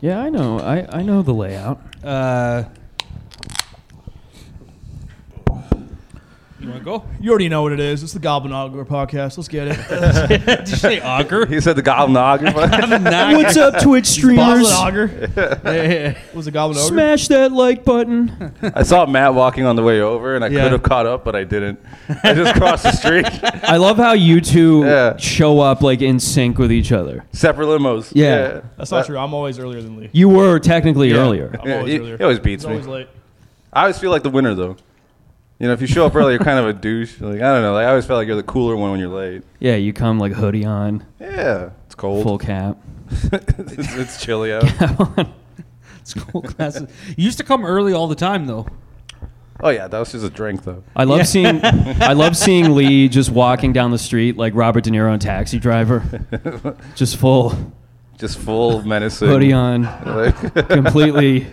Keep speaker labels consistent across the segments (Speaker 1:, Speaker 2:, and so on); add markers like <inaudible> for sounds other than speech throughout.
Speaker 1: Yeah, I know. I, I know the layout.
Speaker 2: Uh, you want to go?
Speaker 3: You already know what it is. It's the Goblin Ogre podcast. Let's get it.
Speaker 2: <laughs> Did you say auger?
Speaker 4: He said the goblin auger.
Speaker 1: What's up, Twitch streamers?
Speaker 3: Goblin Ogre
Speaker 1: <laughs>
Speaker 3: was a Goblin Ogre.
Speaker 1: Smash that like button.
Speaker 4: I saw Matt walking on the way over, and I
Speaker 2: Yeah.
Speaker 4: could have caught up, but I didn't. I just crossed the street,
Speaker 1: <laughs> I love how you two
Speaker 4: Yeah.
Speaker 1: show up like in sync with each other.
Speaker 4: separate limos.
Speaker 1: Yeah.
Speaker 3: That's not true. I'm always earlier than Lee.
Speaker 1: You were technically earlier.
Speaker 3: I'm
Speaker 4: Yeah,
Speaker 3: always
Speaker 4: he-
Speaker 3: earlier.
Speaker 4: he always beats
Speaker 3: He's always
Speaker 4: me.
Speaker 3: late.
Speaker 4: I always feel like the winner though. You know, if you show up early, you're kind of a douche. Like I don't know. Like I always felt like you're the cooler one when you're late.
Speaker 1: Yeah, you come like hoodie on,
Speaker 4: Yeah, it's cold.
Speaker 1: full cap.
Speaker 4: <laughs> it's, it's chilly out.
Speaker 2: School classes. You used to come early all the time, though.
Speaker 4: Oh yeah, that was just a drink though.
Speaker 1: I love seeing I love seeing Lee just walking down the street like Robert De Niro in Taxi Driver, just full
Speaker 4: <laughs> Just full of menacing.
Speaker 1: hoodie
Speaker 4: <laughs>
Speaker 1: on,
Speaker 4: Like-
Speaker 1: completely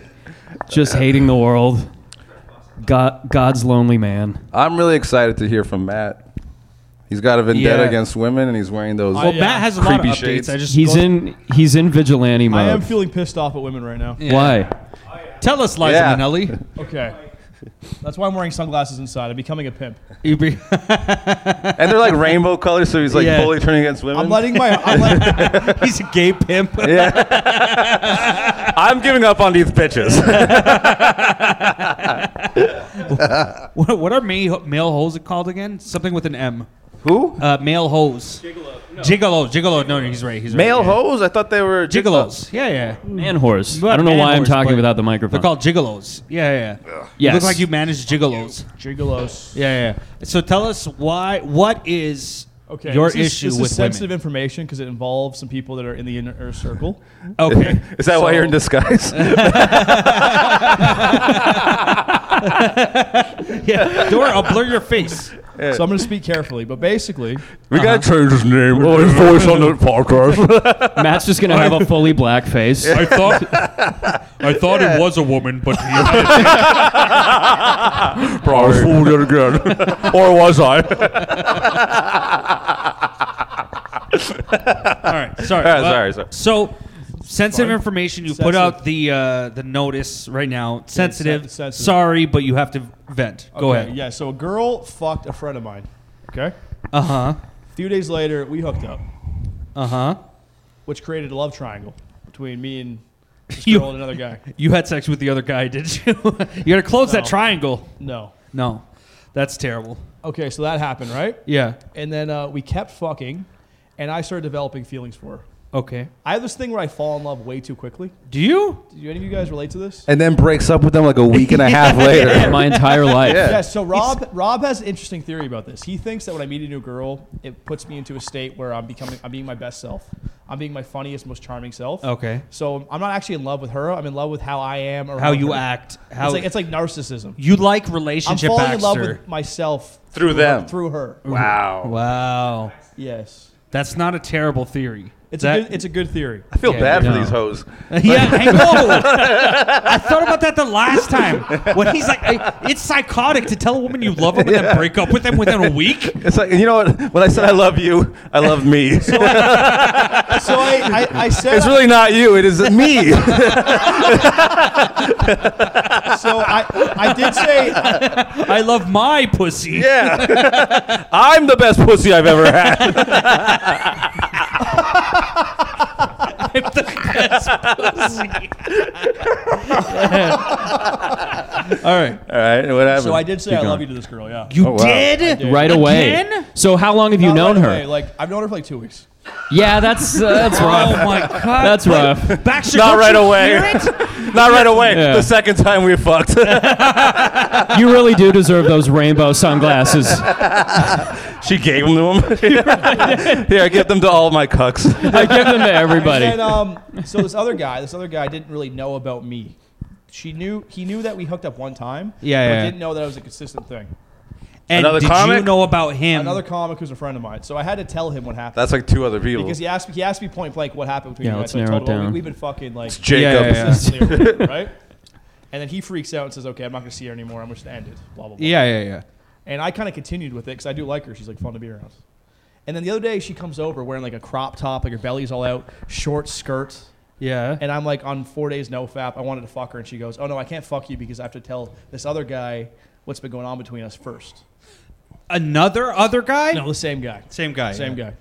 Speaker 1: just hating the world. God, God's lonely man.
Speaker 4: I'm really excited to hear from Matt. He's got a vendetta
Speaker 2: Yeah.
Speaker 4: against women, and he's wearing those.
Speaker 2: Well,
Speaker 3: yeah.
Speaker 2: Matt has a lot of
Speaker 4: Creepy
Speaker 2: updates.
Speaker 4: shades.
Speaker 2: I just
Speaker 1: He's
Speaker 2: go-
Speaker 1: in he's in vigilante mode.
Speaker 3: I am feeling pissed off at women right now.
Speaker 2: Yeah.
Speaker 1: Why?
Speaker 2: Tell us, Liza
Speaker 4: Yeah.
Speaker 2: Minnelli.
Speaker 3: Okay. That's why I'm wearing sunglasses inside. I'm becoming
Speaker 1: <laughs>
Speaker 3: a pimp.
Speaker 2: You be-
Speaker 4: and they're like rainbow colors, so he's like
Speaker 2: Yeah.
Speaker 4: fully turning against women.
Speaker 3: I'm letting my. I'm letting,
Speaker 1: <laughs>
Speaker 3: <laughs>
Speaker 2: He's a gay pimp.
Speaker 4: yeah. I'm giving up on these bitches.
Speaker 2: What, what are ma- male hoes called again? Something with an M.
Speaker 4: <laughs> Who?
Speaker 2: Uh, male hoes. Gigolo. Gigolo. Gigolo. No, he's right. He's right.
Speaker 4: Male
Speaker 2: yeah.
Speaker 4: hoes? I thought they were
Speaker 2: Gigolos. Yeah, yeah.
Speaker 1: Man horse.
Speaker 2: Well,
Speaker 1: I don't know
Speaker 2: man
Speaker 1: why I'm
Speaker 2: horse,
Speaker 1: talking
Speaker 2: but
Speaker 1: without the
Speaker 2: They're
Speaker 1: microphone.
Speaker 2: called gigolos. Yeah, yeah. yeah. You
Speaker 1: Yes.
Speaker 2: look like you manage gigolos.
Speaker 3: Gigolos.
Speaker 2: Yeah, yeah. So tell us why. What is
Speaker 3: Okay.
Speaker 2: your
Speaker 3: this is,
Speaker 2: issue
Speaker 3: this
Speaker 2: with
Speaker 3: is sensitive
Speaker 2: women?
Speaker 3: information because it involves some people that are in the inner circle.
Speaker 2: Okay. <laughs>
Speaker 4: Is that why
Speaker 3: So-
Speaker 4: you're in disguise? <laughs>
Speaker 2: yeah. Dora, I'll blur your face.
Speaker 3: So I'm going to speak carefully, but basically,
Speaker 4: we gotta change his name or Oh, his voice on the podcast.
Speaker 1: Matt's just gonna
Speaker 2: <laughs>
Speaker 1: have a fully black face.
Speaker 5: I thought I thought it was a woman, but
Speaker 4: Bro, <laughs> I was fooled yet <laughs> again. or was I?
Speaker 2: All right. <laughs> Sorry.
Speaker 4: All right,
Speaker 2: Well,
Speaker 4: sorry, sorry.
Speaker 2: So. Sensitive information. You put
Speaker 3: Sensitive.
Speaker 2: out the uh, the notice right now. Sensitive.
Speaker 3: sen- sensitive.
Speaker 2: Sorry, but you have to vent. Go
Speaker 3: Okay,
Speaker 2: ahead.
Speaker 3: Yeah, so a girl fucked a friend of mine. Okay.
Speaker 2: Uh huh.
Speaker 3: A few days later, we hooked up,
Speaker 2: Uh huh.
Speaker 3: which created a love triangle between me and this
Speaker 2: You-
Speaker 3: girl and another guy.
Speaker 2: You had sex with the other guy, did you? <laughs> you gotta close that
Speaker 3: No.
Speaker 2: triangle.
Speaker 3: No.
Speaker 2: No, that's terrible.
Speaker 3: Okay, so that happened, right?
Speaker 2: Yeah.
Speaker 3: And then uh, we kept fucking, and I started developing feelings for her.
Speaker 2: Okay.
Speaker 3: I have this thing where I fall in love way too quickly.
Speaker 2: Do you?
Speaker 3: Do any of you guys relate to this?
Speaker 4: And then breaks up with them like a week <laughs> and a half later.
Speaker 1: My entire life.
Speaker 4: Yeah.
Speaker 3: Yes. So Rob, Rob has an interesting theory about this. He thinks that when I meet a new girl, it puts me into a state where I'm becoming, I'm being my best self. I'm being my funniest, most charming self.
Speaker 2: Okay.
Speaker 3: So I'm not actually in love with her. I'm in love with how I am. Or
Speaker 2: How you act? How
Speaker 3: It's like it's like narcissism.
Speaker 2: you like
Speaker 3: I'm
Speaker 2: relationship
Speaker 3: falling in love
Speaker 2: Baxter?
Speaker 3: with myself
Speaker 4: Through them.
Speaker 3: through her.
Speaker 4: Wow.
Speaker 2: Wow,
Speaker 3: Yes.
Speaker 2: that's not a terrible theory.
Speaker 3: It's
Speaker 2: That-
Speaker 3: a good, it's a good theory.
Speaker 4: I feel
Speaker 2: Yeah,
Speaker 4: bad for
Speaker 1: no.
Speaker 4: these hoes.
Speaker 2: <laughs> yeah, I know. I thought about that the last time when he's like, I, "It's psychotic to tell a woman you love them and then break up with them within a week."
Speaker 4: It's like, you know what? When I said I love you, I love <laughs> me. it's
Speaker 3: So I, I, I said
Speaker 4: really not you, it is me.
Speaker 3: so I, I did say
Speaker 2: I love my pussy.
Speaker 4: <laughs>
Speaker 2: <laughs>
Speaker 4: Yeah. <laughs> I'm the best pussy I've ever had. <laughs>
Speaker 2: I'm the best pussy. All right,
Speaker 4: All right. What happened?
Speaker 3: so I did say I love you to this girl. Yeah.
Speaker 2: you
Speaker 4: Oh, wow.
Speaker 2: did
Speaker 1: Right away.
Speaker 2: Again?
Speaker 1: So how long have you
Speaker 3: Not
Speaker 1: known
Speaker 3: right
Speaker 1: her?
Speaker 3: away, Like I've known her for like two weeks.
Speaker 1: Yeah, that's uh,
Speaker 2: <laughs>
Speaker 1: that's rough.
Speaker 2: Oh my god.
Speaker 1: That's rough.
Speaker 2: Baxter,
Speaker 4: Not
Speaker 2: don't
Speaker 4: right
Speaker 2: you
Speaker 4: away.
Speaker 2: hear
Speaker 4: <laughs>
Speaker 2: it?
Speaker 4: Not right away.
Speaker 1: Yeah.
Speaker 4: The second time we
Speaker 2: <laughs>
Speaker 4: fucked.
Speaker 1: You really do deserve those rainbow sunglasses.
Speaker 4: she gave them to him. Here, I give them to all my cucks.
Speaker 1: I give them to
Speaker 3: And then,
Speaker 2: <laughs>
Speaker 1: everybody.
Speaker 3: um, so this other guy, this other guy didn't really know about me. She knew he knew that we hooked up one time.
Speaker 2: Yeah,
Speaker 3: but
Speaker 2: yeah.
Speaker 3: Didn't know that it was a consistent thing.
Speaker 2: And
Speaker 4: Another
Speaker 2: did you
Speaker 4: comic?
Speaker 2: know about him?
Speaker 3: Another comic who's a friend of mine. So I had to tell him what happened
Speaker 4: That's like two other people.
Speaker 3: because he asked me. He asked me point blank what happened between
Speaker 1: Yeah,
Speaker 3: you
Speaker 1: let's
Speaker 3: guys. So I
Speaker 1: narrow
Speaker 3: told
Speaker 1: it
Speaker 3: him well,
Speaker 1: down.
Speaker 3: we, have been fucking
Speaker 4: <laughs>
Speaker 3: like
Speaker 4: Jacob.
Speaker 2: <laughs> Yeah,
Speaker 3: <laughs>
Speaker 2: yeah,
Speaker 3: consistently, right. And then he freaks out and says, "Okay, I'm not gonna see her anymore. I'm just gonna end it." Blah blah blah.
Speaker 2: yeah, yeah, yeah.
Speaker 3: And I kind of continued with it because I do like her. She's like fun to be around. And then the other day she comes over wearing like a crop top, like her belly's all out, short skirt,
Speaker 2: Yeah.
Speaker 3: And I'm like on four days no fap. I wanted to fuck her, and she goes, "Oh no, I can't fuck you because I have to tell this other guy what's been going on between us first.
Speaker 2: Another other guy?
Speaker 3: No, the same guy,
Speaker 2: Same guy.
Speaker 3: same guy.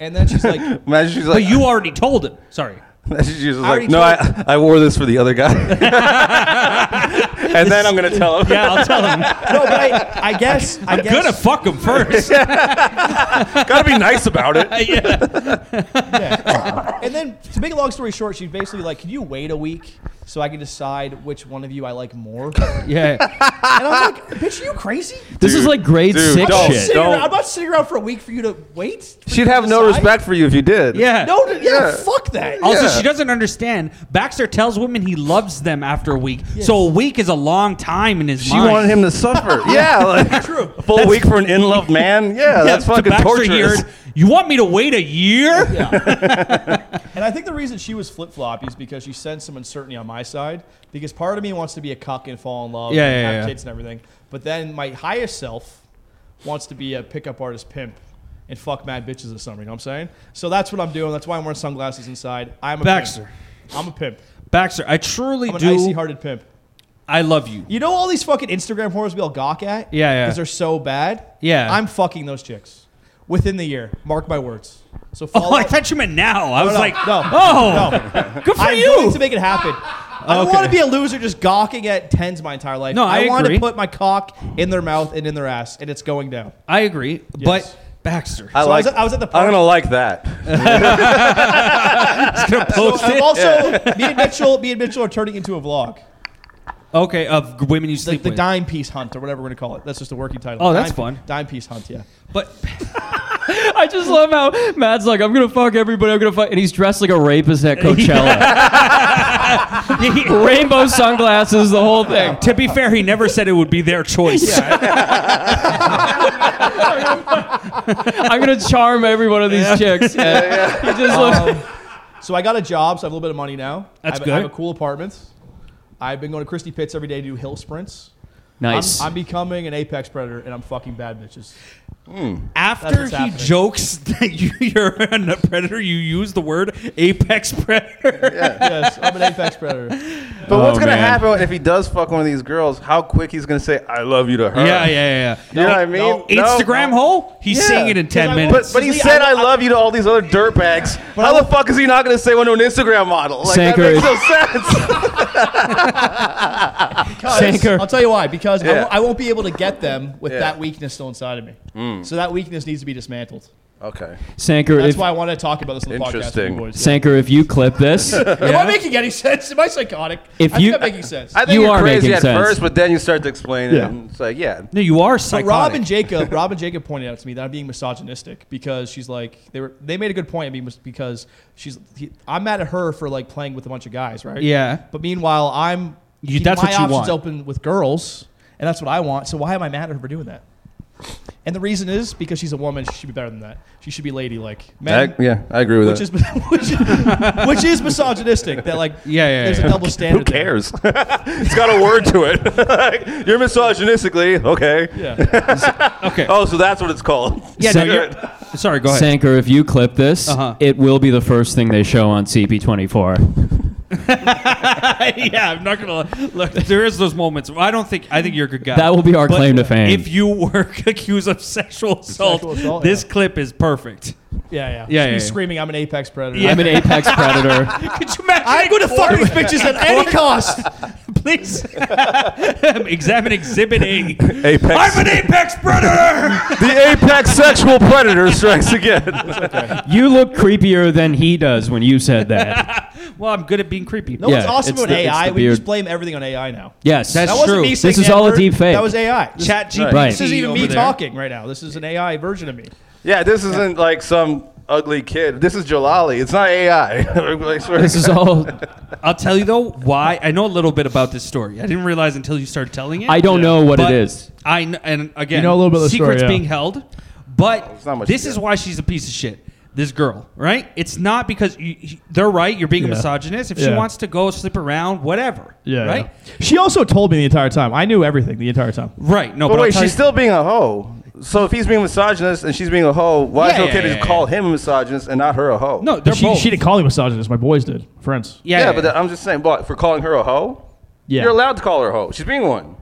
Speaker 3: And then she's like, <laughs>
Speaker 4: Imagine she's like,
Speaker 2: But you already told him. Sorry.
Speaker 4: <laughs> Imagine she's just
Speaker 3: I already
Speaker 4: like, no, I, I wore this for the other guy. and then I'm gonna tell him.
Speaker 2: Yeah, I'll tell him.
Speaker 3: no, but I, I guess I guess
Speaker 2: Gonna fuck him
Speaker 4: <laughs>
Speaker 2: first.
Speaker 4: Gotta be nice about it.
Speaker 2: yeah.
Speaker 3: Yeah. and then to make a long story short, she's basically like, "Can you wait a week so I can decide which one of you I like more?" and
Speaker 1: Yeah.
Speaker 3: I'm
Speaker 4: <laughs>
Speaker 3: like, "Bitch, are you crazy?
Speaker 1: This is
Speaker 4: Dude,
Speaker 1: like grade
Speaker 4: dude,
Speaker 1: six
Speaker 4: don't.
Speaker 3: I'm,
Speaker 1: shit.
Speaker 3: sitting around-
Speaker 4: don't.
Speaker 3: I'm not sitting around for a week for you to wait." for
Speaker 4: She'd
Speaker 3: you to
Speaker 4: have no
Speaker 3: decide.
Speaker 4: respect for you if you did.
Speaker 2: Yeah.
Speaker 3: No, yeah,
Speaker 4: Yeah.
Speaker 3: fuck that.
Speaker 2: Also,
Speaker 4: Yeah.
Speaker 2: she doesn't understand. Baxter tells women he loves them after a week, so a week is a long time in his
Speaker 4: She
Speaker 2: mind.
Speaker 4: wanted him to suffer. yeah, like
Speaker 3: True.
Speaker 4: a full week for an in love man. Yeah,
Speaker 2: Yeah,
Speaker 4: that's
Speaker 2: to
Speaker 4: fucking
Speaker 2: Baxter here,
Speaker 4: torturous.
Speaker 2: You want me to wait a year?
Speaker 3: And I think the reason she was flip flop is because she sensed some uncertainty on my side. Because part of me wants to be a cuck and fall in love,
Speaker 2: Yeah,
Speaker 3: and
Speaker 2: yeah,
Speaker 3: have
Speaker 2: yeah.
Speaker 3: kids and everything. But then my highest self wants to be a pickup artist pimp and fuck mad bitches this summer. You know what I'm saying? So that's what I'm doing. That's why I'm wearing sunglasses inside. I'm a
Speaker 2: Baxter.
Speaker 3: Pimp. I'm a pimp.
Speaker 2: Baxter, I truly
Speaker 3: I'm an icy
Speaker 2: do.
Speaker 3: hearted pimp.
Speaker 2: I love you.
Speaker 3: You know all these fucking Instagram whores we all gawk at?
Speaker 2: Yeah, yeah.
Speaker 3: Because they're so bad.
Speaker 2: Yeah.
Speaker 3: I'm fucking those chicks within the year. Mark my words. So follow.
Speaker 2: Oh, I thought you meant now. I was
Speaker 3: no,
Speaker 2: like,
Speaker 3: no,
Speaker 2: oh, good for
Speaker 3: I'm
Speaker 2: you.
Speaker 3: going to make it
Speaker 2: <laughs>
Speaker 3: happen. I don't
Speaker 2: Okay.
Speaker 3: want to be a loser just gawking at tens my entire life.
Speaker 2: No, I
Speaker 3: want
Speaker 2: agree.
Speaker 3: to put my cock in their mouth and in their ass, and it's going down.
Speaker 2: I agree,
Speaker 3: Yes.
Speaker 2: but Baxter,
Speaker 4: I
Speaker 3: So I was
Speaker 4: like.
Speaker 3: at- I was at the
Speaker 4: I'm
Speaker 3: party.
Speaker 4: gonna like that.
Speaker 2: it's gonna
Speaker 4: <laughs>
Speaker 2: post
Speaker 3: I'm
Speaker 2: it.
Speaker 3: also, me and Mitchell, me and Mitchell are turning into a vlog,
Speaker 2: Okay, of g- women you
Speaker 3: the,
Speaker 2: sleep
Speaker 3: the
Speaker 2: with.
Speaker 3: dime piece hunt or whatever we're gonna call it. That's just a working title.
Speaker 1: Oh, that's
Speaker 3: Dime-
Speaker 1: fun.
Speaker 3: Dime piece hunt,
Speaker 2: <laughs>
Speaker 3: yeah. <laughs>
Speaker 2: but
Speaker 1: I just love how Matt's like, I'm gonna fuck everybody. I'm gonna fuck, and he's dressed like a rapist
Speaker 2: <laughs>
Speaker 1: at Coachella. Rainbow sunglasses, the whole thing.
Speaker 2: to be fair, he never said it would be their choice.
Speaker 1: I'm gonna charm every one of these chicks. Yeah. He just looks-
Speaker 3: Um, So I got a job, so I have a little bit of money now.
Speaker 2: That's
Speaker 3: I have, I have
Speaker 2: good.
Speaker 3: a cool apartment. I've been going to Christie Pitts every day to do hill sprints.
Speaker 1: nice.
Speaker 3: I'm, I'm becoming an apex predator, and I'm fucking bad bitches. <laughs> That's
Speaker 2: After
Speaker 3: what's
Speaker 2: he
Speaker 3: happening.
Speaker 2: jokes <laughs> that you, you're a predator, you use the word apex <laughs> predator.
Speaker 3: yes, I'm an apex predator.
Speaker 4: But what's gonna
Speaker 1: man.
Speaker 4: happen if he does fuck one of these girls? How quick he's gonna say "I love you" to her?
Speaker 2: Yeah, yeah, yeah.
Speaker 4: You know what I mean? No.
Speaker 2: Instagram hole? He's
Speaker 4: Yeah.
Speaker 2: saying it in 10
Speaker 3: I
Speaker 2: minutes.
Speaker 4: But, but he
Speaker 3: See,
Speaker 4: said
Speaker 3: I-
Speaker 4: I, love you to all these other dirtbags. How the fuck is he not going to say one to an Instagram model? Like, that
Speaker 1: Sanker.
Speaker 4: makes no sense.
Speaker 3: Because-
Speaker 1: Sanker.
Speaker 3: I'll tell you why. Because I,
Speaker 4: Yeah.
Speaker 3: won't, I won't be able to get them with
Speaker 4: Yeah. Mm.
Speaker 3: that weakness still inside of me. So that weakness needs to be dismantled.
Speaker 4: <laughs> okay.
Speaker 1: Sanker,
Speaker 3: That's
Speaker 1: if,
Speaker 3: why I wanted to talk about this in the podcast. With you
Speaker 4: Interesting.
Speaker 3: boys.
Speaker 1: Sanker, if you clip <laughs> this,
Speaker 3: Am I making any sense? Am I psychotic?
Speaker 1: If
Speaker 3: I
Speaker 1: you-
Speaker 3: think I'm making sense.
Speaker 4: I think
Speaker 1: You
Speaker 4: you are
Speaker 1: are
Speaker 4: crazy
Speaker 1: making
Speaker 4: at
Speaker 1: sense.
Speaker 4: first, but then you start to explain it.
Speaker 1: Yeah.
Speaker 4: And it's like, yeah.
Speaker 2: no, you are
Speaker 3: But
Speaker 2: psychotic.
Speaker 3: Rob and Jacob, Rob and Jacob pointed out to me that I'm being misogynistic because she's like they were. They made a good point. I mean, mis- because she's he, I'm mad at her for like playing with a bunch of guys, right?
Speaker 2: Yeah.
Speaker 3: But meanwhile, I'm
Speaker 2: You-
Speaker 3: keeping
Speaker 2: that's
Speaker 3: my
Speaker 2: what you
Speaker 3: options
Speaker 2: want.
Speaker 3: open with girls, and that's what I want. So why am I mad at her for doing that? And the reason is because she's a woman. She should be better than that. She should be ladylike. Men,
Speaker 4: yeah, I agree with
Speaker 3: which is <laughs> which, is- which is misogynistic. That like
Speaker 2: Yeah, yeah,
Speaker 3: there's
Speaker 2: yeah.
Speaker 3: a double standard.
Speaker 4: Who
Speaker 3: there.
Speaker 4: cares? <laughs> it's got a word to it. <laughs> Like, you're misogynistically. Okay.
Speaker 3: Yeah.
Speaker 4: <laughs>
Speaker 2: okay.
Speaker 4: Oh, so that's what it's called.
Speaker 2: yeah, no,
Speaker 1: Sanker-
Speaker 2: you're- sorry, go ahead.
Speaker 1: Sanker, if you clip this,
Speaker 2: Uh-huh.
Speaker 1: it will be the first thing they show on CP24.
Speaker 2: <laughs> yeah, I'm not gonna look. There is those moments. I don't think. I think you're a good guy.
Speaker 1: That will be our
Speaker 2: But
Speaker 1: claim to fame.
Speaker 2: If you were <laughs> accused of sexual assault,
Speaker 3: Sexual assault,
Speaker 2: this
Speaker 3: yeah.
Speaker 2: clip is perfect.
Speaker 3: Yeah, yeah.
Speaker 2: Yeah,
Speaker 3: She'd be
Speaker 2: yeah, yeah.
Speaker 3: screaming, "I'm an apex predator."
Speaker 2: Yeah.
Speaker 1: I'm an <laughs> apex predator.
Speaker 2: <laughs> Could you imagine?
Speaker 3: I'm going to fuck these bitches at
Speaker 2: <laughs>
Speaker 3: any cost.
Speaker 2: please. <laughs> Examine Exhibit A.
Speaker 4: Apex.
Speaker 2: I'm an apex predator.
Speaker 4: the apex sexual predator strikes again. <laughs>
Speaker 1: You look creepier than he does when you said that.
Speaker 2: <laughs> well, I'm good at being creepy.
Speaker 3: No,
Speaker 1: Yeah,
Speaker 3: what's awesome
Speaker 1: it's
Speaker 3: about
Speaker 1: the- it's
Speaker 3: AI?
Speaker 1: the
Speaker 3: We just
Speaker 1: beard.
Speaker 3: blame everything on AI now.
Speaker 1: Yes,
Speaker 2: That's
Speaker 3: That
Speaker 2: It's
Speaker 3: wasn't
Speaker 2: true.
Speaker 3: me
Speaker 2: This
Speaker 3: saying
Speaker 1: is all a
Speaker 3: N-word.
Speaker 1: deep fake.
Speaker 3: That was AI. This,
Speaker 2: Chat GPT.
Speaker 1: Right.
Speaker 3: this is even me
Speaker 2: over there.
Speaker 3: talking right now. This is an AI version of me.
Speaker 4: yeah, this isn't like some ugly kid. This is Jalali. It's not AI. I <laughs> swear to
Speaker 1: This is all.
Speaker 2: I'll tell you though why I know a little bit about this story. I didn't realize until you started telling it.
Speaker 1: I don't know what it is.
Speaker 2: I kn- and again,
Speaker 3: You know a little bit of the story,
Speaker 2: secrets
Speaker 3: yeah.
Speaker 2: being held, but
Speaker 4: There's not much
Speaker 2: this
Speaker 4: to
Speaker 2: is
Speaker 4: get.
Speaker 2: why she's a piece of shit. This girl, right? It's not because you, you- they're right. You're being a
Speaker 3: Yeah.
Speaker 2: misogynist. If she
Speaker 3: Yeah.
Speaker 2: wants to go slip around, whatever. right,
Speaker 3: She also told me the entire time. I knew everything the entire time.
Speaker 2: right. No, Oh, but,
Speaker 4: But
Speaker 2: I'll
Speaker 4: wait,
Speaker 2: tell
Speaker 4: she's
Speaker 2: you-
Speaker 4: still being a hoe. So if he's being misogynist and she's being a hoe, why is
Speaker 2: Yeah,
Speaker 4: it okay
Speaker 2: yeah,
Speaker 4: to
Speaker 2: yeah,
Speaker 4: just call him a misogynist and not her a hoe?
Speaker 2: No,
Speaker 6: But
Speaker 2: they're
Speaker 6: she,
Speaker 2: both.
Speaker 6: she didn't call me misogynist. My boys did. Friends.
Speaker 4: Yeah, but that, I'm just saying, but for calling her a hoe,
Speaker 6: Yeah.
Speaker 4: you're allowed to call her a hoe. She's being one.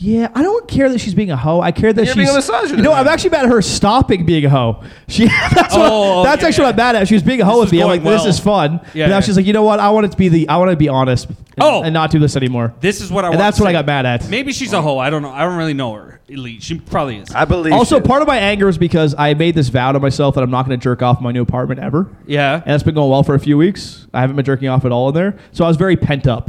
Speaker 6: Yeah, I don't care that she's being a hoe. I care that
Speaker 4: You're
Speaker 6: she's
Speaker 4: being a misogynist.
Speaker 3: You know, I'm actually mad at her stopping being a hoe. <laughs> She that's what
Speaker 2: Oh,
Speaker 3: that's actually what I'm mad at. She was being a hoe with
Speaker 2: is
Speaker 3: me. I'm
Speaker 2: going
Speaker 3: like, this
Speaker 2: well.
Speaker 3: is fun.
Speaker 2: Yeah,
Speaker 3: but now
Speaker 2: yeah.
Speaker 3: she's like, you know what? I want to be the I want to be honest. And,
Speaker 2: Oh.
Speaker 3: and not do this anymore.
Speaker 2: This is what I.
Speaker 3: and
Speaker 2: want
Speaker 3: that's
Speaker 2: to
Speaker 3: what I
Speaker 2: say.
Speaker 3: got mad at.
Speaker 2: Maybe she's a hoe. I don't know. I don't really know her. Elite. She probably is.
Speaker 4: I believe.
Speaker 3: Also,
Speaker 4: she-
Speaker 3: part of my anger was because I made this vow to myself that I'm not going to jerk off in my new apartment ever.
Speaker 2: yeah. <laughs>
Speaker 3: And that's been going well for a few weeks. I haven't been jerking off at all in there. So I was very pent up.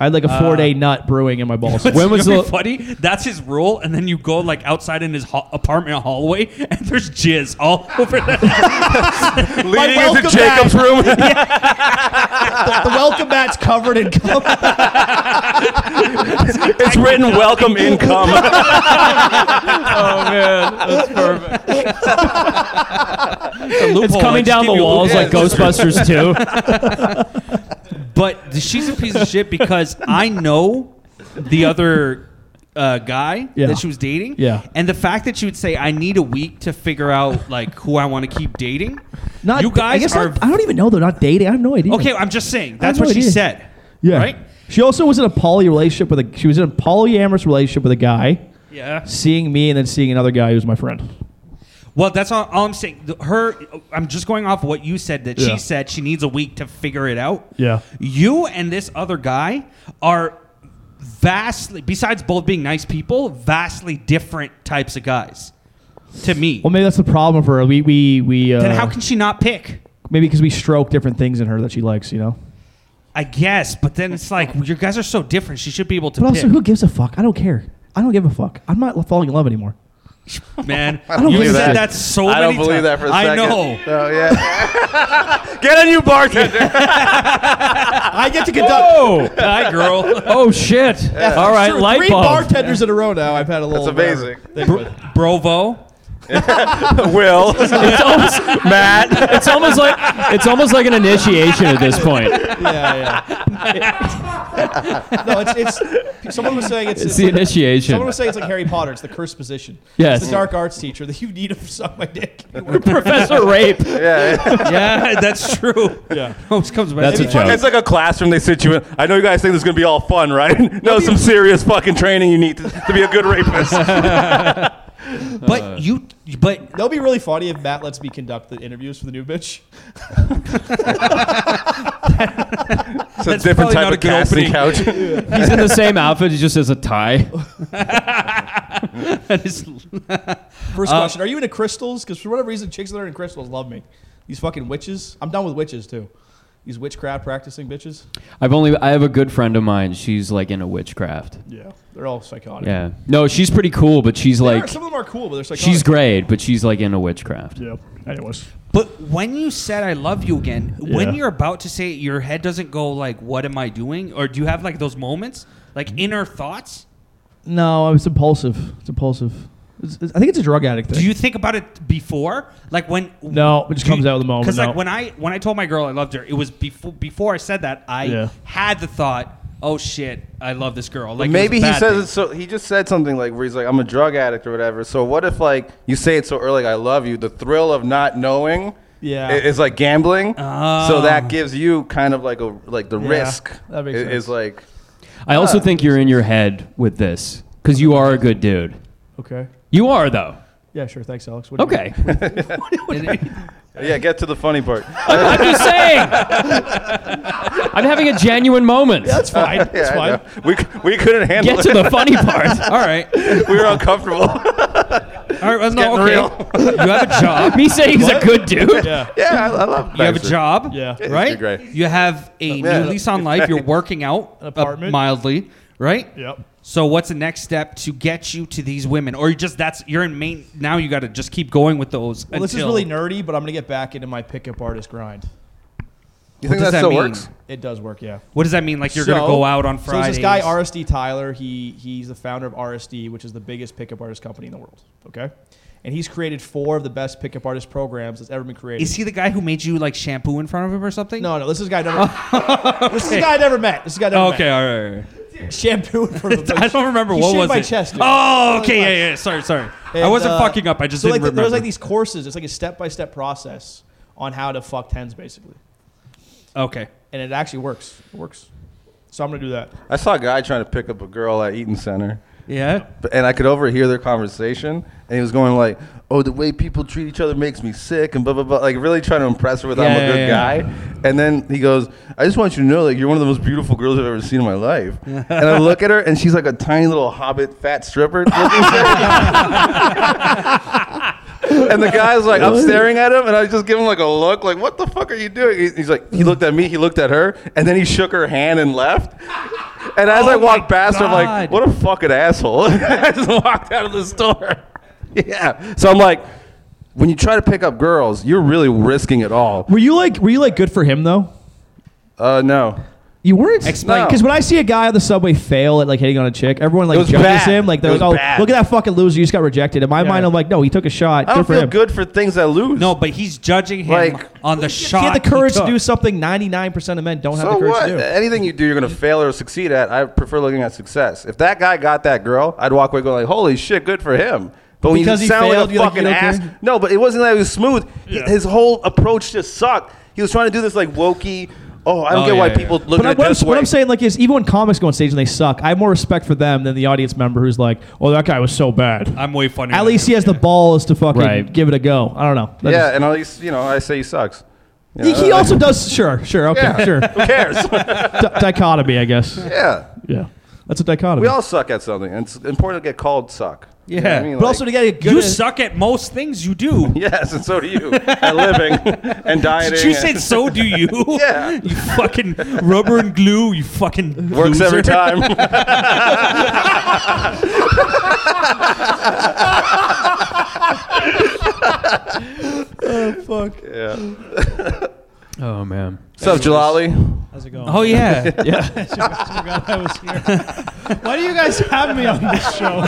Speaker 3: I had like a
Speaker 2: Uh,
Speaker 3: four day nut brewing in my
Speaker 2: <laughs>
Speaker 3: balls.
Speaker 2: What's
Speaker 1: When was
Speaker 2: gonna be
Speaker 1: the-
Speaker 2: funny? That's his rule, and then you go like outside in his ho- apartment hallway, and there's jizz all <laughs> over the
Speaker 3: <laughs>
Speaker 4: leading
Speaker 3: welcome
Speaker 4: into Jacob's room.
Speaker 3: <laughs> the welcome mat's covered in cum.
Speaker 2: <laughs>
Speaker 4: it's written "Welcome Income."
Speaker 2: loophole.
Speaker 1: It's coming
Speaker 2: Just
Speaker 1: down
Speaker 2: give
Speaker 1: the
Speaker 2: you a
Speaker 1: walls
Speaker 2: loophole.
Speaker 1: like
Speaker 3: <laughs>
Speaker 1: Ghostbusters 2.
Speaker 2: But she's a piece of shit because
Speaker 3: <laughs>
Speaker 2: I know the other uh, guy
Speaker 3: Yeah.
Speaker 2: that she was dating.
Speaker 3: Yeah.
Speaker 2: And the fact that she would say, "I need a week to figure out like who I want to keep dating."
Speaker 3: Not
Speaker 2: you guys
Speaker 3: I guess
Speaker 2: are
Speaker 3: not- I don't even know. They're not dating. I have no idea.
Speaker 2: okay. I'm just saying. That's
Speaker 3: no
Speaker 2: what she
Speaker 3: idea.
Speaker 2: said.
Speaker 3: Yeah.
Speaker 2: Right.
Speaker 3: She also was in a poly relationship with a. She was in a polyamorous relationship with a guy,
Speaker 2: Yeah.
Speaker 3: seeing me and then seeing another guy who was my friend.
Speaker 2: Well, that's all, all I'm saying. The- Her, I'm just going off what you said that
Speaker 3: Yeah.
Speaker 2: she said she needs a week to figure it out.
Speaker 3: Yeah.
Speaker 2: You and this other guy are vastly, besides both being nice people, vastly different types of guys to me.
Speaker 3: Well, maybe that's the problem for her. We we we. Uh,
Speaker 2: then how can she not pick?
Speaker 3: maybe because we stroke different things in her that she likes, you know.
Speaker 2: I guess, but then it's like well, your guys are so different. She should be able to
Speaker 3: But also,
Speaker 2: pick.
Speaker 3: who gives a fuck? I don't care. I don't give a fuck. I'm not falling in love anymore.
Speaker 2: <laughs> Man,
Speaker 3: don't
Speaker 2: you
Speaker 3: believe
Speaker 2: said
Speaker 3: that.
Speaker 2: that so
Speaker 4: I
Speaker 2: many
Speaker 4: don't believe that
Speaker 2: times.
Speaker 4: for a
Speaker 2: I
Speaker 4: second.
Speaker 2: know. <laughs>
Speaker 4: So, yeah. <laughs> Get a new bartender.
Speaker 2: <laughs>
Speaker 3: I get to conduct
Speaker 1: oh, <laughs>
Speaker 2: Hi, girl.
Speaker 3: <laughs>
Speaker 1: oh shit! All right, light
Speaker 3: three
Speaker 1: bulb.
Speaker 3: bartenders in a row now. I've had a little. uh,
Speaker 4: That's amazing.
Speaker 2: Brovo. <laughs>
Speaker 4: Will
Speaker 1: It's almost,
Speaker 4: Matt.
Speaker 2: <laughs>
Speaker 1: it's almost like it's almost like an initiation at this point.
Speaker 6: yeah, yeah. <laughs> no, it's, it's someone was saying it's,
Speaker 1: It's the
Speaker 6: Someone
Speaker 1: initiation.
Speaker 6: was saying it's like Harry Potter. It's the cursed position.
Speaker 1: Yes.
Speaker 6: It's the dark arts teacher that you need to suck my dick.
Speaker 1: Professor Rape.
Speaker 4: Yeah,
Speaker 2: Yeah, that's true.
Speaker 6: Yeah.
Speaker 2: <laughs> Almost comes back.
Speaker 1: That's a
Speaker 2: It'd be
Speaker 1: joke.
Speaker 4: it's like a classroom they sit you in. I know you guys think this is gonna be all fun, right? <laughs> no, some serious fucking training you need to, to be a good
Speaker 2: <laughs>
Speaker 4: rapist.
Speaker 2: But you, but
Speaker 6: That'll be really funny if Matt lets me conduct the interviews for the new bitch.
Speaker 4: it's a
Speaker 2: That's
Speaker 4: different
Speaker 2: probably
Speaker 4: type
Speaker 2: not a
Speaker 4: of casting
Speaker 2: good
Speaker 4: couch.
Speaker 1: He's in the same outfit. He just has a tie. <laughs>
Speaker 2: that is,
Speaker 6: First
Speaker 4: Uh,
Speaker 6: question: Are you into crystals? Because for whatever reason, chicks that are into crystals love me. These fucking witches. I'm done with witches too. These witchcraft practicing bitches.
Speaker 1: I've only I have a good friend of mine. She's like into witchcraft.
Speaker 6: Yeah, they're all psychotic.
Speaker 1: Yeah. No, she's pretty cool, but she's
Speaker 6: They are-
Speaker 1: like
Speaker 6: some of them are cool, but they're psychotic.
Speaker 1: she's great, but she's like into witchcraft.
Speaker 3: Yeah. Anyways.
Speaker 2: but when you said "I love you" again, when
Speaker 3: Yeah.
Speaker 2: you're about to say it, your head doesn't go like, "What am I doing?" Or do you have like those moments, like
Speaker 3: Mm-hmm.
Speaker 2: inner thoughts?
Speaker 3: No, it's impulsive. It's impulsive. It's, it's- I think it's a drug addict thing.
Speaker 2: Do you think about it before, like when?
Speaker 3: No, it just comes out of the moment,
Speaker 2: Because
Speaker 3: no.
Speaker 2: like when I when I told my girl I loved her, it was before before I said that I
Speaker 3: Yeah.
Speaker 2: had the thought, "Oh shit, I love this girl." <laughs> Like it was a
Speaker 4: Maybe he
Speaker 2: bad
Speaker 4: says
Speaker 2: thing.
Speaker 4: it so he just said something like where he's like I'm a drug addict or whatever. So what if like you say it so early like I love you, the thrill of not knowing
Speaker 6: Yeah.
Speaker 4: i- is like gambling.
Speaker 2: Ah.
Speaker 4: So that gives you kind of like a like the risk
Speaker 6: that makes
Speaker 4: i-
Speaker 6: sense.
Speaker 4: is like
Speaker 1: I also think you're in your head with this because you are a good dude.
Speaker 6: Okay.
Speaker 1: You are though.
Speaker 6: Yeah, sure. Thanks, Alex. What do you
Speaker 1: Okay.
Speaker 2: <laughs>
Speaker 4: yeah, get to the funny part.
Speaker 1: I'm just saying. I'm having a genuine moment.
Speaker 6: It's fine. it's
Speaker 4: Yeah, I
Speaker 6: fine.
Speaker 4: know. We c- we couldn't handle
Speaker 1: Get
Speaker 4: it.
Speaker 1: to the funny part.
Speaker 2: All right, all
Speaker 4: <laughs> we were
Speaker 2: <laughs>
Speaker 4: uncomfortable. <laughs>
Speaker 2: right. well, no,
Speaker 4: getting
Speaker 2: okay.
Speaker 4: real.
Speaker 2: You have a job.
Speaker 1: Me saying he's a good dude.
Speaker 6: Yeah.
Speaker 4: yeah, I, I love.
Speaker 2: You have a job,
Speaker 6: Yeah. Yeah,
Speaker 2: right?
Speaker 4: you're great.
Speaker 2: You have a
Speaker 4: Yeah.
Speaker 2: new lease on
Speaker 4: <laughs>
Speaker 2: life. You're working out
Speaker 6: An
Speaker 2: uh,
Speaker 6: apartment.
Speaker 2: mildly, right?
Speaker 6: Yep.
Speaker 2: So what's the next step to get you to these women, or you just that's you're in main now? You got to just keep going with those. until,
Speaker 6: Well, this is really nerdy, but I'm gonna get back into my pickup artist grind.
Speaker 4: You
Speaker 2: What
Speaker 4: think
Speaker 2: does
Speaker 4: that,
Speaker 2: that
Speaker 4: still
Speaker 2: mean?
Speaker 4: works?
Speaker 6: It does work, yeah.
Speaker 2: What does that mean? Like you're gonna
Speaker 6: So-
Speaker 2: go out on
Speaker 6: So there's
Speaker 2: Fridays?
Speaker 6: this guy RSD Tyler. He he's the founder of RSD, which is the biggest pickup artist company in the world. Okay, and he's created four of the best pickup artist programs that's ever been created.
Speaker 2: is he the guy who made you like shampoo in front of him or something? <laughs>
Speaker 6: No, no. This is a guy I never. this is a guy I never met. This is a guy I never
Speaker 2: Oh, Okay,
Speaker 6: met.
Speaker 2: all right. all right. <laughs>
Speaker 6: shampooing for the. <laughs>
Speaker 2: I don't remember
Speaker 6: He
Speaker 2: what
Speaker 6: shaved
Speaker 2: was
Speaker 6: my
Speaker 2: it.
Speaker 6: chest, dude.
Speaker 2: oh,
Speaker 6: Really
Speaker 2: okay,
Speaker 6: much.
Speaker 2: yeah, yeah. Sorry, sorry. I
Speaker 6: And,
Speaker 2: wasn't
Speaker 6: uh,
Speaker 2: fucking up. I just
Speaker 6: so
Speaker 2: didn't
Speaker 6: like,
Speaker 2: remember.
Speaker 6: There's like these courses. It's like a step by step process on how to fuck tens, basically,
Speaker 2: okay.
Speaker 6: and it actually works. It works. So I'm gonna do that.
Speaker 4: I saw a guy trying to pick up a girl at Eaton Center.
Speaker 6: <laughs>
Speaker 2: Yeah.
Speaker 4: But- and I could overhear their conversation, and he was going like, "Oh, the way people treat each other makes me sick," and blah blah blah, like really trying to impress her with I'm
Speaker 2: Yeah,
Speaker 4: a good
Speaker 2: yeah, yeah.
Speaker 4: guy. And then he goes, "I just want you to know, like, you're one of the most beautiful girls I've ever seen in my
Speaker 2: <laughs>
Speaker 4: life." and I look at her, and she's like a tiny little hobbit, fat stripper.
Speaker 2: <laughs>
Speaker 4: and the guy's like, I'm staring at him, and I just give him like a look, like, "What the fuck are you doing?" He- He's like, he looked at me, he looked at her, and then he shook her hand and left. And
Speaker 3: Oh
Speaker 4: as I walked past her, I'm like,
Speaker 2: God.
Speaker 4: what a fucking asshole. <laughs> I just walked out of the store. yeah. So I'm like, when you try to pick up girls, you're really risking it all.
Speaker 3: Were you like were you like good for him though?
Speaker 4: Uh, no.
Speaker 3: You weren't
Speaker 4: Explain.
Speaker 3: Because when I see a guy on the subway fail at like hitting on a chick, everyone
Speaker 4: It
Speaker 3: like
Speaker 4: was
Speaker 3: judges
Speaker 4: bad.
Speaker 3: him. Like,
Speaker 4: It
Speaker 3: they're like,
Speaker 4: was
Speaker 3: oh,
Speaker 4: bad.
Speaker 3: look at that fucking loser, you just got rejected. In my mind, I'm like, no, he took a shot. good
Speaker 4: I don't
Speaker 3: for
Speaker 4: feel
Speaker 3: him.
Speaker 4: good for things I lose.
Speaker 2: No, but he's judging him
Speaker 4: Like-
Speaker 2: on the
Speaker 3: If
Speaker 2: shot.
Speaker 3: he had the courage to
Speaker 2: took.
Speaker 3: do something 99% of men don't have
Speaker 4: So
Speaker 3: the courage
Speaker 4: what?
Speaker 3: to do.
Speaker 4: Anything you do, you're gonna fail or succeed at. I prefer looking at success. If that guy got that girl, I'd walk away going like, "Holy shit, good for him." But when
Speaker 3: Because
Speaker 4: you
Speaker 3: he
Speaker 4: sound
Speaker 3: failed,
Speaker 4: like a
Speaker 3: you're like,
Speaker 4: fucking
Speaker 3: "You okay?"
Speaker 4: ass, no. But it wasn't that it was smooth. He- His whole approach just sucked. He was trying to do this like wokey. Oh, I don't
Speaker 1: Oh,
Speaker 4: get
Speaker 1: yeah,
Speaker 4: why
Speaker 1: yeah.
Speaker 4: people look
Speaker 3: But I-
Speaker 4: at
Speaker 3: what,
Speaker 4: it this
Speaker 3: I'm, what
Speaker 4: way.
Speaker 3: I'm saying like is even when comics go on stage and they suck, I have more respect for them than the audience member who's like, oh, that guy was so bad.
Speaker 7: I'm way funny.
Speaker 3: At least he has the balls to fucking
Speaker 1: Right.
Speaker 3: give it a go. I don't know. That's-
Speaker 4: yeah, and at least you know I say he sucks. You
Speaker 3: He,
Speaker 4: know,
Speaker 3: he
Speaker 4: like,
Speaker 3: also does. Sure, sure, okay, <laughs>
Speaker 4: Yeah.
Speaker 3: sure.
Speaker 4: Who cares? <laughs>
Speaker 3: Di- dichotomy, I guess.
Speaker 4: yeah,
Speaker 3: Yeah, that's a dichotomy.
Speaker 4: we all suck at something, and it's important to get called suck. You know what
Speaker 2: Yeah.
Speaker 4: I mean?
Speaker 3: but also to get
Speaker 4: Like,
Speaker 3: a good.
Speaker 2: You suck at most things you do.
Speaker 4: <laughs> yes, and so do you
Speaker 3: <laughs>
Speaker 4: at living and dieting.
Speaker 2: Did you say
Speaker 4: and-
Speaker 2: so do you?
Speaker 4: Yeah.
Speaker 2: <laughs> You fucking rubber and glue, you fucking
Speaker 4: Works
Speaker 2: loser.
Speaker 4: every time. <laughs>
Speaker 3: fuck.
Speaker 4: yeah.
Speaker 1: Oh man.
Speaker 4: What's up, Jalali?
Speaker 6: How's it going?
Speaker 2: Oh <laughs> yeah.
Speaker 6: I was
Speaker 8: <laughs>
Speaker 6: here. Why do you guys have me on this show?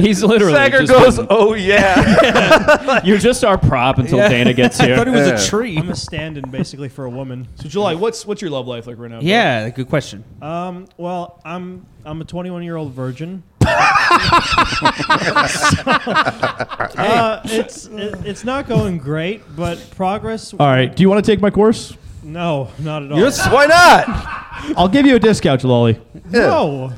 Speaker 1: He's literally.
Speaker 4: Sager
Speaker 1: just
Speaker 4: goes,
Speaker 1: been-
Speaker 4: oh yeah.
Speaker 1: You're just our prop until Dana gets
Speaker 2: I thought it
Speaker 1: here.
Speaker 2: was
Speaker 4: Yeah.
Speaker 2: a tree.
Speaker 8: I'm a stand-in basically for a woman.
Speaker 6: So July, what's what's your love life like right now? bro?
Speaker 2: Yeah, good question.
Speaker 8: Um, well, I'm I'm a 21 year old
Speaker 3: <laughs>
Speaker 8: virgin. uh, it's it, it's not going great, but progress.
Speaker 3: All right. Do you want to take my course?
Speaker 8: No, not at all.
Speaker 4: <laughs> Why not?
Speaker 3: I'll give you a discount, Jalali.
Speaker 8: no.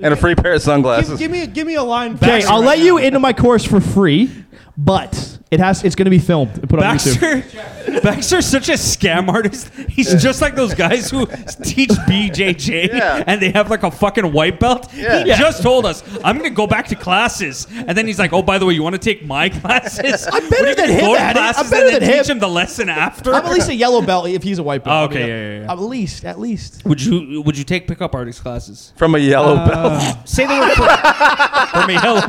Speaker 4: And a free pair of
Speaker 8: Give,
Speaker 4: sunglasses.
Speaker 8: give me a, give me a line.
Speaker 3: Okay,
Speaker 8: back
Speaker 3: I'll
Speaker 8: right
Speaker 3: let you
Speaker 8: now.
Speaker 3: into my course for free, but it has it's going to be filmed and
Speaker 2: Oh,
Speaker 3: put on YouTube.
Speaker 2: Baxter, Baxter's such a scam artist. He's just like those guys who teach BJJ
Speaker 4: Yeah.
Speaker 2: and they have like a fucking white belt.
Speaker 4: Yeah.
Speaker 2: He
Speaker 4: Yeah.
Speaker 2: just told us, I'm going to go back to classes. And then he's like, oh, by the way, you want to take my classes? I'm
Speaker 3: better than him at it. I'm better
Speaker 2: and then
Speaker 3: than him.
Speaker 2: teach him the lesson after.
Speaker 6: I'm at least a yellow belt if he's a white
Speaker 2: <laughs> Oh,
Speaker 6: belt.
Speaker 2: okay,
Speaker 6: I mean,
Speaker 2: yeah, yeah, yeah.
Speaker 6: At least, at least.
Speaker 2: would you would you take pickup artist classes?
Speaker 4: From a yellow belt.
Speaker 2: Say they were for, for me, hello.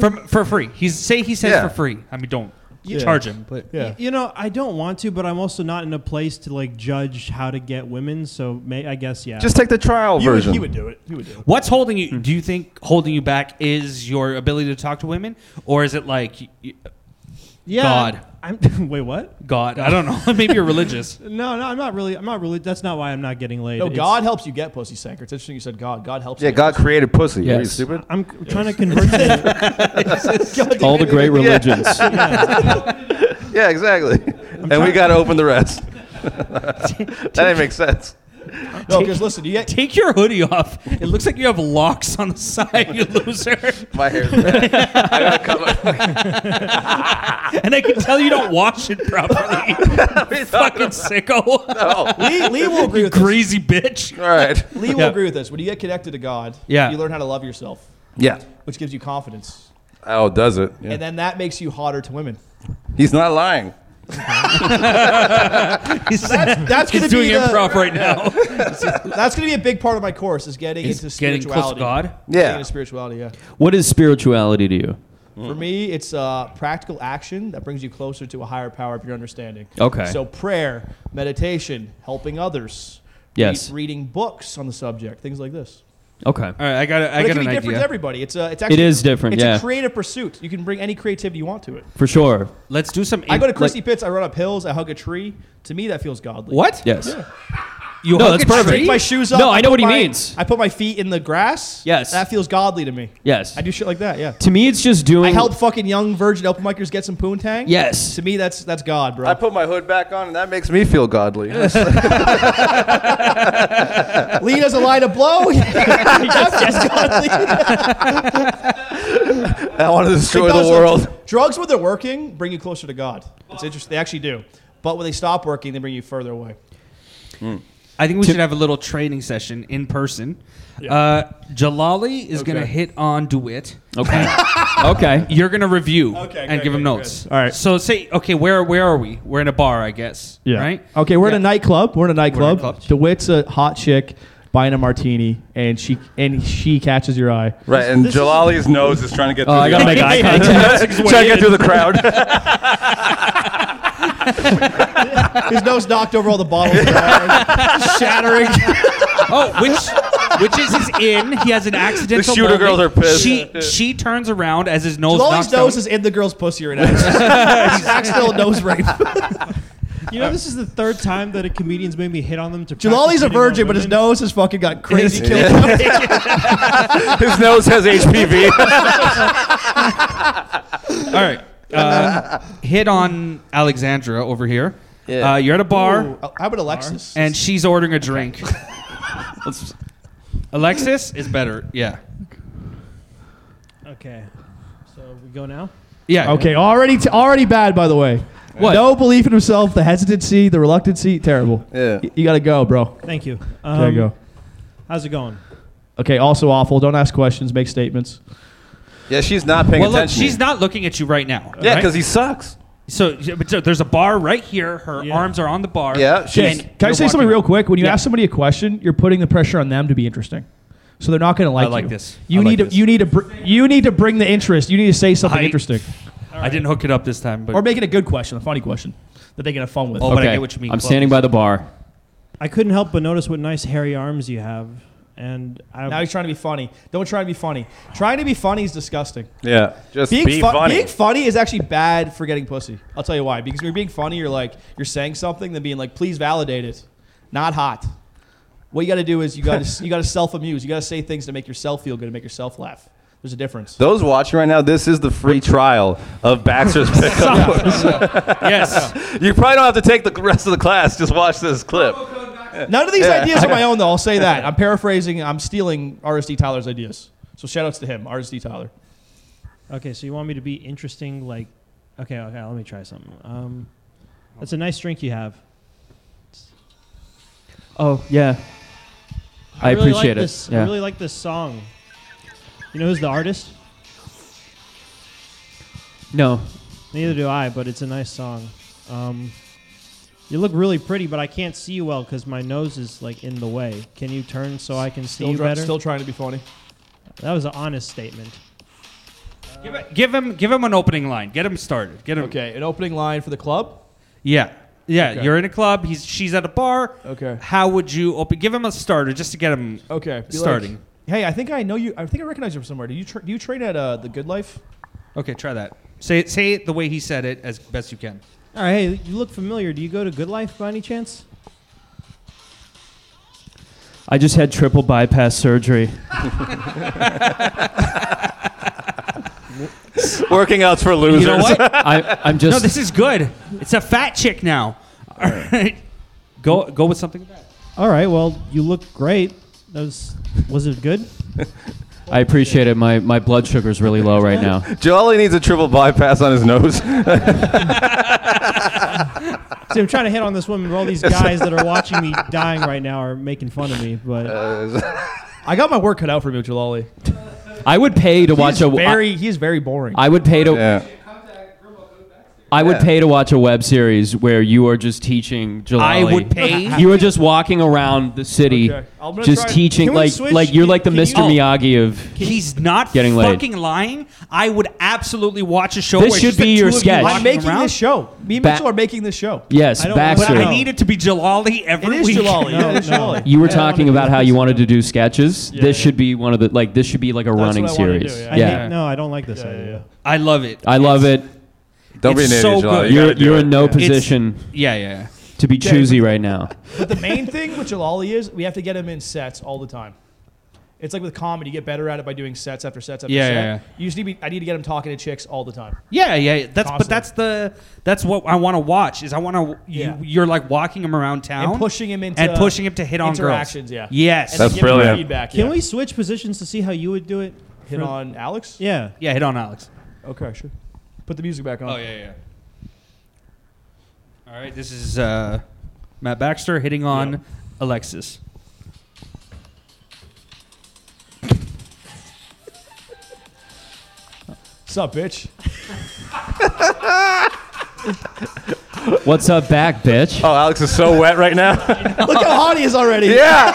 Speaker 2: From for free. He's say he says
Speaker 4: Yeah.
Speaker 2: for free. I mean, don't charge him, but
Speaker 6: Yeah.
Speaker 8: You know, I don't want to, but I'm also not in a place to like judge how to get women. So may, I guess yeah.
Speaker 4: Just take the trial
Speaker 6: He would,
Speaker 4: version.
Speaker 6: he would do it. He would do it.
Speaker 2: What's holding you? Do you think holding you back is your ability to talk to women, or is it like y- y-
Speaker 8: yeah.
Speaker 2: God.
Speaker 6: <laughs>
Speaker 8: I'm wait. What?
Speaker 2: God? I don't know. <laughs> Maybe you're religious.
Speaker 8: No, no, I'm not really. I'm not really. That's not why I'm not getting laid.
Speaker 6: No,
Speaker 8: It's-
Speaker 6: God helps you get pussy, Sanker. It's interesting you said God. God helps.
Speaker 4: yeah,
Speaker 6: you get
Speaker 4: God
Speaker 6: pussy.
Speaker 4: created pussy. Are you
Speaker 1: Yes.
Speaker 4: stupid?
Speaker 8: I'm c- trying to
Speaker 6: <laughs>
Speaker 8: convert. to,
Speaker 1: All the great religions.
Speaker 4: Yeah, exactly. and we got to open the rest. that didn't make sense.
Speaker 6: No, because listen, you get.
Speaker 2: Take your hoodie off. It looks like you have locks on the side, you loser.
Speaker 4: My hair's bad. I got to cover
Speaker 2: And I can tell you don't wash it properly.
Speaker 4: <laughs>
Speaker 2: You fucking sicko,
Speaker 4: Oh,
Speaker 6: Lee, Lee will agree with this.
Speaker 2: crazy bitch.
Speaker 4: All right.
Speaker 6: Lee will
Speaker 2: Yeah.
Speaker 6: agree with this. When you get connected to God,
Speaker 2: Yeah.
Speaker 6: you learn how to love yourself,
Speaker 4: Yeah.
Speaker 6: which gives you confidence,
Speaker 4: Oh, does it? Yeah.
Speaker 6: and then that makes you hotter to women.
Speaker 4: He's not lying.
Speaker 2: He's,
Speaker 6: That's
Speaker 2: <laughs> he's
Speaker 6: gonna
Speaker 2: doing
Speaker 6: be the-
Speaker 2: improv right now.
Speaker 6: That's going to be a big part of my course is getting
Speaker 2: He's
Speaker 6: into
Speaker 2: getting
Speaker 6: spirituality.
Speaker 2: close to God.
Speaker 6: Getting
Speaker 4: Yeah.
Speaker 6: into spirituality. Yeah.
Speaker 1: What is spirituality to you?
Speaker 6: For me, it's uh, practical action that brings you closer to a higher power of your understanding.
Speaker 1: Okay.
Speaker 6: So prayer, meditation, helping others.
Speaker 1: Yes.
Speaker 6: Re- reading books on the subject, things like this.
Speaker 1: Okay.
Speaker 2: All right, I got. I
Speaker 6: But
Speaker 2: got
Speaker 6: it can be
Speaker 2: an
Speaker 6: different to
Speaker 2: idea.
Speaker 6: everybody. It's a, it's actually
Speaker 1: is different,
Speaker 6: It's
Speaker 1: yeah.
Speaker 6: a creative pursuit. You can bring any creativity you want to it.
Speaker 1: For sure.
Speaker 2: Let's do some.
Speaker 6: I go to
Speaker 1: like-
Speaker 6: Christy Pitts. I run up hills. I hug a tree. To me, that feels godly.
Speaker 2: what?
Speaker 1: Yes.
Speaker 9: You
Speaker 1: No,
Speaker 9: hug
Speaker 1: that's
Speaker 9: a tree?
Speaker 1: perfect.
Speaker 10: Take my shoes off.
Speaker 1: No, I know
Speaker 10: put
Speaker 1: what he
Speaker 10: my-
Speaker 1: means.
Speaker 10: I put my feet in the grass.
Speaker 1: Yes.
Speaker 10: That feels godly to me.
Speaker 1: Yes.
Speaker 10: I do shit like that. Yeah.
Speaker 1: To me, it's just doing. <laughs>
Speaker 10: I help fucking young virgin open micers get some poontang.
Speaker 1: Yes.
Speaker 10: To me, that's that's God, bro.
Speaker 4: I put my hood back on, and that makes me feel godly.
Speaker 10: Lee doesn't lie
Speaker 6: <laughs>
Speaker 10: to blow. <laughs> That feels godly.
Speaker 4: <laughs> I want to destroy
Speaker 10: It
Speaker 4: the
Speaker 10: does.
Speaker 4: world.
Speaker 10: Drugs, when they're working, bring you closer to God. It's interesting. They actually do. But when they stop working, they bring you further away.
Speaker 2: I think we should have a little training session in person. Uh, Jalali is going to
Speaker 10: Okay.
Speaker 2: hit on DeWitt.
Speaker 1: Okay. <laughs> okay.
Speaker 2: You're going to review
Speaker 10: Okay,
Speaker 2: and
Speaker 10: good,
Speaker 2: give him
Speaker 10: good,
Speaker 2: notes.
Speaker 3: All right.
Speaker 2: So say, okay, where where are we? We're in a bar, I guess. Right.
Speaker 3: Okay, we're in
Speaker 2: Yeah.
Speaker 3: a nightclub. We're in a nightclub.
Speaker 2: club.
Speaker 3: DeWitt's a hot chick buying a martini, and she and she catches your eye.
Speaker 4: Right, and
Speaker 6: this is-
Speaker 4: Jalali's nose is trying to get.
Speaker 1: Oh, I gotta make
Speaker 4: <laughs>
Speaker 1: eye contact.
Speaker 4: trying to get through the crowd.
Speaker 10: His nose knocked over all
Speaker 2: <laughs>
Speaker 10: the bottles. shattering.
Speaker 2: Oh, which which is his in. He has an accidental.
Speaker 4: The shooter
Speaker 2: moment.
Speaker 4: girls are pissed.
Speaker 2: She she turns around as his nose.
Speaker 10: Lolly's
Speaker 2: knocks
Speaker 10: nose
Speaker 2: out.
Speaker 10: is in the girl's pussy right now. He's accidental
Speaker 2: <laughs>
Speaker 10: nose rape.
Speaker 6: <laughs> You know, this is the third time that a comedian's made me hit on them to.
Speaker 10: Jalali's
Speaker 6: practice
Speaker 10: a
Speaker 6: hitting on
Speaker 10: virgin, but his
Speaker 6: women.
Speaker 10: nose has fucking got crazy
Speaker 2: His-
Speaker 10: kills.
Speaker 4: His nose has HPV.
Speaker 2: All
Speaker 6: <laughs>
Speaker 2: right. Uh, hit on Alexandra over here.
Speaker 4: Yeah.
Speaker 2: Uh, you're at a bar
Speaker 10: oh, How about Alexis?
Speaker 2: and she's ordering a drink. <laughs> Alexis is better. Yeah.
Speaker 6: Okay, so we go now.
Speaker 2: Yeah.
Speaker 3: Okay, already t- already bad by the way.
Speaker 2: What?
Speaker 3: No belief in himself, the hesitancy, the reluctancy, terrible.
Speaker 4: Yeah.
Speaker 3: Y- you gotta go, bro.
Speaker 6: Thank you. Um,
Speaker 3: Gotta go.
Speaker 6: How's it going?
Speaker 3: Okay, also awful. Don't ask questions, make statements.
Speaker 4: <laughs> yeah, she's not paying
Speaker 2: Well, look,
Speaker 4: attention.
Speaker 2: she's not looking at you right now.
Speaker 4: Yeah,
Speaker 2: right?
Speaker 4: because he sucks.
Speaker 2: so, yeah, but so there's a bar right here. Her
Speaker 6: Yeah.
Speaker 2: arms are on the bar.
Speaker 4: Yeah, she's.
Speaker 2: And
Speaker 3: Can I
Speaker 2: you're
Speaker 3: say something
Speaker 2: walking-
Speaker 3: real quick? When you
Speaker 2: Yeah.
Speaker 3: ask somebody a question, you're putting the pressure on them to be interesting. So they're not going to like.
Speaker 2: like
Speaker 3: you.
Speaker 2: this.
Speaker 3: You
Speaker 2: I like
Speaker 3: need to.
Speaker 2: this.
Speaker 3: You need to. Br- you need to bring the interest. You need to say something
Speaker 2: I-
Speaker 3: interesting,
Speaker 2: I didn't hook it up this time, but
Speaker 3: or make it a good question, a funny question that they can have fun with.
Speaker 2: Oh, but I
Speaker 1: Okay.
Speaker 2: get what you mean.
Speaker 1: I'm
Speaker 2: Close.
Speaker 1: standing by the bar.
Speaker 6: I couldn't help but notice what nice hairy arms you have, and I.
Speaker 10: now he's trying to be funny. Don't try to be funny. Trying to be funny is disgusting.
Speaker 4: Yeah, just
Speaker 10: Being,
Speaker 4: be
Speaker 10: fu-
Speaker 4: funny.
Speaker 10: being funny is actually bad for getting pussy. I'll tell you why. Because when you're being funny, you're like you're saying something, then being like, please validate it. Not hot. What you got to do is you got
Speaker 4: <laughs>
Speaker 10: to you got to self amuse. You got to say things to make yourself feel good and make yourself laugh. There's a difference.
Speaker 4: Those watching right now, this is the free trial of Baxter's pickup.
Speaker 2: <laughs> yes.
Speaker 4: you probably don't have to take the rest of the class. Just watch this clip.
Speaker 10: None of these
Speaker 4: Yeah.
Speaker 10: ideas
Speaker 4: <laughs>
Speaker 10: are my own, though. I'll say that. I'm paraphrasing. I'm stealing RSD Tyler's ideas. So shout outs to him, RSD Tyler.
Speaker 6: okay, so you want me to be interesting? Like, okay, okay. Let me try something. Um, that's a nice drink you have.
Speaker 1: Oh yeah. I,
Speaker 6: really like
Speaker 1: appreciate it.
Speaker 6: This,
Speaker 1: Yeah.
Speaker 6: I really like this song. You know who's the artist?
Speaker 1: no.
Speaker 6: Neither do I, but it's a nice song. Um, you look really pretty, but I can't see you well because my nose is like in the way. Can you turn so I can see
Speaker 10: Still,
Speaker 6: you
Speaker 10: try-
Speaker 6: better?
Speaker 10: still trying to be funny.
Speaker 6: That was an honest statement.
Speaker 2: Give, it- give him give him an opening line. Get him started. Get him.
Speaker 10: Okay, an opening line for the club.
Speaker 2: Yeah. Yeah.
Speaker 10: Okay.
Speaker 2: You're in a club. He's she's at a bar.
Speaker 10: Okay.
Speaker 2: How would you open? Give him a starter just to get him.
Speaker 3: Oh.
Speaker 10: Okay. be like,
Speaker 2: Starting.
Speaker 10: hey, I think I know you. I think I recognize you from somewhere. Do you tra- do you train at uh, the Good Life?
Speaker 2: Okay. Try that. Say it, say it the way he said it as best you can.
Speaker 6: All right, hey, you look familiar. Do you go to Good Life by any chance?
Speaker 1: I just had triple bypass surgery.
Speaker 4: Working outs for losers.
Speaker 2: You
Speaker 1: <laughs>
Speaker 2: know what?
Speaker 1: I, I'm just.
Speaker 2: no, this is good. It's a fat chick now. All right. <laughs> Go go with something.
Speaker 6: All right, well, you look great. That was, was it good?
Speaker 1: I appreciate it. My my blood sugar's really low right now.
Speaker 4: Jalali needs a triple bypass on his nose. <laughs>
Speaker 6: See, I'm trying to hit on this woman, but all these guys that are watching me dying right now are making fun of me. But
Speaker 10: I got my work cut out for me, with Jalali.
Speaker 2: Uh,
Speaker 1: I would pay to watch
Speaker 10: He's
Speaker 1: a.
Speaker 10: very he is very boring.
Speaker 1: I would pay to.
Speaker 4: yeah.
Speaker 1: I would
Speaker 4: Yeah.
Speaker 1: pay to watch a web series where you are just teaching Jalali.
Speaker 2: I
Speaker 1: <laughs>
Speaker 2: would pay.
Speaker 1: You are just walking around the city,
Speaker 10: Okay. I'm gonna
Speaker 1: just
Speaker 10: try-
Speaker 1: teaching
Speaker 6: Can we
Speaker 1: like
Speaker 6: switch?
Speaker 1: like you're like the
Speaker 6: Can you-
Speaker 1: Mr.
Speaker 2: Oh.
Speaker 1: Miyagi of.
Speaker 2: He's not
Speaker 1: Getting laid.
Speaker 2: fucking lying. I would absolutely watch a show.
Speaker 1: This
Speaker 2: where it's
Speaker 1: should
Speaker 2: just the
Speaker 1: be your
Speaker 2: two of you
Speaker 1: sketch.
Speaker 2: walking
Speaker 10: I'm making
Speaker 2: around.
Speaker 10: this show. Me and
Speaker 1: Ba-
Speaker 10: Mitchell are making this show.
Speaker 1: Yes,
Speaker 6: I don't wanna
Speaker 1: Baxter.
Speaker 2: But I
Speaker 6: No.
Speaker 2: need it to be Jalali
Speaker 10: It
Speaker 2: every
Speaker 10: is
Speaker 2: week.
Speaker 10: Jalali.
Speaker 6: No,
Speaker 10: yeah, it is
Speaker 6: no.
Speaker 10: Jalali.
Speaker 1: You were
Speaker 6: I don't
Speaker 1: talking
Speaker 6: wanna do
Speaker 1: about how
Speaker 6: this.
Speaker 1: you wanted to do sketches.
Speaker 10: Yeah,
Speaker 1: this
Speaker 10: yeah.
Speaker 1: should be one of the like. This should be like a running
Speaker 10: what I wanna do,
Speaker 1: series.
Speaker 10: yeah.
Speaker 1: yeah,
Speaker 6: I hate, no, I don't like this idea.
Speaker 2: <laughs> I love it.
Speaker 1: I love it.
Speaker 4: Don't be
Speaker 2: It's
Speaker 4: an idiot, Jalali.
Speaker 2: so good.
Speaker 4: You
Speaker 1: You're
Speaker 4: gotta do
Speaker 1: you're
Speaker 4: it.
Speaker 1: in no
Speaker 4: Yeah.
Speaker 1: position.
Speaker 2: Yeah, yeah.
Speaker 1: to be choosy right now.
Speaker 10: But
Speaker 2: <laughs>
Speaker 10: the main thing with Jalali is we have to get him in sets all the time. It's like with comedy, you get better at it by doing sets after sets after
Speaker 2: Yeah,
Speaker 10: set.
Speaker 2: yeah, yeah.
Speaker 10: You just need to be, I need to get him talking to chicks all the time.
Speaker 2: Yeah, yeah. That's but
Speaker 10: Constant.
Speaker 2: that's the that's what I want to watch is I want to
Speaker 10: Yeah.
Speaker 2: you, you're like walking him around town
Speaker 10: And pushing him into
Speaker 2: and pushing him to hit on girls.
Speaker 10: interactions, yeah.
Speaker 2: Yes.
Speaker 10: And then
Speaker 4: That's
Speaker 10: give him
Speaker 4: brilliant.
Speaker 10: Feedback.
Speaker 6: Can
Speaker 10: yeah.
Speaker 6: we switch positions to see how you would do it?
Speaker 10: hit on Alex?
Speaker 6: Yeah.
Speaker 2: yeah, hit on Alex.
Speaker 10: Okay, sure. Put the music back on.
Speaker 2: Oh yeah, yeah. All right, this is uh, Matt Baxter hitting on Alexis.
Speaker 10: Sup, bitch?
Speaker 1: What's up, back, bitch?
Speaker 4: Oh, Alex is so wet right now.
Speaker 10: Look
Speaker 6: Uh,
Speaker 10: how hot he is
Speaker 4: <laughs>
Speaker 10: already.
Speaker 4: yeah.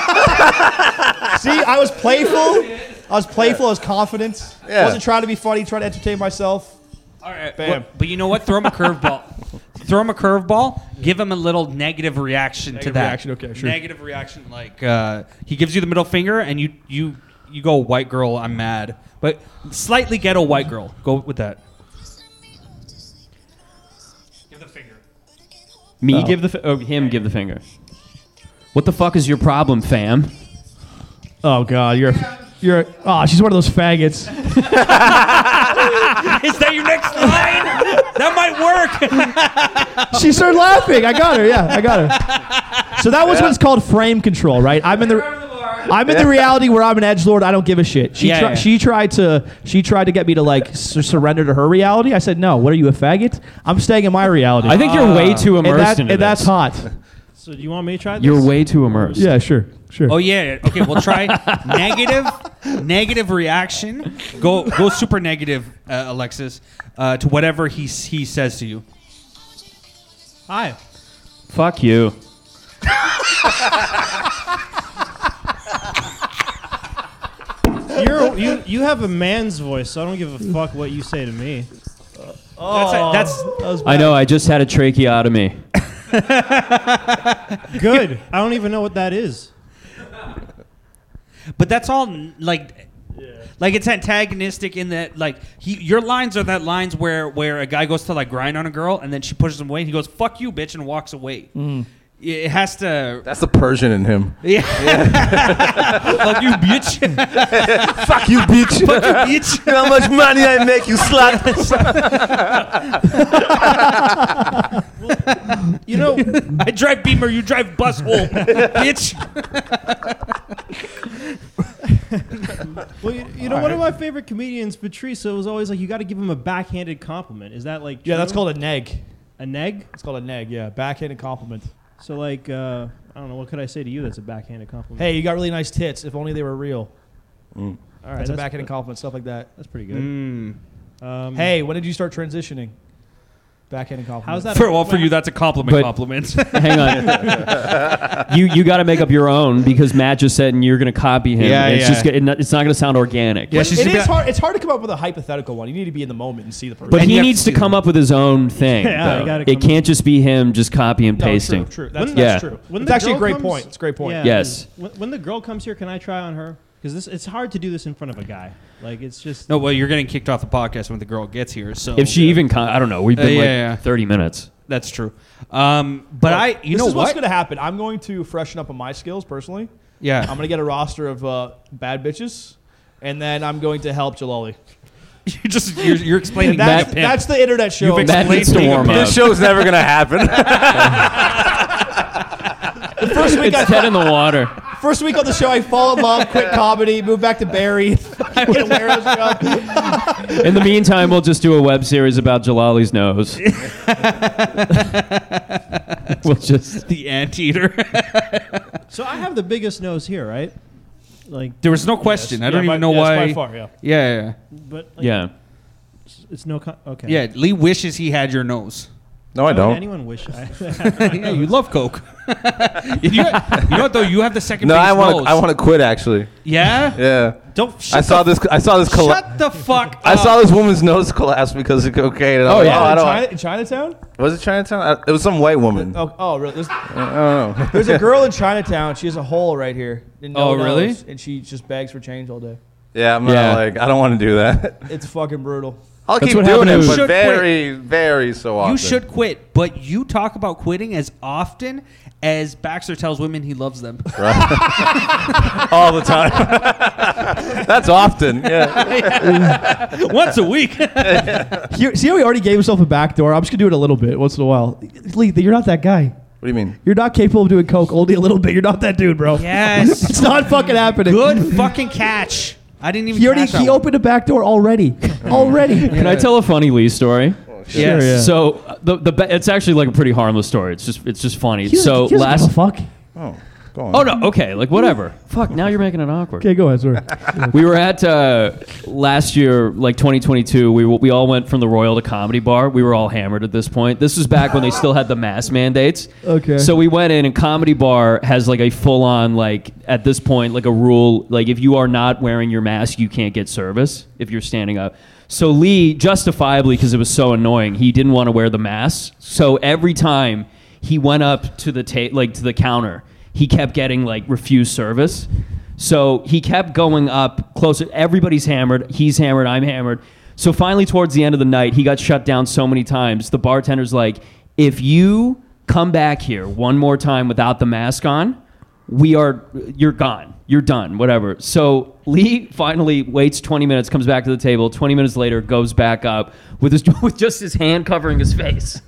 Speaker 10: See, I was playful. I was playful. I was confident.
Speaker 4: Yeah.
Speaker 10: I wasn't trying to be funny, trying to entertain myself.
Speaker 2: All right,
Speaker 10: Bam.
Speaker 2: But, but you know what? Throw him a curveball. Throw him a curveball. Give him a little negative reaction to
Speaker 10: Negative
Speaker 2: that.
Speaker 10: reaction, okay, sure.
Speaker 2: Negative reaction, like uh, he gives you the middle finger, and you you you go white girl. I'm mad, but slightly ghetto white girl. Go with that. Give the finger.
Speaker 1: Me give the fi- oh, him give the finger. What the fuck is your problem, fam?
Speaker 3: Oh God, you're you're. Oh, she's one of those faggots.
Speaker 2: Is that your next line? that might work.
Speaker 3: she started laughing. I got her. Yeah, I got her. So that was what's called frame control, right? I'm in the. I'm in the reality where I'm an edge lord. I don't give a shit. She
Speaker 2: Yeah,
Speaker 3: tri-
Speaker 2: yeah.
Speaker 3: she tried to she tried to get me to like sur- surrender to her reality. I said no. What are you a faggot? I'm staying in my reality.
Speaker 1: I think you're way too
Speaker 3: and,
Speaker 1: immersed
Speaker 3: that-
Speaker 1: into
Speaker 3: and
Speaker 1: this.
Speaker 3: that's hot.
Speaker 6: So do you want me to try this?
Speaker 1: You're way too immersed.
Speaker 3: Yeah, sure, sure.
Speaker 2: Oh yeah. yeah. Okay, we'll <laughs> try negative negative reaction. Go go super negative, uh, Alexis, uh, to whatever he s- he says to you.
Speaker 6: Hi.
Speaker 1: Fuck you.
Speaker 6: You're you you have a man's voice, so I don't give a fuck what you say to me.
Speaker 2: That's, that's
Speaker 1: I know. I just had a tracheotomy.
Speaker 6: Good. I don't even know what that is.
Speaker 2: but that's all n- like like it's antagonistic in that like he your lines are that lines where where a guy goes to like grind on a girl and then she pushes him away and he goes fuck you bitch and walks away. It has to
Speaker 4: That's the Persian in him.
Speaker 2: yeah. fuck you bitch.
Speaker 4: <laughs>
Speaker 2: <laughs>
Speaker 4: Fuck you, <laughs> bitch. Fuck you, bitch. How much money I make, you <laughs> slut.
Speaker 2: You know, I drive Beamer, you drive Bushole, <laughs> bitch.
Speaker 6: Well, you, you know, one of my favorite comedians, Patricio, was always like, "You got to give him a backhanded compliment." Is that like
Speaker 10: Yeah, that's
Speaker 6: true?
Speaker 10: called a neg.
Speaker 6: a neg?
Speaker 10: It's called a neg. Yeah, backhanded compliment.
Speaker 6: So like, uh, I don't know, what could I say to you that's a backhanded compliment?
Speaker 10: Hey, you got really nice tits. If only they were real.
Speaker 2: Mm.
Speaker 6: all right,
Speaker 10: That's a backhanded compliment. Stuff like that. Mm.
Speaker 6: That's pretty good. Um,
Speaker 10: Hey, when did you start transitioning? Backhanded compliment.
Speaker 6: how's that?
Speaker 2: For, well, for you, that's a compliment.
Speaker 1: But-
Speaker 2: compliment.
Speaker 1: Hang on. you you got to make up your own because Matt just said, and you're gonna copy him.
Speaker 2: Yeah,
Speaker 1: and it's
Speaker 2: yeah.
Speaker 1: just gonna- it's not gonna sound organic.
Speaker 2: Yeah,
Speaker 10: It
Speaker 2: she's
Speaker 10: is
Speaker 2: got-
Speaker 10: hard. It's hard to come up with a hypothetical one. You need to be in the moment and see the person.
Speaker 1: But
Speaker 2: And
Speaker 1: he
Speaker 2: you have
Speaker 1: needs
Speaker 2: to
Speaker 1: to
Speaker 2: see
Speaker 1: come
Speaker 2: them.
Speaker 1: up with his own thing.
Speaker 6: Yeah,
Speaker 1: though.
Speaker 6: you gotta
Speaker 1: it
Speaker 6: come-
Speaker 1: can't just be him just copy and
Speaker 10: No,
Speaker 1: pasting.
Speaker 10: True, true. That's,
Speaker 6: Wouldn't-
Speaker 10: that's
Speaker 1: Yeah.
Speaker 10: true.
Speaker 6: When
Speaker 10: It's
Speaker 6: the
Speaker 10: actually a
Speaker 6: girl
Speaker 10: great
Speaker 6: comes-
Speaker 10: point. It's a great point.
Speaker 6: Yeah,
Speaker 1: Yes.
Speaker 6: When, when the girl comes here, can I try on her? Because this it's hard to do this in front of a guy. Like it's just
Speaker 2: no, well, you're getting kicked off the podcast when the girl gets here. So
Speaker 1: If she even, con- I don't know. We've
Speaker 2: Uh,
Speaker 1: been
Speaker 2: yeah,
Speaker 1: like
Speaker 2: yeah.
Speaker 1: 30 minutes.
Speaker 2: that's true. Um, but I, you
Speaker 10: this
Speaker 2: know
Speaker 10: is what's
Speaker 2: what?
Speaker 10: going to happen. I'm going to freshen up on my skills personally.
Speaker 2: yeah,
Speaker 10: <laughs>
Speaker 2: <laughs>
Speaker 10: I'm going to get a roster of uh, bad bitches, and then I'm going to help Jalali.
Speaker 2: you just you're, you're explaining
Speaker 10: That's,
Speaker 2: that.
Speaker 10: that's the internet show.
Speaker 2: You've
Speaker 1: Matt
Speaker 2: Explain
Speaker 1: needs to
Speaker 2: being a
Speaker 1: warm up.
Speaker 4: This show's never gonna happen.
Speaker 10: first week,
Speaker 1: It's
Speaker 10: I,
Speaker 1: dead in the water.
Speaker 10: first week on the show, I fall in love, quit comedy, move back to Barry. <laughs> fucking hilarious job.
Speaker 1: In the meantime, we'll just do a web series about Jalali's nose. we'll just.
Speaker 2: the anteater.
Speaker 6: So I have the biggest nose here, right? Like,
Speaker 2: <laughs> there was no question. I don't
Speaker 10: Yeah,
Speaker 2: even
Speaker 10: by-
Speaker 2: know
Speaker 10: yes,
Speaker 2: why.
Speaker 10: By far, yeah.
Speaker 2: Yeah,
Speaker 6: but like,
Speaker 1: Yeah.
Speaker 6: it's, it's no. Con- okay.
Speaker 2: yeah, yeah. Lee wishes he had your nose.
Speaker 4: <laughs>
Speaker 10: <laughs>
Speaker 4: No, I
Speaker 6: Why would
Speaker 4: don't.
Speaker 6: anyone wish? I, <laughs>
Speaker 2: <laughs> yeah, you love Coke. you, you know what though? You have the second.
Speaker 4: No, I
Speaker 2: biggest
Speaker 4: want
Speaker 2: nose.
Speaker 4: to. I want to quit. Actually,
Speaker 2: Yeah.
Speaker 4: yeah.
Speaker 2: Don't.
Speaker 4: I
Speaker 2: Shut
Speaker 4: saw
Speaker 2: the,
Speaker 4: this. I saw this. Colla-
Speaker 2: Shut the fuck.
Speaker 4: I
Speaker 2: up.
Speaker 4: saw this woman's nose collapse because of cocaine. And oh, yeah.
Speaker 10: Oh,
Speaker 4: oh, I
Speaker 10: in,
Speaker 4: don't.
Speaker 10: China, in Chinatown?
Speaker 4: Was it Chinatown? I, it was some white woman.
Speaker 10: Oh, oh really? There's,
Speaker 4: I don't know. <laughs>
Speaker 10: there's a girl in Chinatown. She has a hole right here. and no
Speaker 2: Oh, really?
Speaker 10: nose, And she just begs for change all day.
Speaker 4: Yeah, I'm not
Speaker 1: Yeah.
Speaker 4: like. I don't want to do that. <laughs>
Speaker 10: It's fucking brutal.
Speaker 4: I'll
Speaker 1: That's
Speaker 4: keep
Speaker 1: what
Speaker 4: doing
Speaker 1: happened
Speaker 4: it,
Speaker 1: to-
Speaker 4: but
Speaker 2: Should
Speaker 4: very, very so often.
Speaker 2: You should quit, but you talk about quitting as often as Baxter tells women he loves
Speaker 4: <laughs>
Speaker 2: them. <laughs>
Speaker 4: all the time. <laughs> That's often. Yeah.
Speaker 2: Once a week. <laughs>
Speaker 3: Here, see how he already gave himself a back door? I'm just gonna do it a little bit once in a while. Lee, you're not that guy.
Speaker 4: What do you mean?
Speaker 3: You're not capable of doing coke only a little bit. You're not that dude, bro. <laughs>
Speaker 2: yes.
Speaker 3: It's not fucking happening.
Speaker 2: Good fucking catch. I didn't even
Speaker 3: He already
Speaker 2: catch that
Speaker 3: he
Speaker 2: one.
Speaker 3: opened a back door
Speaker 2: <laughs>
Speaker 3: already. already.
Speaker 1: Can I tell a funny Lee story?
Speaker 2: Yes.
Speaker 3: yeah.
Speaker 1: So uh, the the ba- it's actually like a pretty harmless story. It's just it's just funny.
Speaker 3: He doesn't-
Speaker 1: so
Speaker 3: he doesn't
Speaker 1: last
Speaker 3: give a fuck.
Speaker 4: Oh, go on.
Speaker 1: Oh no, okay, like whatever. Fuck, now you're making it awkward.
Speaker 3: Okay, go ahead. Sorry.
Speaker 1: we were at uh, last year, like 2022. We we all went from the Royal to Comedy Bar. We were all hammered at this point. This was back when they still had the mask mandates.
Speaker 3: Okay.
Speaker 1: So we went in, and Comedy Bar has like a full on like at this point like a rule like if you are not wearing your mask, you can't get service if you're standing up. So Lee, justifiably because it was so annoying, he didn't want to wear the mask. So every time he went up to the ta- like to the counter, he kept getting like refused service. So he kept going up closer. Everybody's hammered. He's hammered. I'm hammered. So finally, towards the end of the night, he got shut down so many times. The bartender's like, if you come back here one more time without the mask on, we are, you're gone. You're done, whatever. So Lee finally waits 20 minutes, comes back to the table. 20 minutes later, goes back up with, his, <laughs> with just his hand covering his face.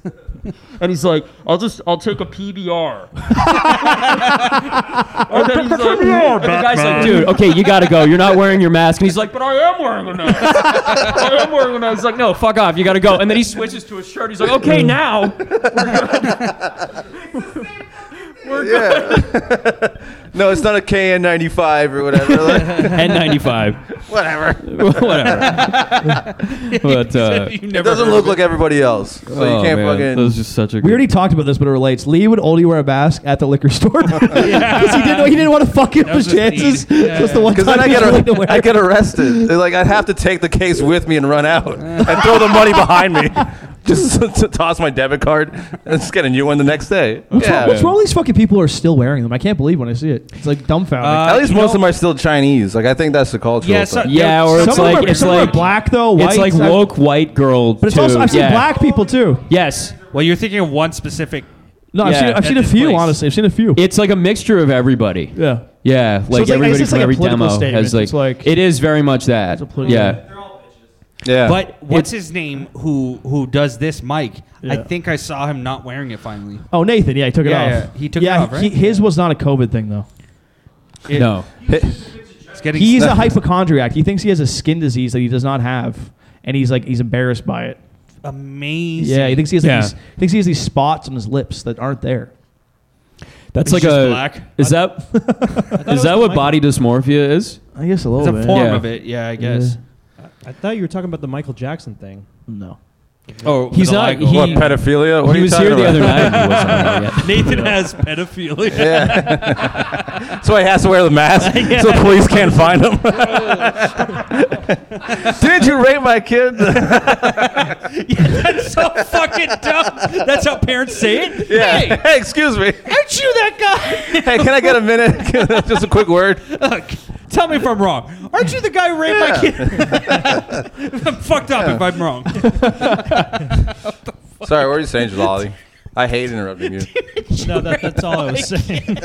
Speaker 1: and he's like, I'll just, I'll take a PBR. and then he's like, <laughs> and the guy's like, dude, okay, you gotta go. You're not wearing your mask. And he's like, but I am wearing a mask. I am wearing a mask. He's like, no, fuck off. You gotta go. And then he switches to a shirt. He's like, okay, now.
Speaker 4: <laughs> No, it's not a KN95 or whatever.
Speaker 3: <laughs>
Speaker 4: Like,
Speaker 1: N95.
Speaker 4: whatever.
Speaker 1: <laughs> Whatever.
Speaker 3: <laughs>
Speaker 1: but,
Speaker 2: <laughs>
Speaker 1: uh,
Speaker 4: It doesn't look like everybody else, so you can't fucking.
Speaker 1: That was just such a
Speaker 3: We already talked about this, but it relates. Lee would only wear a mask at the liquor <laughs> store because <laughs> he didn't he didn't want to fuck up his chances. So it's the one
Speaker 4: Because
Speaker 3: time
Speaker 4: then I
Speaker 3: he was
Speaker 4: get,
Speaker 3: willing to
Speaker 4: ar-
Speaker 3: wear.
Speaker 4: I get arrested. They're like I'd have to take the case with me and run out and throw the money behind me. <laughs> Just to, to toss my debit card and just get a new one the next day. <laughs> yeah.
Speaker 3: What's wrong with these fucking people who are still wearing them? I can't believe when I see it. It's like dumbfounding.
Speaker 4: At least most of them are still Chinese. Like I think that's the cultural
Speaker 2: Yeah, so-
Speaker 4: thing.
Speaker 1: yeah, or it's
Speaker 3: some of
Speaker 1: like
Speaker 3: them are,
Speaker 1: it's
Speaker 3: some of them
Speaker 1: like
Speaker 3: are black though. White.
Speaker 1: it's like woke white girl.
Speaker 3: But it's also I've seen black people too.
Speaker 1: Yes,
Speaker 2: Well, you're thinking of one specific.
Speaker 3: No, I've
Speaker 1: Yeah,
Speaker 3: seen I've
Speaker 1: at
Speaker 3: seen a
Speaker 2: this
Speaker 3: few.
Speaker 2: place.
Speaker 3: Honestly, I've seen a few.
Speaker 1: it's like a mixture of everybody.
Speaker 3: yeah.
Speaker 1: Yeah, like
Speaker 3: it's like-
Speaker 1: everybody
Speaker 3: it's just
Speaker 1: from
Speaker 3: like a
Speaker 1: every
Speaker 3: political
Speaker 1: demo has
Speaker 3: statement.
Speaker 1: like,
Speaker 3: It's like-
Speaker 1: it is very much that.
Speaker 3: a political-
Speaker 1: yeah,
Speaker 4: Yeah.
Speaker 2: But what's his name who who does this mic? I
Speaker 3: Yeah.
Speaker 2: think I saw him not wearing it finally.
Speaker 3: Oh, Nathan. Yeah, he took it
Speaker 2: Yeah,
Speaker 3: off.
Speaker 2: yeah, he took it off,
Speaker 3: he-
Speaker 2: right?
Speaker 3: his was not a COVID thing though.
Speaker 2: It-
Speaker 1: no,
Speaker 2: It's getting
Speaker 3: He's a hypochondriac. He thinks he has a skin disease that he does not have, and he's like he's embarrassed by it.
Speaker 2: amazing.
Speaker 3: Yeah, he thinks he has like,
Speaker 1: Yeah.
Speaker 3: these, he thinks he has these spots on his lips that aren't there.
Speaker 1: that's like
Speaker 2: He's just
Speaker 1: a
Speaker 2: black.
Speaker 1: is
Speaker 3: <laughs>
Speaker 1: that is that what body dysmorphia is?
Speaker 3: I guess a
Speaker 2: It's
Speaker 3: little
Speaker 2: a
Speaker 3: bit.
Speaker 2: form
Speaker 1: Yeah.
Speaker 2: of it. Yeah, I guess.
Speaker 6: I thought you were talking about the Michael Jackson thing.
Speaker 3: No.
Speaker 2: Oh,
Speaker 1: He's
Speaker 2: the
Speaker 1: not.
Speaker 2: Ligo.
Speaker 1: He,
Speaker 2: <laughs>
Speaker 4: what pedophilia? What
Speaker 1: he
Speaker 4: are you
Speaker 1: was
Speaker 4: talking
Speaker 1: here the
Speaker 4: about?
Speaker 1: other night. He wasn't here yet.
Speaker 9: Nathan has pedophilia.
Speaker 4: So he has to wear the mask so police can't find <laughs> him. Did you rape my kid?
Speaker 9: That's so fucking dumb. That's how parents say it.
Speaker 4: <laughs> <laughs> yeah. Hey, excuse me.
Speaker 9: Aren't you that guy?
Speaker 4: Hey, can I get a minute? <laughs> Just a quick word.
Speaker 9: Look, tell me if I'm wrong. Aren't you the guy who raped my kid?
Speaker 2: <laughs>
Speaker 9: I'm fucked up if I'm wrong.
Speaker 4: Sorry, what are you saying, Jalali? I hate interrupting you.
Speaker 6: No, that, that's all I was <laughs> saying.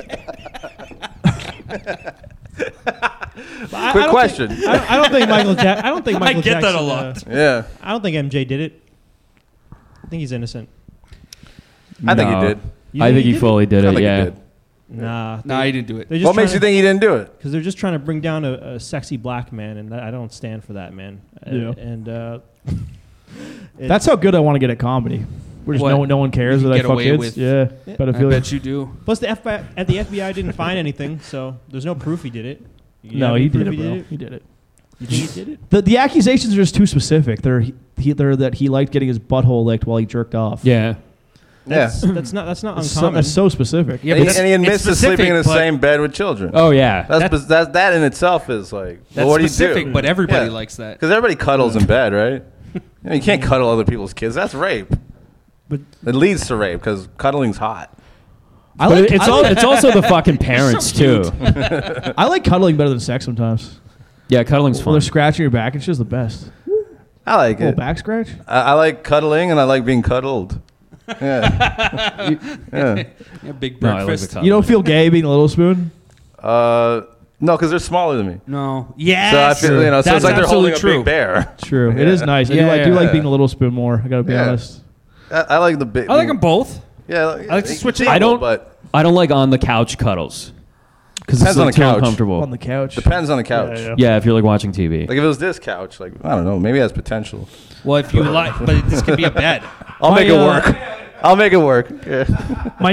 Speaker 4: Quick question.
Speaker 6: I don't, I don't think Michael. Ja- I
Speaker 9: <laughs>
Speaker 6: don't think Michael.
Speaker 9: get that
Speaker 6: Jackson,
Speaker 9: a lot.
Speaker 6: uh,
Speaker 4: Yeah,
Speaker 6: I don't think MJ did it. I think he's innocent.
Speaker 4: I think
Speaker 1: No.
Speaker 4: he did.
Speaker 6: You
Speaker 1: I think he
Speaker 6: did it?
Speaker 1: fully did
Speaker 4: I
Speaker 1: it.
Speaker 4: think
Speaker 1: yeah,
Speaker 4: he did.
Speaker 6: Nah.
Speaker 2: No, he didn't do it.
Speaker 6: They're just
Speaker 4: What makes you think he didn't do it?
Speaker 6: Because they're just trying to bring down a, a sexy black man, and that, I don't stand for that, man. Uh,
Speaker 3: Yeah.
Speaker 6: And uh,
Speaker 3: That's how good I want to get at comedy. Where just
Speaker 2: What?
Speaker 3: no, no one cares
Speaker 2: You
Speaker 3: that I
Speaker 2: get
Speaker 3: fuck
Speaker 2: away
Speaker 3: kids.
Speaker 2: with-
Speaker 3: yeah,
Speaker 2: I
Speaker 3: pedophilia.
Speaker 2: bet you do.
Speaker 6: plus the FBI at the FBI didn't find anything, so there's no proof he did it. You
Speaker 3: No,
Speaker 6: have
Speaker 3: he
Speaker 6: any
Speaker 3: did
Speaker 6: proof
Speaker 3: it, bro.
Speaker 6: He did it.
Speaker 3: He did it.
Speaker 6: You think he did it?
Speaker 3: The, the accusations are just too specific. They're, he, they're that he liked getting his butthole licked while he jerked off.
Speaker 1: yeah.
Speaker 4: Yeah.
Speaker 6: That's, that's not that's not
Speaker 3: That's so,
Speaker 6: uncommon.
Speaker 3: that's so specific.
Speaker 2: Yeah,
Speaker 4: and, he, and he admits to sleeping in the
Speaker 2: but
Speaker 4: same bed with children.
Speaker 1: Oh yeah.
Speaker 4: that's that, that, that in itself is like, well,
Speaker 2: That's
Speaker 4: what do you
Speaker 2: specific,
Speaker 4: do?
Speaker 2: but everybody
Speaker 4: Yeah.
Speaker 2: likes that.
Speaker 4: Because everybody cuddles in bed, right? You, know, you can't cuddle other people's kids. That's rape.
Speaker 6: But-
Speaker 4: it leads to rape because cuddling's hot.
Speaker 3: I
Speaker 1: But
Speaker 3: like,
Speaker 1: it's
Speaker 3: I,
Speaker 1: all, it's also the fucking parents too.
Speaker 3: I like cuddling better than sex sometimes.
Speaker 1: Yeah, cuddling's
Speaker 3: Well,
Speaker 1: fun.
Speaker 3: they're scratching your back. It's just the best.
Speaker 4: I like
Speaker 3: Little
Speaker 4: it.
Speaker 3: back scratch.
Speaker 4: I, I like cuddling and I like being cuddled. Yeah. You- yeah.
Speaker 2: Yeah, big
Speaker 1: No, I like the
Speaker 2: breakfast.
Speaker 1: cup.
Speaker 3: You don't feel gay being a little spoon.
Speaker 4: Uh, no, because they're smaller than me.
Speaker 2: No. Yes.
Speaker 4: So I feel, you know, so
Speaker 2: That's
Speaker 4: it's like they're holding
Speaker 2: absolutely
Speaker 4: a
Speaker 2: true.
Speaker 4: big bear.
Speaker 3: True. It is nice. I do,
Speaker 2: Yeah,
Speaker 3: I do
Speaker 2: yeah,
Speaker 3: like
Speaker 4: yeah.
Speaker 3: being a little spoon more. I gotta be
Speaker 4: Yeah.
Speaker 3: honest.
Speaker 4: I, I like the big.
Speaker 2: I like them both.
Speaker 4: Yeah, I
Speaker 2: like to switch it
Speaker 1: up. I don't-
Speaker 4: But
Speaker 1: I don't like on the couch cuddles because it's
Speaker 4: Depends on
Speaker 1: like
Speaker 4: the
Speaker 1: too
Speaker 4: couch.
Speaker 1: uncomfortable.
Speaker 3: On the couch.
Speaker 4: depends on the couch.
Speaker 1: yeah, if you're like watching TV.
Speaker 4: Like if it was this couch, like I don't know, maybe it has potential.
Speaker 2: Well, if you like, but this could be a
Speaker 4: <laughs>
Speaker 2: bed.
Speaker 4: I'll
Speaker 3: My,
Speaker 4: make it
Speaker 3: uh,
Speaker 4: work. <laughs> I'll make it work. Yeah.
Speaker 3: My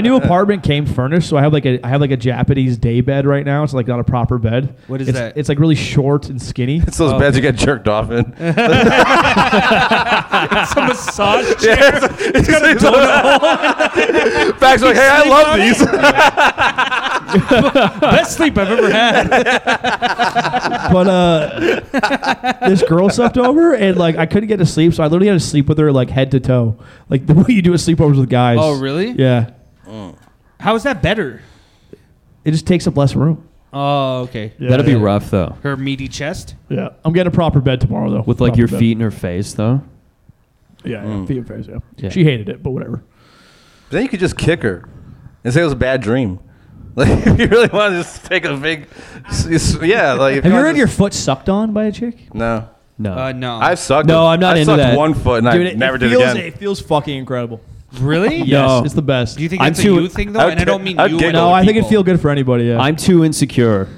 Speaker 1: <laughs>
Speaker 3: new apartment came furnished, so I have like a I have like a Japanese day bed right now. It's like not a proper bed.
Speaker 2: What is
Speaker 3: it's,
Speaker 2: that?
Speaker 3: It's like really short and
Speaker 10: <laughs>
Speaker 3: skinny.
Speaker 4: It's those beds you get jerked off in.
Speaker 2: It's a massage chair.
Speaker 4: Yeah, it's, it's got a donut hole. <laughs> Facts like, hey, I love these. <laughs>
Speaker 2: Best sleep I've ever had.
Speaker 3: but uh, this girl slept over and like I couldn't get to sleep, so I literally had to sleep with her like head to toe, like <laughs> the way you do at sleepovers with guys.
Speaker 2: Oh, really?
Speaker 3: Yeah.
Speaker 2: How is that better?
Speaker 3: It just takes up less room.
Speaker 2: Oh, okay.
Speaker 1: That'd be
Speaker 3: yeah.
Speaker 1: rough though,
Speaker 2: Her meaty chest.
Speaker 3: Yeah, I'm getting a proper bed tomorrow though.
Speaker 1: with like
Speaker 3: Proper
Speaker 1: your
Speaker 3: bed.
Speaker 1: feet in her face though.
Speaker 3: Yeah, yeah feet and face. Yeah.
Speaker 1: Yeah.
Speaker 3: she hated it, but whatever.
Speaker 4: then you could just kick her and say it was a bad dream. <laughs> Like, if you really want to just take a big, s- s- yeah. Like, if
Speaker 3: Have you
Speaker 4: wanna
Speaker 3: ever had your
Speaker 4: just-
Speaker 3: foot sucked on by a chick?
Speaker 4: No,
Speaker 1: No.
Speaker 2: Uh, no.
Speaker 4: I've sucked.
Speaker 1: No,
Speaker 4: it.
Speaker 1: I'm not
Speaker 4: I
Speaker 1: into
Speaker 4: sucked
Speaker 1: that.
Speaker 4: one foot and
Speaker 3: Dude,
Speaker 4: I never did it
Speaker 10: feels,
Speaker 4: again.
Speaker 10: it feels fucking incredible.
Speaker 4: <laughs>
Speaker 2: really?
Speaker 1: Yes. No.
Speaker 3: It's the best.
Speaker 2: Do you think
Speaker 1: I'm
Speaker 2: that's
Speaker 1: too-
Speaker 2: a you thing though?
Speaker 4: I would
Speaker 2: and I
Speaker 4: get-
Speaker 2: don't mean
Speaker 4: I'd
Speaker 2: you.
Speaker 4: get-
Speaker 2: and
Speaker 3: no,
Speaker 2: other
Speaker 3: Oh, I think it'd
Speaker 2: people.
Speaker 3: feel good for anybody. Yeah.
Speaker 1: I'm too insecure.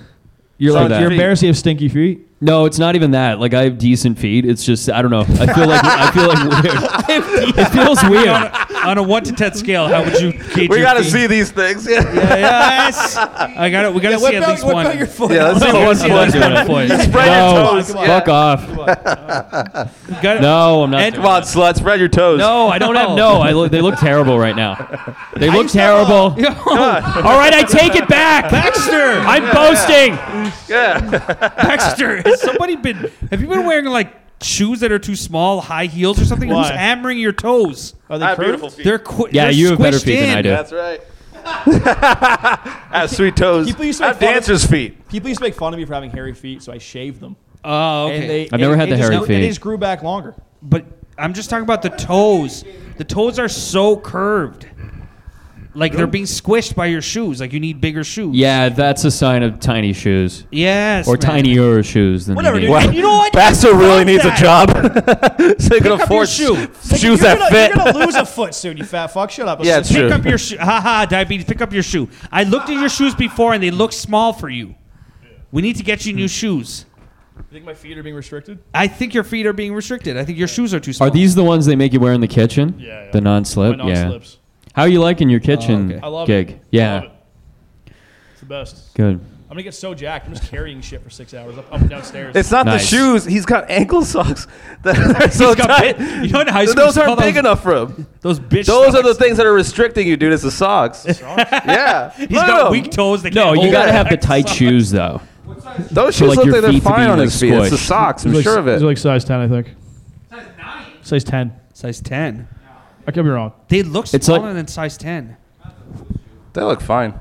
Speaker 3: you're
Speaker 1: for
Speaker 3: like
Speaker 1: that.
Speaker 3: you're embarrassed you have stinky feet.
Speaker 1: No, it's not even that. Like I have decent feet. It's just I don't know. I feel like I feel like weird. it feels weird.
Speaker 2: on a one to ten scale. How would you gauge
Speaker 4: <laughs> we
Speaker 2: your
Speaker 4: gotta
Speaker 2: feet? <laughs>
Speaker 4: see these things. <laughs> Yeah, yeah.
Speaker 2: Yes. I got it. We gotta
Speaker 10: what
Speaker 2: see at
Speaker 10: about-
Speaker 2: least
Speaker 10: what
Speaker 2: one.
Speaker 10: about your foot? <laughs>
Speaker 4: let's see
Speaker 2: We gotta
Speaker 4: one
Speaker 2: see at
Speaker 4: foot.
Speaker 2: least one foot.
Speaker 4: Spread your
Speaker 1: No,
Speaker 4: toes. yeah.
Speaker 1: fuck off.
Speaker 2: Got it. <laughs>
Speaker 1: No, I'm not.
Speaker 2: And-
Speaker 1: doing
Speaker 4: Come on, slut. Spread your toes.
Speaker 1: No, I don't have. No, I look, they look terrible right now. They look terrible.
Speaker 2: <laughs>
Speaker 1: All right, I take it back. Baxter, I'm boasting.
Speaker 4: Yeah.
Speaker 1: <laughs>
Speaker 2: Baxter, has somebody been? Have you been wearing like shoes that are too small, high heels or something? Who's hammering your toes?
Speaker 10: Are
Speaker 4: I
Speaker 10: they
Speaker 4: have
Speaker 10: curved?
Speaker 4: Ah, beautiful feet.
Speaker 2: They're qu-
Speaker 1: Yeah,
Speaker 2: they're
Speaker 1: you have better
Speaker 2: squished
Speaker 1: feet than I
Speaker 2: in.
Speaker 1: do.
Speaker 4: That's right. <laughs> I have sweet toes.
Speaker 10: People used to
Speaker 4: I
Speaker 10: make
Speaker 4: have
Speaker 10: fun of-
Speaker 4: dancers' feet.
Speaker 10: People used to make fun of me for having hairy feet, so I shaved them.
Speaker 2: Oh, okay.
Speaker 10: And they,
Speaker 1: I've never
Speaker 10: and
Speaker 1: had
Speaker 10: it
Speaker 1: the
Speaker 10: just
Speaker 1: hairy
Speaker 10: grew- and
Speaker 1: feet.
Speaker 10: It just grew back longer.
Speaker 2: but I'm just talking about the toes. The toes are so curved. Like they're being squished by your shoes. Like you need bigger shoes.
Speaker 1: Yeah, that's a sign of tiny shoes
Speaker 2: Yes.
Speaker 1: or
Speaker 2: man.
Speaker 1: tinier shoes than
Speaker 10: Whatever,
Speaker 1: You
Speaker 10: dude.
Speaker 1: need.
Speaker 10: And you
Speaker 1: <laughs>
Speaker 10: know what?
Speaker 4: Baxter really needs
Speaker 10: that.
Speaker 4: a job. so he can
Speaker 2: up
Speaker 4: afford
Speaker 1: <laughs>
Speaker 2: your shoe.
Speaker 4: shoes
Speaker 10: you're
Speaker 4: that
Speaker 10: gonna,
Speaker 4: fit.
Speaker 10: You're gonna lose a foot soon, you fat fuck. Shut up.
Speaker 4: Yeah, it's
Speaker 2: Pick
Speaker 4: true.
Speaker 2: up your shoe. <laughs> Ha ha, diabetes. Pick up your shoe. I looked at your shoes before and they look small for you. We need to get you
Speaker 1: Hmm.
Speaker 2: new shoes.
Speaker 10: You think my feet are being restricted?
Speaker 2: I think your feet are being restricted. I think your shoes are too small.
Speaker 1: Are these the ones they make you wear in the kitchen?
Speaker 10: Yeah, yeah.
Speaker 1: The non-slip.
Speaker 10: My
Speaker 1: Oh, yeah.
Speaker 10: non-slips.
Speaker 1: How are you liking your kitchen
Speaker 2: okay.
Speaker 10: I love
Speaker 1: gig?
Speaker 10: it.
Speaker 1: Yeah.
Speaker 10: I love it. It's the best.
Speaker 1: Good.
Speaker 10: I'm gonna get so jacked. I'm just carrying shit for six hours up, up and downstairs.
Speaker 4: It's not
Speaker 1: Nice.
Speaker 4: the shoes. He's got ankle socks that are so
Speaker 2: got
Speaker 4: tight.
Speaker 2: bit- you know in high school
Speaker 4: those
Speaker 2: they call
Speaker 4: aren't big
Speaker 2: those-
Speaker 4: enough for him.
Speaker 2: those bitch?
Speaker 4: Those are
Speaker 2: socks.
Speaker 4: the things that are restricting you, dude. It's the socks. <laughs> yeah.
Speaker 2: He's got weak toes. They
Speaker 1: No,
Speaker 2: can't
Speaker 1: you
Speaker 2: hold
Speaker 1: gotta
Speaker 2: their
Speaker 1: have the
Speaker 2: back.
Speaker 1: tight shoes though.
Speaker 4: Those shoes
Speaker 1: like,
Speaker 4: look
Speaker 1: your
Speaker 4: like they're
Speaker 1: feet to be,
Speaker 4: fine on
Speaker 1: like,
Speaker 4: his feet. It's the
Speaker 1: squished.
Speaker 4: socks.
Speaker 3: It
Speaker 4: I'm
Speaker 3: was like-
Speaker 4: sure of
Speaker 3: It was
Speaker 4: it.
Speaker 3: like size ten, I think. Size ten.
Speaker 2: Size ten.
Speaker 3: I could be wrong.
Speaker 2: They look
Speaker 1: It's
Speaker 2: smaller
Speaker 1: like-
Speaker 2: than size ten.
Speaker 4: They look fine.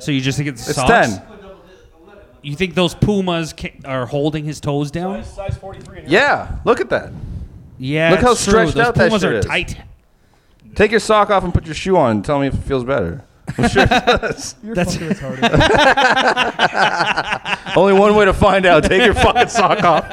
Speaker 2: So you just think it's,
Speaker 4: It's
Speaker 2: socks?
Speaker 4: ten.
Speaker 2: You think those Pumas can, are holding his toes down?
Speaker 10: size 43. And
Speaker 4: Yeah. Look at that.
Speaker 2: Yeah.
Speaker 4: Look how
Speaker 2: it's true.
Speaker 4: stretched
Speaker 2: Those
Speaker 4: out that
Speaker 2: Pumas
Speaker 4: shit
Speaker 2: are
Speaker 4: is.
Speaker 2: tight.
Speaker 4: Take your sock off and put your shoe on. And tell me if it feels better. I'm sure it does.
Speaker 2: That's
Speaker 4: Only one way to find out. Take your fucking sock off.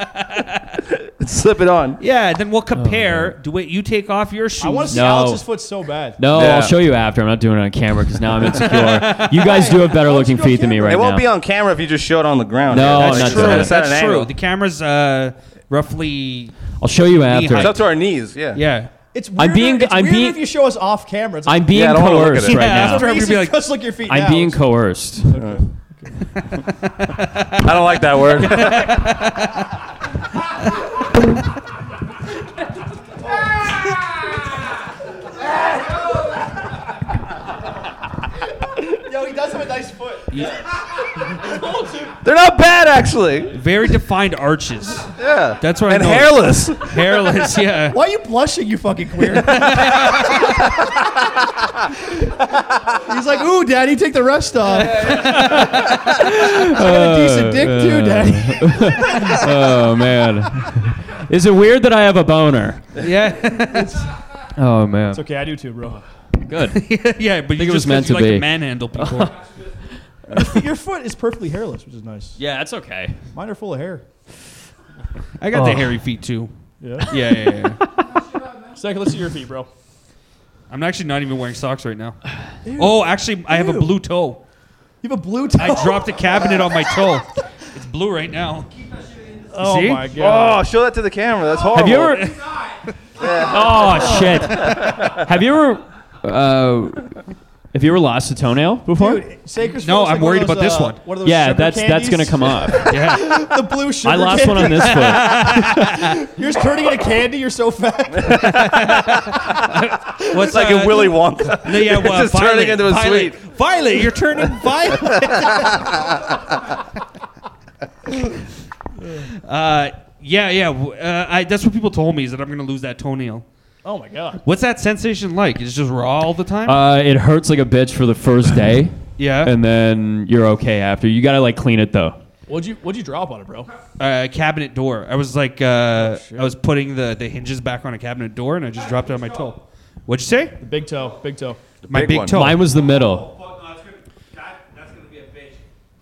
Speaker 4: and <laughs> slip it on.
Speaker 2: yeah. Then we'll compare. Do it. You take off your shoes.
Speaker 10: I want to see
Speaker 1: No.
Speaker 10: Alex's foot so bad.
Speaker 1: No,
Speaker 4: Yeah.
Speaker 1: I'll show you after. I'm not doing it on camera because now I'm insecure. you guys do have better looking feet than me right
Speaker 4: it won't
Speaker 1: now.
Speaker 4: be on camera if you just show it on the ground.
Speaker 1: No,
Speaker 4: Yeah,
Speaker 1: I'm not
Speaker 2: That's
Speaker 1: It's
Speaker 2: true.
Speaker 1: at-
Speaker 4: It's
Speaker 2: That's,
Speaker 4: at an
Speaker 2: true.
Speaker 4: angle.
Speaker 2: The camera's uh, roughly.
Speaker 1: I'll show you after.
Speaker 4: It's
Speaker 2: height.
Speaker 4: up to our knees. Yeah.
Speaker 2: Yeah.
Speaker 10: It's weird.
Speaker 1: being-
Speaker 10: it's
Speaker 1: I'm
Speaker 10: weirder
Speaker 1: being-
Speaker 10: if you show us off camera. It's like,
Speaker 1: I'm being
Speaker 4: Yeah, I don't wanna look
Speaker 1: coerced
Speaker 4: at it.
Speaker 1: right
Speaker 2: Yeah,
Speaker 1: now.
Speaker 2: after-
Speaker 10: Easy
Speaker 2: You'd be like,
Speaker 10: for
Speaker 4: <laughs>
Speaker 10: us to look at your feet.
Speaker 1: I'm
Speaker 10: now.
Speaker 1: being coerced.
Speaker 4: I don't like that word. <laughs>
Speaker 10: Yo, he does have a nice foot.
Speaker 4: They're not bad actually.
Speaker 2: Very defined arches.
Speaker 4: Yeah.
Speaker 2: That's what I
Speaker 4: and
Speaker 2: know.
Speaker 4: hairless.
Speaker 2: Hairless.
Speaker 4: <laughs>
Speaker 2: Yeah.
Speaker 10: Why are you blushing, you fucking <laughs> queer?
Speaker 3: He's like, ooh, daddy, take the rest off. Oh,
Speaker 10: <laughs>
Speaker 3: I got a decent dick too, daddy.
Speaker 1: oh man, <laughs> Is it weird that I have a boner?
Speaker 2: Yeah,
Speaker 1: Oh man.
Speaker 10: It's okay. I do too, bro.
Speaker 1: Good.
Speaker 2: yeah, but you
Speaker 1: it was
Speaker 2: just
Speaker 1: meant
Speaker 2: meant
Speaker 1: to
Speaker 2: you like
Speaker 1: be.
Speaker 2: to manhandle people.
Speaker 10: Your foot is perfectly hairless, which is nice.
Speaker 1: yeah, that's okay.
Speaker 10: Mine are full of hair.
Speaker 2: <laughs> I got the
Speaker 1: Oh.
Speaker 2: hairy feet too.
Speaker 10: Yeah.
Speaker 2: Yeah, yeah, yeah, yeah.
Speaker 10: Second, let's see your feet, bro.
Speaker 2: <laughs> I'm actually not even wearing socks right now. oh, actually, I have a
Speaker 10: Ew.
Speaker 2: blue toe.
Speaker 10: You have a blue toe.
Speaker 2: I dropped a cabinet on my toe. It's blue right now.
Speaker 10: Oh
Speaker 2: See?
Speaker 10: my god.
Speaker 4: Oh, show that to the camera. That's horrible.
Speaker 1: Have you ever? <laughs> oh shit! Have you ever? Uh, have you ever lost a toenail before?
Speaker 10: Dude, Sacred
Speaker 2: No, I'm
Speaker 10: Fruit's like one
Speaker 2: worried
Speaker 10: of those,
Speaker 2: about this
Speaker 10: uh,
Speaker 2: one. uh,
Speaker 10: one of those
Speaker 1: yeah,
Speaker 10: sugar
Speaker 1: that's that's gonna
Speaker 10: candies.
Speaker 1: come up.
Speaker 2: <laughs>
Speaker 10: the blue sugar.
Speaker 1: I lost one on this foot.
Speaker 10: You're just turning into candy. You're so fat.
Speaker 2: What's
Speaker 4: Like
Speaker 2: uh,
Speaker 4: in Willy Wonka. <laughs>
Speaker 2: No, yeah, well,
Speaker 4: just turning into a
Speaker 2: Violet,
Speaker 4: sweet.
Speaker 2: Violet,
Speaker 4: <laughs>
Speaker 2: you're turning violet. <laughs> uh, yeah, yeah. w- Uh, I, that's what people told me is that I'm gonna lose that toenail.
Speaker 10: Oh my god.
Speaker 2: What's that sensation like? It's just raw all the time.
Speaker 1: Uh, it hurts like a bitch for the first day,
Speaker 2: yeah.
Speaker 1: and then you're okay after. You gotta like clean it though.
Speaker 10: What'd you What'd you drop on it, bro?
Speaker 2: uh, cabinet door. I was like,
Speaker 10: Oh,
Speaker 2: uh, I was putting the, the hinges back on a cabinet door, and I just dropped it on my toe. What'd you say?
Speaker 10: The big toe. Big toe.
Speaker 2: my
Speaker 4: big
Speaker 2: big,
Speaker 4: one.
Speaker 2: toe.
Speaker 1: Mine was the middle.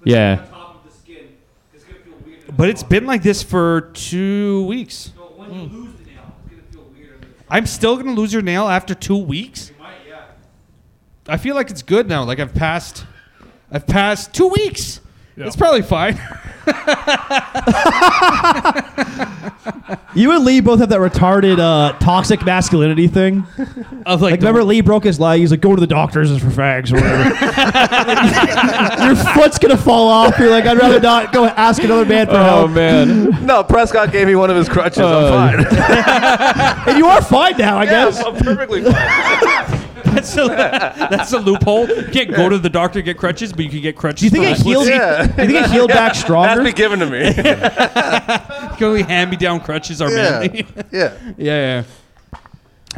Speaker 1: Yeah. on
Speaker 2: But it's been like this for two weeks. I'm still gonna lose your nail after two weeks. I feel like it's good now. Like I've passed, I've passed two weeks. It's probably fine.
Speaker 3: You and Lee both have that retarded uh, toxic masculinity thing.
Speaker 2: <laughs> Of like,
Speaker 3: Like,
Speaker 2: <laughs>
Speaker 3: remember Lee broke his leg. He's like, go to the doctors it's for fags or
Speaker 10: <laughs>
Speaker 3: whatever. <laughs> Your foot's gonna fall off. You're like, I'd rather not go ask another man for
Speaker 1: Oh
Speaker 3: help.
Speaker 4: <laughs>
Speaker 1: man.
Speaker 4: No, Prescott gave me one of his crutches. I'm fine. <laughs>
Speaker 3: And you are fine now, I
Speaker 4: yeah,
Speaker 3: guess.
Speaker 4: I'm perfectly fine.
Speaker 2: that's a, that's a loophole. You can't go to the doctor get crutches, but you can get crutches.
Speaker 3: Do you think
Speaker 2: for
Speaker 3: it healed?
Speaker 4: Yeah.
Speaker 3: Do you think it healed back
Speaker 4: Has to
Speaker 3: stronger?
Speaker 4: be given to me.
Speaker 2: Only hand-me-down crutches are manly.
Speaker 4: <laughs> yeah.
Speaker 2: Yeah,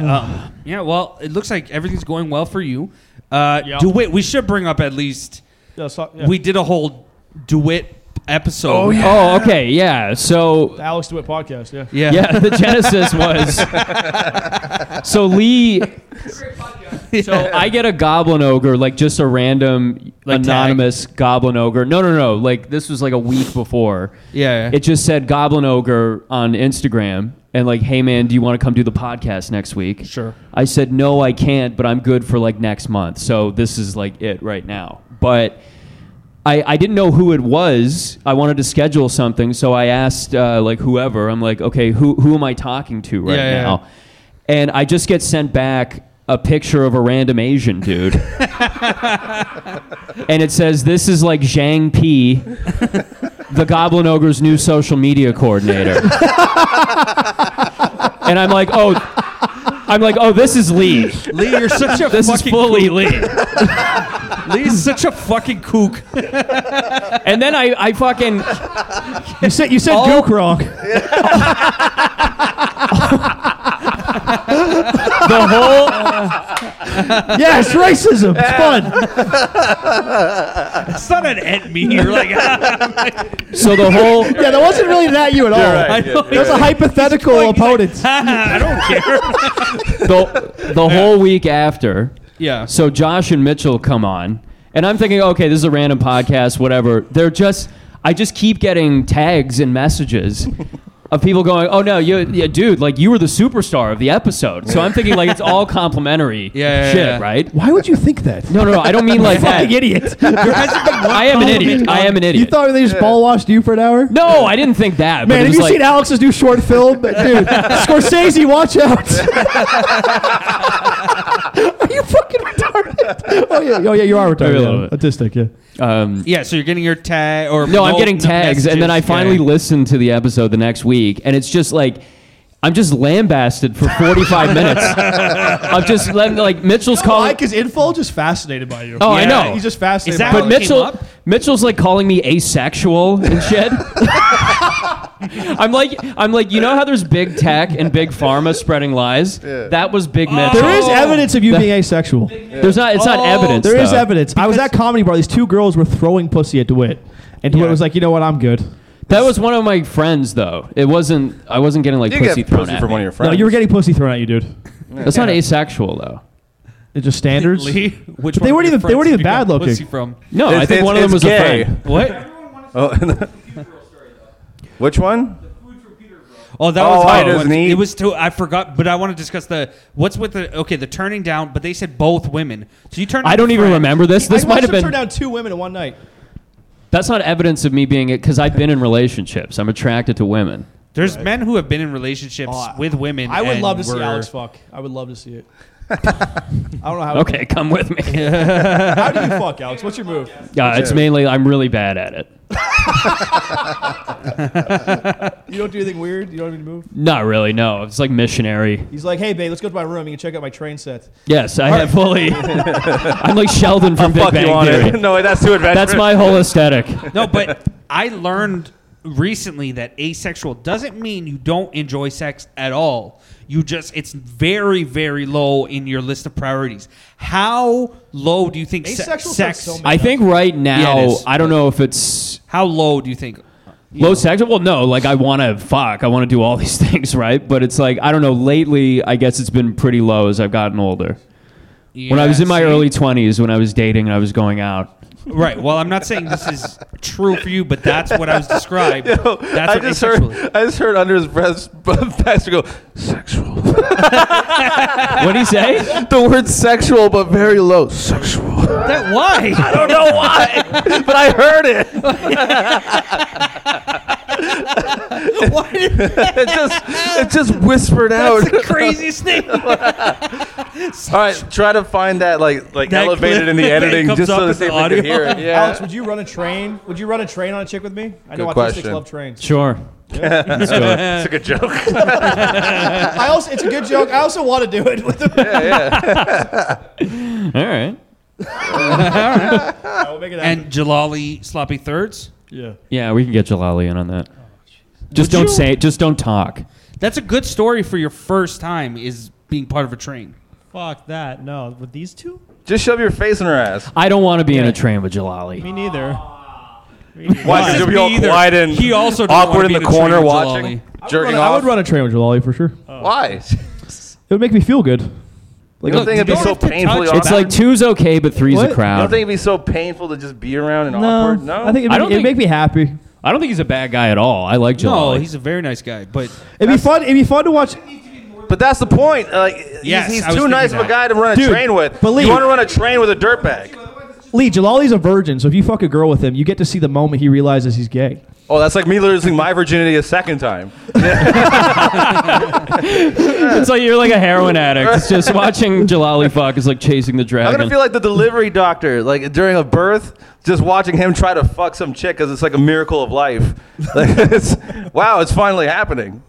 Speaker 2: yeah. um, yeah. Well, it looks like everything's going well for you. Uh,
Speaker 10: Yeah.
Speaker 2: Dewitt, we should bring up at least
Speaker 10: Yeah, so, yeah.
Speaker 2: we did a whole Dewitt episode. Oh
Speaker 1: Oh okay. Yeah. So
Speaker 10: The Alex DeWitt podcast. Yeah.
Speaker 2: yeah.
Speaker 1: yeah, the genesis was. so Lee. So I get a goblin ogre, like just a random
Speaker 2: Like tag?
Speaker 1: anonymous goblin ogre. No, no, no. Like this was like a week before.
Speaker 2: Yeah, yeah.
Speaker 1: It just said goblin ogre on Instagram and like, hey man, do you want to come do the podcast next week?
Speaker 2: Sure.
Speaker 1: I said no, I can't, but I'm good for like next month. So this is like it right now. But I, I didn't know who it was. I wanted to schedule something, so I asked uh, like whoever. I'm like, okay, who who am I talking to right
Speaker 2: Yeah, yeah,
Speaker 1: now? And I just get sent back a picture of a random Asian
Speaker 2: <laughs>
Speaker 1: dude, and it says this is like Zhang P, the Goblin Ogre's new social media
Speaker 2: <laughs>
Speaker 1: coordinator. and I'm like, oh, I'm like, oh, this is Lee.
Speaker 2: Lee, you're such a
Speaker 1: This is
Speaker 2: fucking
Speaker 1: fully Lee.
Speaker 2: Lee's such a fucking kook.
Speaker 1: And then I, I fucking.
Speaker 3: You said you said
Speaker 1: <laughs>
Speaker 3: gook wrong.
Speaker 1: the
Speaker 3: <laughs>
Speaker 1: whole
Speaker 3: yes, racism. It's fun.
Speaker 2: It's not an at me. You're like <laughs>
Speaker 1: so the whole
Speaker 3: Yeah, that wasn't really that you at all.
Speaker 4: right, yeah,
Speaker 3: It was a
Speaker 4: you're right.
Speaker 3: hypothetical opponent.
Speaker 2: I don't care.
Speaker 1: the, the whole week after
Speaker 2: Yeah.
Speaker 1: so josh and mitchell come on and i'm thinking okay this is a random podcast whatever they're just i just keep getting tags and messages of people going oh no you, yeah, dude like you were the superstar of the episode so i'm thinking like it's
Speaker 3: <laughs>
Speaker 1: all complimentary
Speaker 2: Yeah, yeah,
Speaker 1: shit
Speaker 2: yeah.
Speaker 1: right
Speaker 3: Why would you think that?
Speaker 1: no no no i don't mean like that
Speaker 3: <laughs>
Speaker 1: <laughs>
Speaker 3: Fucking idiot.
Speaker 1: i am an idiot i am an
Speaker 3: You
Speaker 1: idiot
Speaker 3: thought they just ball washed you for an hour?
Speaker 1: no i didn't think that but
Speaker 3: Man,
Speaker 1: it
Speaker 3: have
Speaker 1: was
Speaker 3: you
Speaker 1: like,
Speaker 3: seen Alex's new short
Speaker 1: <laughs>
Speaker 3: film? Dude, Scorsese, watch out. are you fucking retarded? Oh, yeah, oh, yeah you are
Speaker 1: Maybe a
Speaker 3: retarded.
Speaker 1: little
Speaker 3: Yeah. Autistic, yeah.
Speaker 1: um,
Speaker 2: Yeah. So you're getting your tag or
Speaker 1: No, I'm
Speaker 2: promote
Speaker 1: getting
Speaker 2: the
Speaker 1: tags, and then I
Speaker 2: messages.
Speaker 1: finally
Speaker 2: Yeah.
Speaker 1: listened to the episode the next week, and it's just like. I'm just lambasted for 45 minutes. I'm just letting, like Mitchell's
Speaker 10: Why?
Speaker 1: calling.
Speaker 10: Because info just fascinated by you.
Speaker 1: Oh, I
Speaker 2: Yeah.
Speaker 1: know.
Speaker 10: He's just fascinated.
Speaker 2: Is that
Speaker 10: by
Speaker 1: but
Speaker 2: how it came
Speaker 1: Mitchell,
Speaker 2: up?
Speaker 1: Mitchell's like calling me asexual and shit. I'm like, I'm like, you know how there's big tech and big pharma spreading lies. That was big Mitchell.
Speaker 3: There is
Speaker 2: Oh.
Speaker 3: evidence of you being asexual.
Speaker 1: There's not. It's not evidence.
Speaker 3: There is
Speaker 1: though.
Speaker 3: evidence. I was at comedy bar. These two girls were throwing pussy at DeWitt. And DeWitt was like, you know what? I'm good.
Speaker 1: That was one of my friends, though. It wasn't. I wasn't getting like
Speaker 4: You
Speaker 1: pussy
Speaker 4: get
Speaker 1: thrown
Speaker 4: pussy
Speaker 1: at
Speaker 4: from
Speaker 1: me.
Speaker 4: one of your friends.
Speaker 3: No, you were getting pussy thrown at you, dude.
Speaker 1: That's not asexual, though.
Speaker 3: It's just standards.
Speaker 2: Lee, which
Speaker 3: They
Speaker 2: one
Speaker 3: weren't
Speaker 2: of your
Speaker 3: even- they
Speaker 2: friends
Speaker 3: weren't
Speaker 2: did
Speaker 3: even
Speaker 2: you get
Speaker 3: bad looking.
Speaker 2: pussy From
Speaker 1: No, I
Speaker 4: It's-
Speaker 1: think
Speaker 4: it's-
Speaker 1: one of them
Speaker 4: it's
Speaker 1: was
Speaker 4: gay.
Speaker 1: a friend. What?
Speaker 4: Oh, <laughs> Which one?
Speaker 2: Oh, that
Speaker 4: Oh,
Speaker 2: was
Speaker 4: why
Speaker 2: oh,
Speaker 4: doesn't
Speaker 2: it was-
Speaker 4: he?
Speaker 2: It was too. I forgot, but I want to discuss the what's with the okay the turning down. But they said both women. So you turned.
Speaker 1: I
Speaker 2: down
Speaker 1: don't
Speaker 2: a
Speaker 1: even
Speaker 2: friend.
Speaker 1: remember this. This
Speaker 10: I
Speaker 1: might
Speaker 10: watched
Speaker 1: have
Speaker 10: him turn
Speaker 1: been.
Speaker 10: down two women in one night.
Speaker 1: That's not evidence of me being it because I've been in relationships. I'm attracted to women.
Speaker 2: There's men who have been in relationships
Speaker 10: Oh, I-
Speaker 2: with women.
Speaker 10: I would
Speaker 2: and
Speaker 10: love to see
Speaker 2: were-
Speaker 10: Alex fuck. I would love to see
Speaker 1: <laughs>
Speaker 10: it. I don't know how.
Speaker 1: Okay, <laughs> come with me. Uh,
Speaker 10: How do you fuck, Alex? What's your move?
Speaker 1: it's mainly I'm really bad at it.
Speaker 10: You don't do anything weird. You don't have any move.
Speaker 1: Not really. No, it's like missionary.
Speaker 10: He's like, hey babe, let's go to my room. You can check out my train set.
Speaker 1: Yes, I have
Speaker 4: <laughs>
Speaker 1: fully. I'm like Sheldon from Big
Speaker 4: Fuck you
Speaker 1: Bang
Speaker 4: on
Speaker 1: Theory.
Speaker 4: it. <laughs> No, wait, that's too adventurous.
Speaker 1: That's my whole aesthetic.
Speaker 2: No, but <laughs> I learned recently that asexual doesn't mean you don't enjoy sex at all. You just it's very very low in your list of priorities. How low do you think se-
Speaker 10: Asexual
Speaker 2: sex?
Speaker 10: sex so many-
Speaker 1: I think right now
Speaker 2: Yeah, it is.
Speaker 1: I don't know if it's
Speaker 2: how low do you think?
Speaker 1: low sexual. Well, no, like I want to fuck, I want to do all <laughs> these things, right? But it's like I don't know. Lately, I guess it's been pretty low as I've gotten older. when I was in my
Speaker 2: Yeah, see?
Speaker 1: early twenties, when I was dating and I was going out,
Speaker 2: Right. Well, I'm not saying this is true for you, but that's what I was
Speaker 10: <laughs>
Speaker 2: described. that's
Speaker 4: <laughs> I
Speaker 2: what
Speaker 4: just
Speaker 2: asexual is.
Speaker 4: heard. I just heard under his breath, <laughs> Baxter go sexual.
Speaker 1: what do you say?
Speaker 4: the word sexual, but very low.
Speaker 1: <laughs>
Speaker 4: Sexual.
Speaker 2: That why?
Speaker 4: I
Speaker 2: <laughs>
Speaker 4: don't know why, <laughs> but I
Speaker 1: <laughs>
Speaker 4: heard it. <laughs> it just it just whispered out.
Speaker 2: Craziest thing.
Speaker 4: All right, try to find that like like
Speaker 2: That
Speaker 4: elevated
Speaker 2: clip
Speaker 4: in the
Speaker 2: that
Speaker 4: editing
Speaker 2: comes
Speaker 4: just
Speaker 2: up
Speaker 4: so
Speaker 2: in
Speaker 4: that they
Speaker 2: the audio.
Speaker 4: can hear it. Yeah.
Speaker 10: Alex, would you run a train? Would you run a train on a chick with me? I know
Speaker 4: Uh, Good
Speaker 10: autistics
Speaker 4: question.
Speaker 10: love trains.
Speaker 1: Sure. Let's do it.
Speaker 4: It's a good joke.
Speaker 10: I also, it's a good joke. I also want to do it
Speaker 6: <laughs>
Speaker 10: with them.
Speaker 1: All right.
Speaker 10: I will make it happen.
Speaker 2: and Jalali sloppy thirds.
Speaker 1: Yeah, we can get Jalali in on that. Just don't say. Just don't talk.
Speaker 2: That's a good story for your first time is being part of a train.
Speaker 6: Fuck that. No, with these two?
Speaker 4: <laughs> just shove your face in her ass.
Speaker 1: I don't want to be in a train with Jalali.
Speaker 6: Me neither.
Speaker 4: Why
Speaker 2: This
Speaker 4: should
Speaker 2: is
Speaker 4: we all
Speaker 2: me either.
Speaker 4: quiet and
Speaker 2: He also doesn't
Speaker 4: awkward
Speaker 2: wanna
Speaker 4: in
Speaker 2: be
Speaker 4: the
Speaker 2: in a train
Speaker 4: corner
Speaker 2: with
Speaker 4: watching, jerking
Speaker 3: I
Speaker 4: off?
Speaker 3: would run a train with Jalali for sure.
Speaker 4: Why?
Speaker 3: It would make me feel good.
Speaker 4: You don't think it'd be
Speaker 2: you don't
Speaker 4: so
Speaker 2: have to
Speaker 4: painfully
Speaker 2: touch
Speaker 4: awkward?
Speaker 1: It's like two's okay, but three's a
Speaker 3: What? You
Speaker 4: you don't
Speaker 1: crowd.
Speaker 4: think it'd be so painful to just be around and awkward? No.
Speaker 3: I think it'd,
Speaker 1: I
Speaker 3: I
Speaker 1: don't
Speaker 3: it'd
Speaker 1: think-
Speaker 3: make me happy.
Speaker 1: I don't think he's a bad guy at all. I like
Speaker 2: No,
Speaker 1: Jalali.
Speaker 2: Oh, he's a very nice
Speaker 1: <laughs>
Speaker 2: guy, but
Speaker 3: It'd be fun. It'd be fun to watch.
Speaker 4: but that's the point. Like,
Speaker 2: Yes,
Speaker 4: he's, he's
Speaker 2: I
Speaker 4: too
Speaker 2: was thinking
Speaker 4: nice of a
Speaker 2: that.
Speaker 4: guy to run a
Speaker 3: Dude,
Speaker 4: train with.
Speaker 3: believe-
Speaker 4: you want to run a train with a dirtbag?
Speaker 3: Lee Jalali's a virgin, so if you fuck a girl with him, you get to see the moment he realizes he's gay.
Speaker 4: Oh, that's like me losing my virginity a second time.
Speaker 1: It's like you're like a heroin addict. It's just watching Jalali fuck is like chasing the
Speaker 4: I'm
Speaker 1: dragon.
Speaker 4: gonna feel like the delivery doctor, like during a birth, just watching him try to fuck some chick because it's like a miracle of life. <laughs> Like, it's, wow, it's finally happening.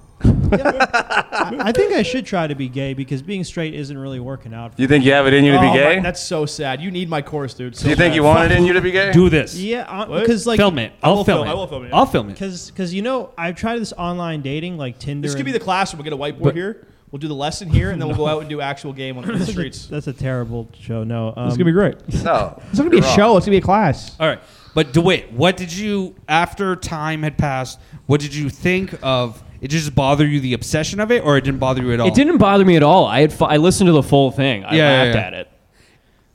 Speaker 6: I think I should try to be gay because being straight isn't really working out.
Speaker 4: You think you have it in you to
Speaker 10: Oh,
Speaker 4: be
Speaker 10: my-
Speaker 4: gay?
Speaker 10: that's so sad. You need my chorus, dude. So
Speaker 4: Do you think
Speaker 10: bad.
Speaker 4: you want it in you to be gay?
Speaker 2: do this.
Speaker 6: Yeah, because like
Speaker 2: film it. I'll film,
Speaker 10: film-
Speaker 2: it.
Speaker 10: I will film it, yeah.
Speaker 2: I'll film it.
Speaker 6: Because because you know I've tried this online dating like Tinder.
Speaker 10: This could be the
Speaker 6: and-
Speaker 10: classroom. We'll get a whiteboard here. We'll do the lesson here, and then we'll go out and do actual game on the streets.
Speaker 6: That's a terrible show. No, um,
Speaker 3: It's gonna be great. It's
Speaker 4: No. It's
Speaker 3: not gonna be a show. It's gonna be a class.
Speaker 2: All right. But DeWitt, what did you after time had passed, what did you think of it just bother you the obsession of it or it didn't bother you at all?
Speaker 1: it didn't bother me at all. I had fu- I listened to the full thing. I
Speaker 2: Yeah, yeah,
Speaker 1: laughed
Speaker 2: yeah.
Speaker 1: at it.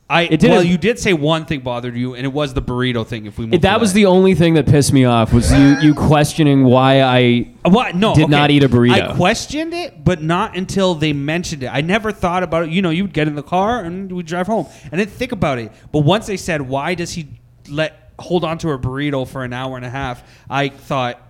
Speaker 2: I
Speaker 1: it didn't-
Speaker 2: well you did say one thing bothered you and it was the burrito thing if we moved
Speaker 1: It- that was the only thing that pissed me off was you you questioning why I
Speaker 2: what? No,
Speaker 1: did
Speaker 2: okay.
Speaker 1: not eat a burrito.
Speaker 2: I questioned it, but not until they mentioned it. I never thought about it. You know, you'd get in the car and we'd drive home. I didn't think about it. But once they said, "Why does he let hold on to a burrito for an hour and a half?" I thought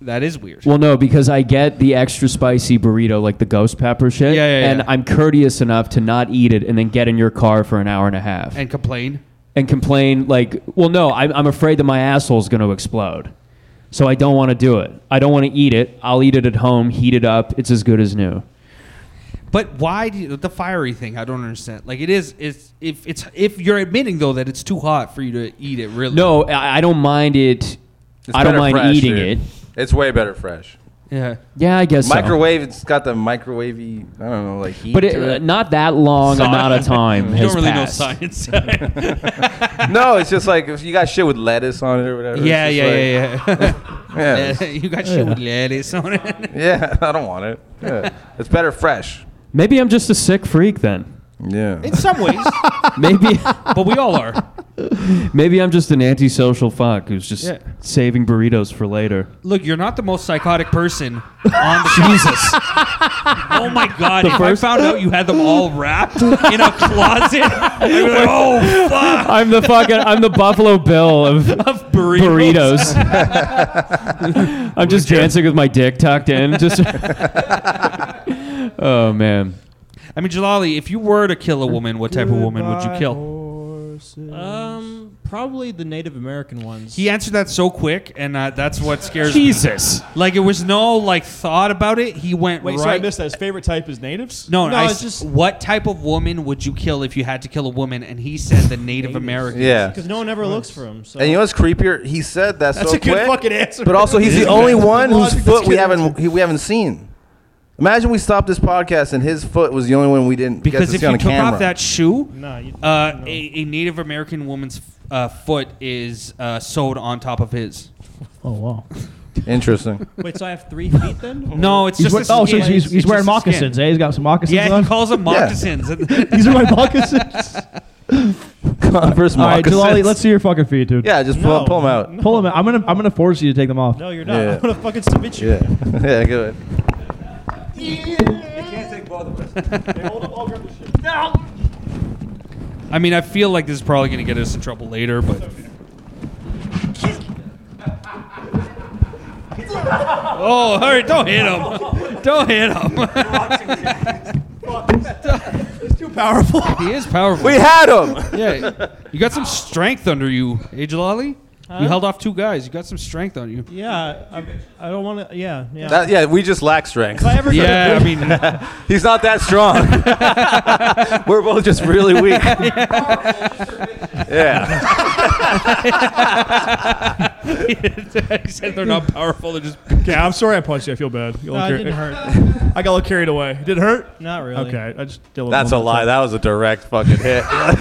Speaker 2: that is weird.
Speaker 1: Well, no, because I get the extra spicy burrito, like the ghost pepper shit.
Speaker 2: Yeah, yeah,
Speaker 1: And
Speaker 2: yeah.
Speaker 1: I'm courteous enough to not eat it and then get in your car for an hour and a half and,
Speaker 2: and complain.
Speaker 1: complain, like, well, no, I'm, I'm afraid that my asshole's going to explode. So I don't want to do it. I don't want to eat it. I'll eat it at home, heat it up. It's as good as new.
Speaker 2: But why do you, the fiery thing? I don't understand. Like it is, it's if it's if you're admitting though that it's too hot for you to eat it. Really,
Speaker 1: No, I, I don't mind it. I don't
Speaker 4: better
Speaker 1: mind
Speaker 4: fresh,
Speaker 1: eating it.
Speaker 4: dude. It's way better fresh.
Speaker 2: Yeah.
Speaker 1: Yeah, I guess so.
Speaker 4: Microwave. It's got the microwavy. I don't know, like heat.
Speaker 1: But it, uh,
Speaker 4: to it.
Speaker 1: not that long amount of time
Speaker 2: <laughs> You
Speaker 1: has
Speaker 2: don't really
Speaker 1: passed.
Speaker 2: know
Speaker 4: <laughs>
Speaker 2: science. <laughs> yeah,
Speaker 4: no, it's just like if you got shit with lettuce on it or whatever. it's
Speaker 2: yeah, yeah,
Speaker 4: just
Speaker 2: yeah, <laughs>
Speaker 4: like- yeah.
Speaker 2: yeah. you got shit with lettuce on it.
Speaker 4: <laughs> Yeah, I don't want it. Yeah. It's better fresh.
Speaker 1: Maybe I'm just a sick freak then.
Speaker 4: Yeah.
Speaker 9: In some ways,
Speaker 2: <laughs>
Speaker 1: Maybe
Speaker 2: <laughs> But we all are.
Speaker 1: maybe I'm just an antisocial fuck who's just
Speaker 2: Yeah.
Speaker 1: saving burritos for later.
Speaker 2: Look, you're not the most psychotic person on the Jesus. oh my God! if I found out you had them all wrapped in a closet, I'd be like, oh fuck!
Speaker 1: I'm the fucking I'm the Buffalo Bill of, of <laughs> burritos. <laughs> I'm just dancing with my dick tucked <laughs> in. Just Oh man.
Speaker 2: I mean, Jalali, if you were to kill a woman, what type of woman would you kill?
Speaker 6: Um, probably the Native American ones.
Speaker 2: He answered that so quick, and uh, that's what scares me.
Speaker 1: Jesus.
Speaker 2: Like it was no like thought about it. He went
Speaker 10: Wait,
Speaker 2: right.
Speaker 10: sorry, I missed that. His favorite type is natives.
Speaker 2: No, no.
Speaker 6: No,
Speaker 2: I
Speaker 6: it's
Speaker 2: s-
Speaker 6: just-
Speaker 2: what type of woman would you kill if you had to kill a woman? And he said the Native American.
Speaker 4: Yeah.
Speaker 6: Because no one ever looks for him. So
Speaker 4: And you know what's creepier? He said that
Speaker 10: that's
Speaker 4: so
Speaker 10: a good
Speaker 4: quick,
Speaker 10: fucking answer.
Speaker 4: but also he's the only one whose
Speaker 10: Logic, that's
Speaker 4: foot we
Speaker 10: good
Speaker 4: haven't he, we haven't seen. Imagine we stopped this podcast and his foot was the only one we didn't get
Speaker 2: Because
Speaker 4: to
Speaker 2: if
Speaker 4: see on
Speaker 2: you took
Speaker 4: camera.
Speaker 2: off that shoe,
Speaker 6: no, you,
Speaker 2: uh,
Speaker 6: no.
Speaker 2: a, a Native American woman's uh, foot is uh, sewed on top of his.
Speaker 3: Oh wow.
Speaker 4: Interesting. <laughs>
Speaker 6: <laughs> wait. So I have three feet then?
Speaker 2: No, it's
Speaker 3: He's
Speaker 2: just
Speaker 3: wear-
Speaker 2: a
Speaker 3: oh, so
Speaker 2: skin.
Speaker 3: he's, he's,
Speaker 2: It's
Speaker 3: he's
Speaker 2: just
Speaker 3: wearing
Speaker 2: a skin.
Speaker 3: moccasins. eh? He's got some moccasins
Speaker 2: Yeah,
Speaker 3: on. <laughs>
Speaker 2: he calls them
Speaker 4: Yeah.
Speaker 2: moccasins. <laughs>
Speaker 3: These are my moccasins.
Speaker 4: Converse
Speaker 3: All right,
Speaker 4: moccasins. <laughs>
Speaker 3: Jalali, let's see your fucking feet, dude.
Speaker 4: yeah, just pull,
Speaker 6: No.
Speaker 4: pull him out.
Speaker 3: Pull them. Out. I'm gonna I'm gonna force you to take them off.
Speaker 6: No, you're not. <laughs>
Speaker 4: Yeah.
Speaker 6: I'm gonna fucking submit you.
Speaker 4: <laughs> Yeah, <laughs> yeah, good.
Speaker 2: I mean, I feel like this is probably going to get us in trouble later, <laughs> but. oh, all right, don't hit him. Don't hit him. <laughs>
Speaker 3: Too powerful.
Speaker 2: he is powerful.
Speaker 4: We had him.
Speaker 2: Yeah, you got some strength under you, Ajalali. You held off two guys. You got some strength on
Speaker 6: <laughs>
Speaker 2: you.
Speaker 6: Yeah, I, I don't want to. Yeah, yeah.
Speaker 4: That, yeah, we just lack strength.
Speaker 6: If I ever
Speaker 2: Yeah, I mean,
Speaker 4: He's not that strong. We're both just really weak. yeah.
Speaker 2: he said they're not powerful. They're just
Speaker 5: Okay, I'm sorry I punched you. I feel bad. You
Speaker 6: no,
Speaker 5: look
Speaker 6: it
Speaker 5: here-
Speaker 6: didn't hurt.
Speaker 4: <laughs>
Speaker 5: I got a little carried away. Did it hurt?
Speaker 6: Not really.
Speaker 5: Okay, I just did a little
Speaker 4: That's a lie. That was a direct fucking hit.
Speaker 6: No,
Speaker 4: <laughs>
Speaker 6: if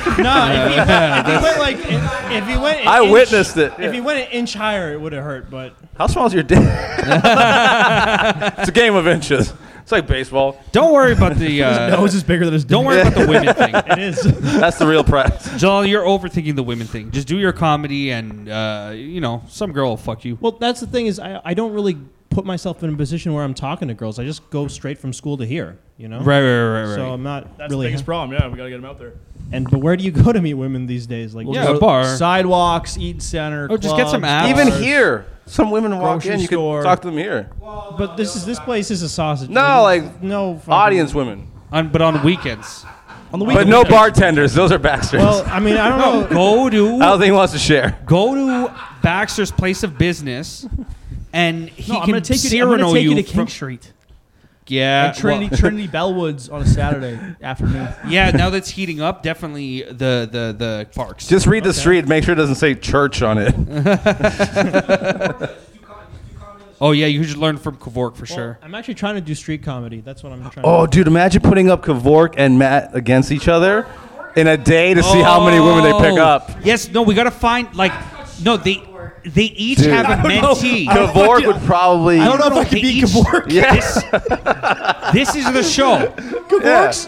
Speaker 6: he, if he went like, if, if he went, an
Speaker 4: I
Speaker 6: inch-
Speaker 4: witnessed it.
Speaker 6: If he went an inch higher, it would have hurt. But
Speaker 4: How small's your dick? <laughs> it's a game of inches. It's like baseball.
Speaker 2: <laughs> don't worry about
Speaker 6: <laughs>
Speaker 2: the. Uh,
Speaker 3: Nose is bigger than his.
Speaker 2: don't worry about the women thing.
Speaker 6: it
Speaker 4: <laughs>
Speaker 6: is.
Speaker 4: That's the real prize.
Speaker 2: Jalal, you're overthinking the women thing. Just do your comedy, and uh, you know, some girl will fuck you.
Speaker 6: well, that's the thing is, I, I don't really put myself in a position where I'm talking to girls. I just go straight from school to here. You know.
Speaker 2: Right, right, right, right.
Speaker 6: So um,
Speaker 2: right.
Speaker 6: I'm not
Speaker 5: That's the
Speaker 6: really.
Speaker 5: biggest problem. Yeah, we gotta get him out there.
Speaker 6: And but where do you <laughs> go to meet women these days? Like,
Speaker 2: yeah, a bar.
Speaker 10: Sidewalks, eating center.
Speaker 2: Oh, just get some ass.
Speaker 10: clubs.
Speaker 4: <laughs> Even here, some women walk
Speaker 10: Grocery
Speaker 4: in. You can
Speaker 10: store.
Speaker 4: talk to them here.
Speaker 6: but this is this place is a sausage.
Speaker 4: No,
Speaker 6: there's
Speaker 4: like,
Speaker 6: no fucking-
Speaker 4: Audience women,
Speaker 2: on, but on
Speaker 6: <laughs>
Speaker 2: weekends.
Speaker 6: on the
Speaker 4: but
Speaker 6: weekend.
Speaker 4: no bartenders. Those are Baxters.
Speaker 6: Well, I mean, I don't know.
Speaker 2: Go
Speaker 6: <laughs>
Speaker 4: I
Speaker 2: to
Speaker 4: don't think he wants to share.
Speaker 2: go to Baxter's place of business, and he
Speaker 6: No, I'm
Speaker 2: can
Speaker 6: gonna take you. to- I'm
Speaker 2: Cyrano
Speaker 6: gonna take you to
Speaker 2: from-
Speaker 6: King <laughs> Street.
Speaker 2: yeah,
Speaker 10: At Trinity,
Speaker 2: well-
Speaker 10: Trinity Bellwoods on a
Speaker 2: <laughs>
Speaker 10: Saturday afternoon.
Speaker 2: yeah. Now that's heating up. Definitely the the the parks.
Speaker 4: Just read the street. Make sure it doesn't say church on it.
Speaker 2: oh yeah, you should learn from Kevork for sure.
Speaker 6: I'm actually trying to do street comedy. That's what I'm
Speaker 4: <laughs>
Speaker 6: trying.
Speaker 4: Oh,
Speaker 6: to
Speaker 4: dude, imagine putting up Kevork and Matt against each other in a day to see how many women they pick
Speaker 2: Oh.
Speaker 4: up.
Speaker 2: Yes, no, we gotta find like no they they each
Speaker 4: Dude. <laughs>
Speaker 2: have a mentee.
Speaker 4: Kevork would probably.
Speaker 3: I don't know if I
Speaker 2: They
Speaker 3: can beat
Speaker 2: each-
Speaker 3: Kevork.
Speaker 4: Yeah.
Speaker 2: This, this is the show.
Speaker 4: Kevork's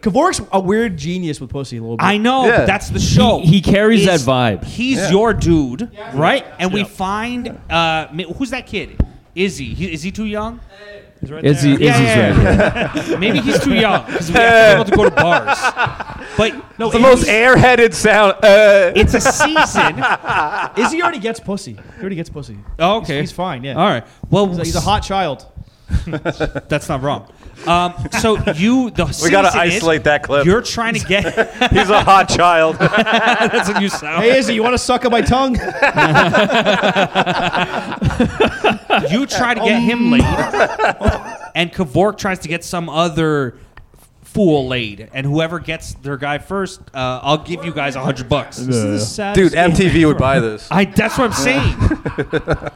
Speaker 10: Kevork's a weird genius with pussy a little
Speaker 4: <laughs>
Speaker 10: bit.
Speaker 2: I know,
Speaker 4: Yeah.
Speaker 2: but that's the show.
Speaker 1: He- he carries that vibe.
Speaker 2: He's
Speaker 4: Yeah.
Speaker 2: your dude, right? And we find uh, ma- who's that kid? Izzy. He, is he too young?
Speaker 1: Izzy, Izzy's
Speaker 2: Yeah, yeah,
Speaker 1: right. here.
Speaker 2: <laughs> Maybe he's too young because we have to be able to go to bars. But no,
Speaker 4: the most airheaded sound. Uh, <laughs>
Speaker 2: It's a season.
Speaker 10: Izzy already gets pussy. He already gets pussy.
Speaker 2: Oh, okay,
Speaker 10: He's fine. Yeah.
Speaker 2: All right. Well,
Speaker 10: He's a- He's a hot child.
Speaker 2: That's not wrong. Um, so you the
Speaker 4: <laughs> we gotta
Speaker 2: season is-
Speaker 4: isolate that clip.
Speaker 2: You're trying to get.
Speaker 4: <laughs> He's a
Speaker 2: <laughs>
Speaker 4: hot child.
Speaker 2: that's a new sound.
Speaker 10: Hey, Izzy, you want to suck on
Speaker 6: <laughs>
Speaker 10: my tongue?
Speaker 2: You try to get him laid, and Kevork tries to get some other fool laid, and whoever gets their guy first, uh, I'll give you guys a hundred bucks.
Speaker 6: do. This is the saddest
Speaker 4: Dude, MTV would buy this.
Speaker 2: I. That's what I'm saying.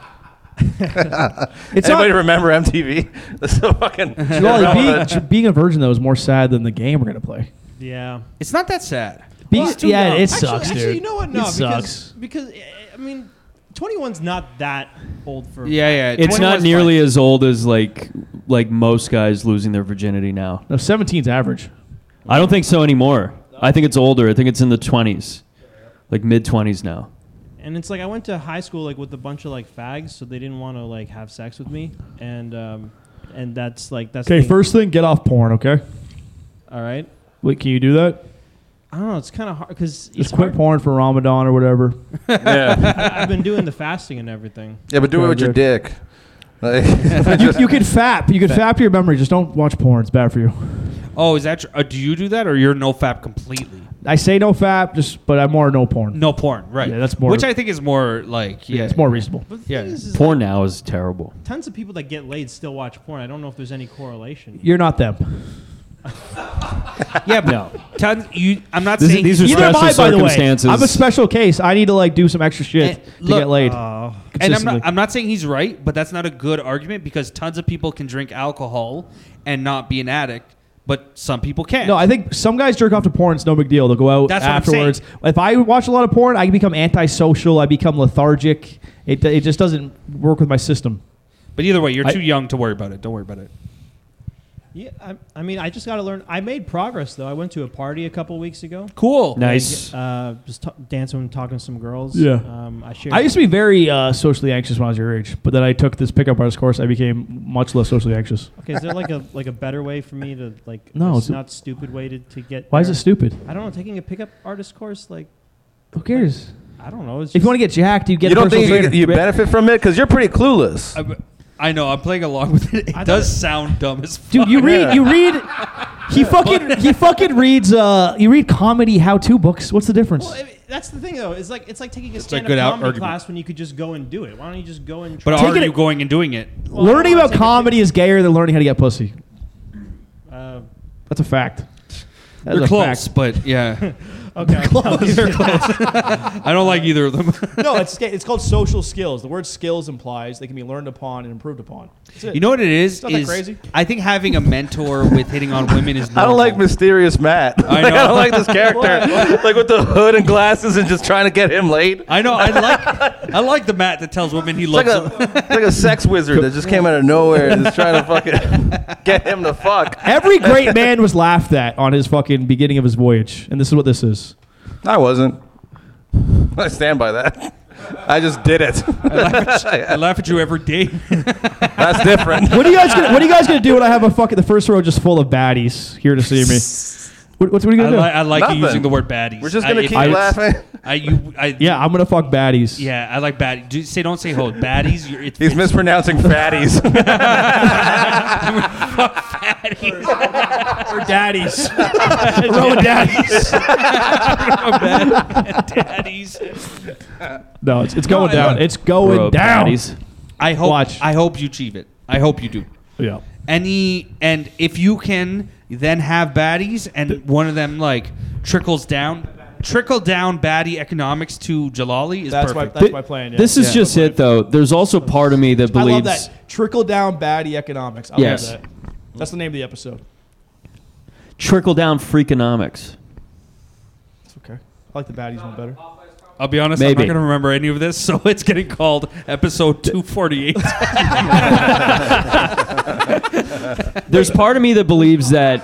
Speaker 3: It's
Speaker 4: Anybody
Speaker 3: not-
Speaker 4: remember <laughs> MTV? That's so fucking.
Speaker 3: Jolly,
Speaker 4: irrelevant.
Speaker 3: being, being a virgin though is more sad than the game we're gonna play.
Speaker 6: Yeah.
Speaker 2: It's not that sad.
Speaker 3: Be-
Speaker 6: Well, it's too
Speaker 3: yeah,
Speaker 6: young.
Speaker 3: it
Speaker 6: Actually-
Speaker 3: sucks,
Speaker 6: actually,
Speaker 3: dude.
Speaker 6: you know what? No,
Speaker 3: it
Speaker 6: because-
Speaker 3: sucks.
Speaker 6: Because eh, I mean, 21's not that old for.
Speaker 2: Yeah, yeah.
Speaker 1: It's
Speaker 2: 21
Speaker 1: not
Speaker 2: is
Speaker 1: nearly as old as like like most guys losing their virginity now.
Speaker 3: No, 17's average.
Speaker 1: I don't think so anymore. I think it's older. I think it's in the 20s, like mid 20s now.
Speaker 6: And it's like I went to high school like with a bunch of like fags, so they didn't want to like have sex with me, and um, and that's like that's the
Speaker 3: Okay,
Speaker 6: thing.
Speaker 3: first thing, get off porn. Okay,
Speaker 6: All right.
Speaker 3: wait, can you do that?
Speaker 6: I don't know. It's kind of hard because
Speaker 3: Just quit porn for Ramadan or
Speaker 2: <laughs>
Speaker 3: whatever.
Speaker 4: yeah.
Speaker 6: I've been doing the fasting
Speaker 3: <laughs>
Speaker 6: and everything.
Speaker 4: yeah, but do it with your <laughs> dick. Like, <laughs>
Speaker 3: you, you could fap. You could fap to your memory. Just don't watch porn. It's bad for you.
Speaker 2: fine. Oh, is that? Tr- uh, do you do that, or you're no fap completely?
Speaker 3: I say no fap, just but I'm more no porn.
Speaker 2: No porn, right?
Speaker 3: Yeah, that's more-
Speaker 2: Which I think is more like yeah,
Speaker 3: it's more reasonable.
Speaker 6: But the
Speaker 2: Yeah.
Speaker 6: thing is, is
Speaker 1: Porn now is terrible.
Speaker 6: tons of people that get laid still watch porn. I don't know if there's any correlation.
Speaker 3: You're not them.
Speaker 2: yeah, but tons, you. I'm not
Speaker 1: This-
Speaker 2: saying
Speaker 1: these are
Speaker 3: Neither am
Speaker 1: special
Speaker 3: I, by the way.
Speaker 1: circumstances.
Speaker 3: I'm a special case. I need to like do some extra shit
Speaker 2: And
Speaker 3: to
Speaker 2: look-
Speaker 3: get laid.
Speaker 2: and I'm not,
Speaker 3: consistently.
Speaker 2: I'm not saying he's right, but that's not a good argument because tons of people can drink alcohol and not be an addict, but some people can't.
Speaker 3: no, I think some guys jerk off to porn. It's no big deal. They'll go out
Speaker 2: That's what I'm
Speaker 3: afterwards. If I watch a lot of porn, I become antisocial. I become lethargic. It, it just doesn't work with my system.
Speaker 2: but either way, you're
Speaker 1: I-
Speaker 2: too young to worry about it. Don't worry about it.
Speaker 6: Yeah, I, I mean, I just got to learn. I made progress though. I went to a party a couple weeks ago.
Speaker 2: Cool.
Speaker 1: Nice.
Speaker 6: Uh, just t- dancing, and talking to some girls.
Speaker 3: Yeah.
Speaker 6: Um, I shared.
Speaker 3: I used to be very uh, socially anxious when I was your age, but then I took this pickup artist course. I became much less socially anxious.
Speaker 6: okay, is there like a like a better way for me to like?
Speaker 3: No,
Speaker 6: it's
Speaker 3: it's-
Speaker 6: not stupid way to, to get.
Speaker 3: Why is
Speaker 6: there?
Speaker 3: it stupid?
Speaker 6: I don't know. Taking a pickup artist course, like
Speaker 3: Who cares?
Speaker 6: I don't know. It's
Speaker 3: If
Speaker 6: just-
Speaker 3: you want to get jacked, you get.
Speaker 4: you
Speaker 3: a
Speaker 4: don't
Speaker 3: personal
Speaker 4: think you,
Speaker 3: trainer.
Speaker 4: you benefit from it because you're pretty clueless.
Speaker 2: I, I know. I'm playing along with it. It
Speaker 6: I
Speaker 2: does
Speaker 6: thought-
Speaker 2: sound dumb as fuck.
Speaker 3: Dude, you read, you read. He fucking, he fucking reads. Uh, you read comedy how-to books. What's the difference?
Speaker 6: Well, I mean, that's the thing though. It's like it's like taking a
Speaker 2: a
Speaker 6: stand-up
Speaker 2: good out
Speaker 6: comedy
Speaker 2: argument.
Speaker 6: class when you could just go and do it. Why don't you just go and?
Speaker 2: but
Speaker 6: try-
Speaker 2: are
Speaker 3: Taking
Speaker 2: you
Speaker 3: it-
Speaker 2: going and doing it?
Speaker 6: Well, I
Speaker 3: learning
Speaker 6: don't wanna
Speaker 3: about
Speaker 6: take a-
Speaker 3: comedy is gayer than learning how to get pussy.
Speaker 6: Uh,
Speaker 3: That's a fact. That's
Speaker 2: You're
Speaker 3: a
Speaker 2: close,
Speaker 3: fact.
Speaker 2: but yeah,
Speaker 6: okay.
Speaker 2: I don't like either of them.
Speaker 10: no, it's ca- it's called social skills. The word skills implies they can be learned upon and improved upon. That's it.
Speaker 2: you know what it is?
Speaker 10: Isn't that
Speaker 2: is
Speaker 10: crazy?
Speaker 2: I think having a mentor with hitting on women is.
Speaker 4: <laughs> I don't like
Speaker 2: normal.
Speaker 4: mysterious Matt.
Speaker 2: I
Speaker 4: <laughs> Like, I
Speaker 2: know.
Speaker 4: don't like this
Speaker 2: <laughs>
Speaker 4: character. like with the hood and glasses and just trying to get him laid.
Speaker 2: I know. I like. I like the Matt that tells women he
Speaker 4: It's like
Speaker 2: loves
Speaker 4: a
Speaker 2: them.
Speaker 4: it's like a sex wizard that just came out of nowhere and is trying to
Speaker 2: <laughs>
Speaker 4: fucking get him to fuck.
Speaker 3: Every great man was laughed at on his fucking beginning of his voyage, and this is what this is.
Speaker 4: I wasn't. I stand by that. I just did <laughs> it.
Speaker 2: I laugh at you every day. <laughs>
Speaker 4: That's different.
Speaker 3: What are you guys? Gonna, what are you guys gonna do when I have a fucking the first row just full of baddies here to see me? What, what's what are you
Speaker 2: I,
Speaker 3: gonna
Speaker 2: li-
Speaker 3: do?
Speaker 2: I like
Speaker 4: Nothing.
Speaker 2: you using the word baddies.
Speaker 4: We're just gonna
Speaker 2: I,
Speaker 4: keep
Speaker 2: I,
Speaker 4: laughing.
Speaker 2: I, you, I,
Speaker 3: yeah, I'm gonna fuck baddies.
Speaker 2: yeah. I like baddies. Do, say don't say ho. Baddies. You're, it's,
Speaker 4: He's mispronouncing fatties.
Speaker 3: or daddies.
Speaker 2: <laughs>
Speaker 3: row of daddies.
Speaker 2: baddies.
Speaker 3: No, it's, it's going
Speaker 2: I
Speaker 3: down.
Speaker 2: love-
Speaker 3: It's going
Speaker 1: Bro,
Speaker 3: down.
Speaker 1: baddies.
Speaker 2: I hope.
Speaker 3: Watch.
Speaker 2: I hope you achieve it. I hope you do.
Speaker 3: Yeah.
Speaker 2: Any and if you can then have baddies and one of them like trickles down, trickle down baddie economics to Jalali is
Speaker 10: that's my
Speaker 2: perfect.
Speaker 10: that's
Speaker 1: Thi-
Speaker 10: my plan. Yeah.
Speaker 1: This is just it, though. There's also part of me that
Speaker 10: I
Speaker 1: believes.
Speaker 10: love that trickle down baddie economics. I
Speaker 1: Yes.
Speaker 10: love that. That's the name of the episode.
Speaker 1: trickle down freakonomics.
Speaker 10: It's okay. I like the baddies one better.
Speaker 2: I'll be honest. I'm
Speaker 1: Maybe.
Speaker 2: not gonna remember any of this, <laughs> so it's getting called
Speaker 1: <laughs>
Speaker 2: episode 248.
Speaker 1: There's part of me that believes that.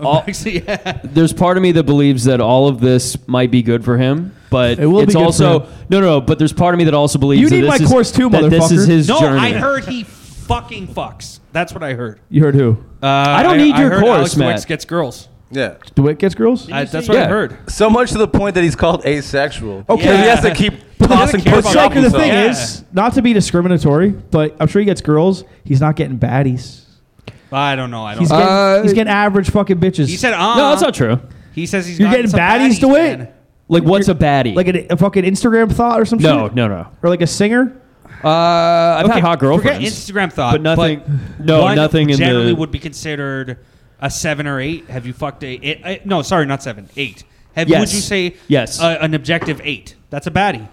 Speaker 1: All,
Speaker 2: Actually, yeah.
Speaker 1: there's part of me that believes that all of this might be good for him, but
Speaker 3: It will be
Speaker 1: it's
Speaker 3: good for
Speaker 1: also
Speaker 3: him.
Speaker 1: no, no. But there's part of me that also believes
Speaker 3: You
Speaker 1: that
Speaker 3: need
Speaker 1: this
Speaker 3: my
Speaker 1: is-
Speaker 3: course too,
Speaker 1: that This is
Speaker 3: motherfucker.
Speaker 1: his
Speaker 2: No,
Speaker 1: journey.
Speaker 2: I heard he fucking fucks. That's what I heard.
Speaker 3: You heard who?
Speaker 2: Uh, I
Speaker 1: don't need
Speaker 2: I
Speaker 1: your
Speaker 2: heard
Speaker 1: chorus,
Speaker 2: Alex
Speaker 1: Matt.
Speaker 2: Wicks gets girls.
Speaker 4: yeah.
Speaker 3: DeWitt gets girls.
Speaker 2: I, that's what
Speaker 1: Yeah.
Speaker 2: I heard.
Speaker 4: So much to the point that he's called asexual.
Speaker 3: Okay.
Speaker 4: So He has to keep tossing
Speaker 2: care
Speaker 4: pussy
Speaker 2: about
Speaker 4: off
Speaker 3: Like, the
Speaker 4: himself.
Speaker 3: thing
Speaker 2: Yeah.
Speaker 3: is, not to be discriminatory, but I'm sure he gets girls. He's not getting baddies.
Speaker 2: I don't know. I don't.
Speaker 3: He's
Speaker 2: know.
Speaker 3: getting,
Speaker 1: Uh,
Speaker 3: he's getting average fucking bitches.
Speaker 2: he said, "Uh."
Speaker 1: No, that's not true.
Speaker 2: He says he's.
Speaker 3: You're
Speaker 2: gotten
Speaker 3: getting
Speaker 2: some
Speaker 3: baddies, DeWitt?
Speaker 2: man.
Speaker 1: Like, what's a baddie?
Speaker 3: like a, a fucking Instagram thought or some
Speaker 1: no,
Speaker 3: shit.
Speaker 1: no, no.
Speaker 3: Or like a singer.
Speaker 1: Uh, I've had hot
Speaker 2: Forget
Speaker 1: girlfriends,
Speaker 2: Instagram thought,
Speaker 1: but nothing. no,
Speaker 2: one
Speaker 1: nothing in
Speaker 2: generally
Speaker 1: the.
Speaker 2: would be considered a seven or eight. Have you fucked a? Eight, eh, no, sorry, not seven. Eight. Have
Speaker 1: Yes.
Speaker 2: would you say
Speaker 1: Yes.
Speaker 2: Uh, a- an objective eight? That's a baddie.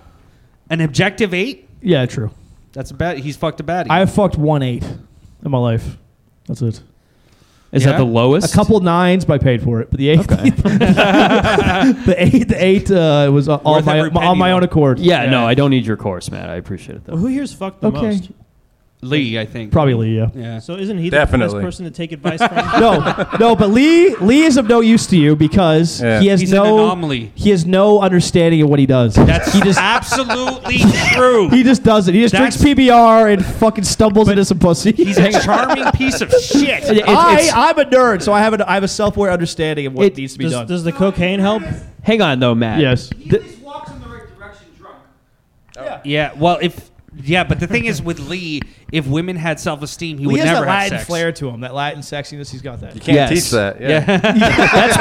Speaker 2: An objective eight.
Speaker 3: Yeah, true.
Speaker 2: That's a bad. He's fucked a baddie.
Speaker 3: I have fucked one eight in my life. That's it.
Speaker 1: Is
Speaker 2: Yeah.
Speaker 1: that the
Speaker 3: A
Speaker 1: lowest?
Speaker 3: couple nines, but I paid for it. But the eight, <laughs> the eight, the eight uh, was uh, on
Speaker 2: Worth
Speaker 3: my,
Speaker 2: every penny,
Speaker 3: on my
Speaker 2: though.
Speaker 3: own accord.
Speaker 1: Yeah, no, I don't need your course, Matt. I appreciate it though.
Speaker 6: Well, who here's fucked the
Speaker 3: Okay.
Speaker 6: most?
Speaker 2: Lee, I think.
Speaker 3: probably Lee. Yeah.
Speaker 2: Yeah.
Speaker 6: So isn't he the
Speaker 4: Definitely.
Speaker 6: best person to take advice
Speaker 10: <laughs>
Speaker 6: from?
Speaker 3: <laughs> no, no, but Lee Lee is of no use to you because
Speaker 4: Yeah.
Speaker 3: he has
Speaker 2: He's an
Speaker 3: no
Speaker 2: anomaly.
Speaker 3: he has no understanding of what he does.
Speaker 2: That's
Speaker 3: he
Speaker 1: <laughs>
Speaker 3: just
Speaker 2: absolutely true.
Speaker 3: he just does it. He just
Speaker 2: That's-
Speaker 3: drinks PBR and fucking stumbles into some pussy.
Speaker 2: He's
Speaker 3: <laughs>
Speaker 2: a charming
Speaker 1: <laughs>
Speaker 2: piece of shit.
Speaker 1: It- it's-
Speaker 3: I
Speaker 1: it's-
Speaker 3: I'm a nerd, so I have a I have a self aware understanding of what
Speaker 1: It-
Speaker 3: needs to be
Speaker 6: does,
Speaker 3: done.
Speaker 6: does the cocaine help?
Speaker 1: hang on though, Matt.
Speaker 3: yes.
Speaker 1: Th-
Speaker 2: walks in the right direction drunk. Yeah. Well, if yeah, but the thing is with Lee, if women had self-esteem, he
Speaker 10: He
Speaker 2: would
Speaker 10: has that
Speaker 2: never have
Speaker 10: Latin
Speaker 2: sex.
Speaker 10: flair to him. That Latin sexiness, he's got that.
Speaker 4: You can't
Speaker 1: Yes.
Speaker 4: teach that. Yeah.
Speaker 1: That's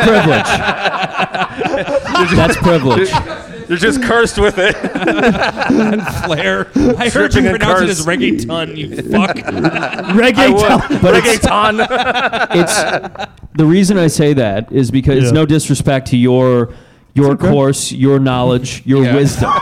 Speaker 1: privilege.
Speaker 2: <laughs>
Speaker 1: That's privilege.
Speaker 4: <laughs> You're- You're just cursed with it.
Speaker 2: <laughs> Flair. I heard you
Speaker 4: Tripping and
Speaker 2: pronounce it as
Speaker 4: cursed.
Speaker 2: reggaeton. You <laughs> fuck.
Speaker 4: I
Speaker 3: Reggae. <laughs>
Speaker 4: would.
Speaker 3: tell-
Speaker 1: But it's,
Speaker 4: <laughs> Reggaeton.
Speaker 1: it's the reason I say that is because it's
Speaker 3: Yeah.
Speaker 1: no disrespect to your your course, your knowledge, your
Speaker 2: Yeah. <laughs>
Speaker 1: wisdom.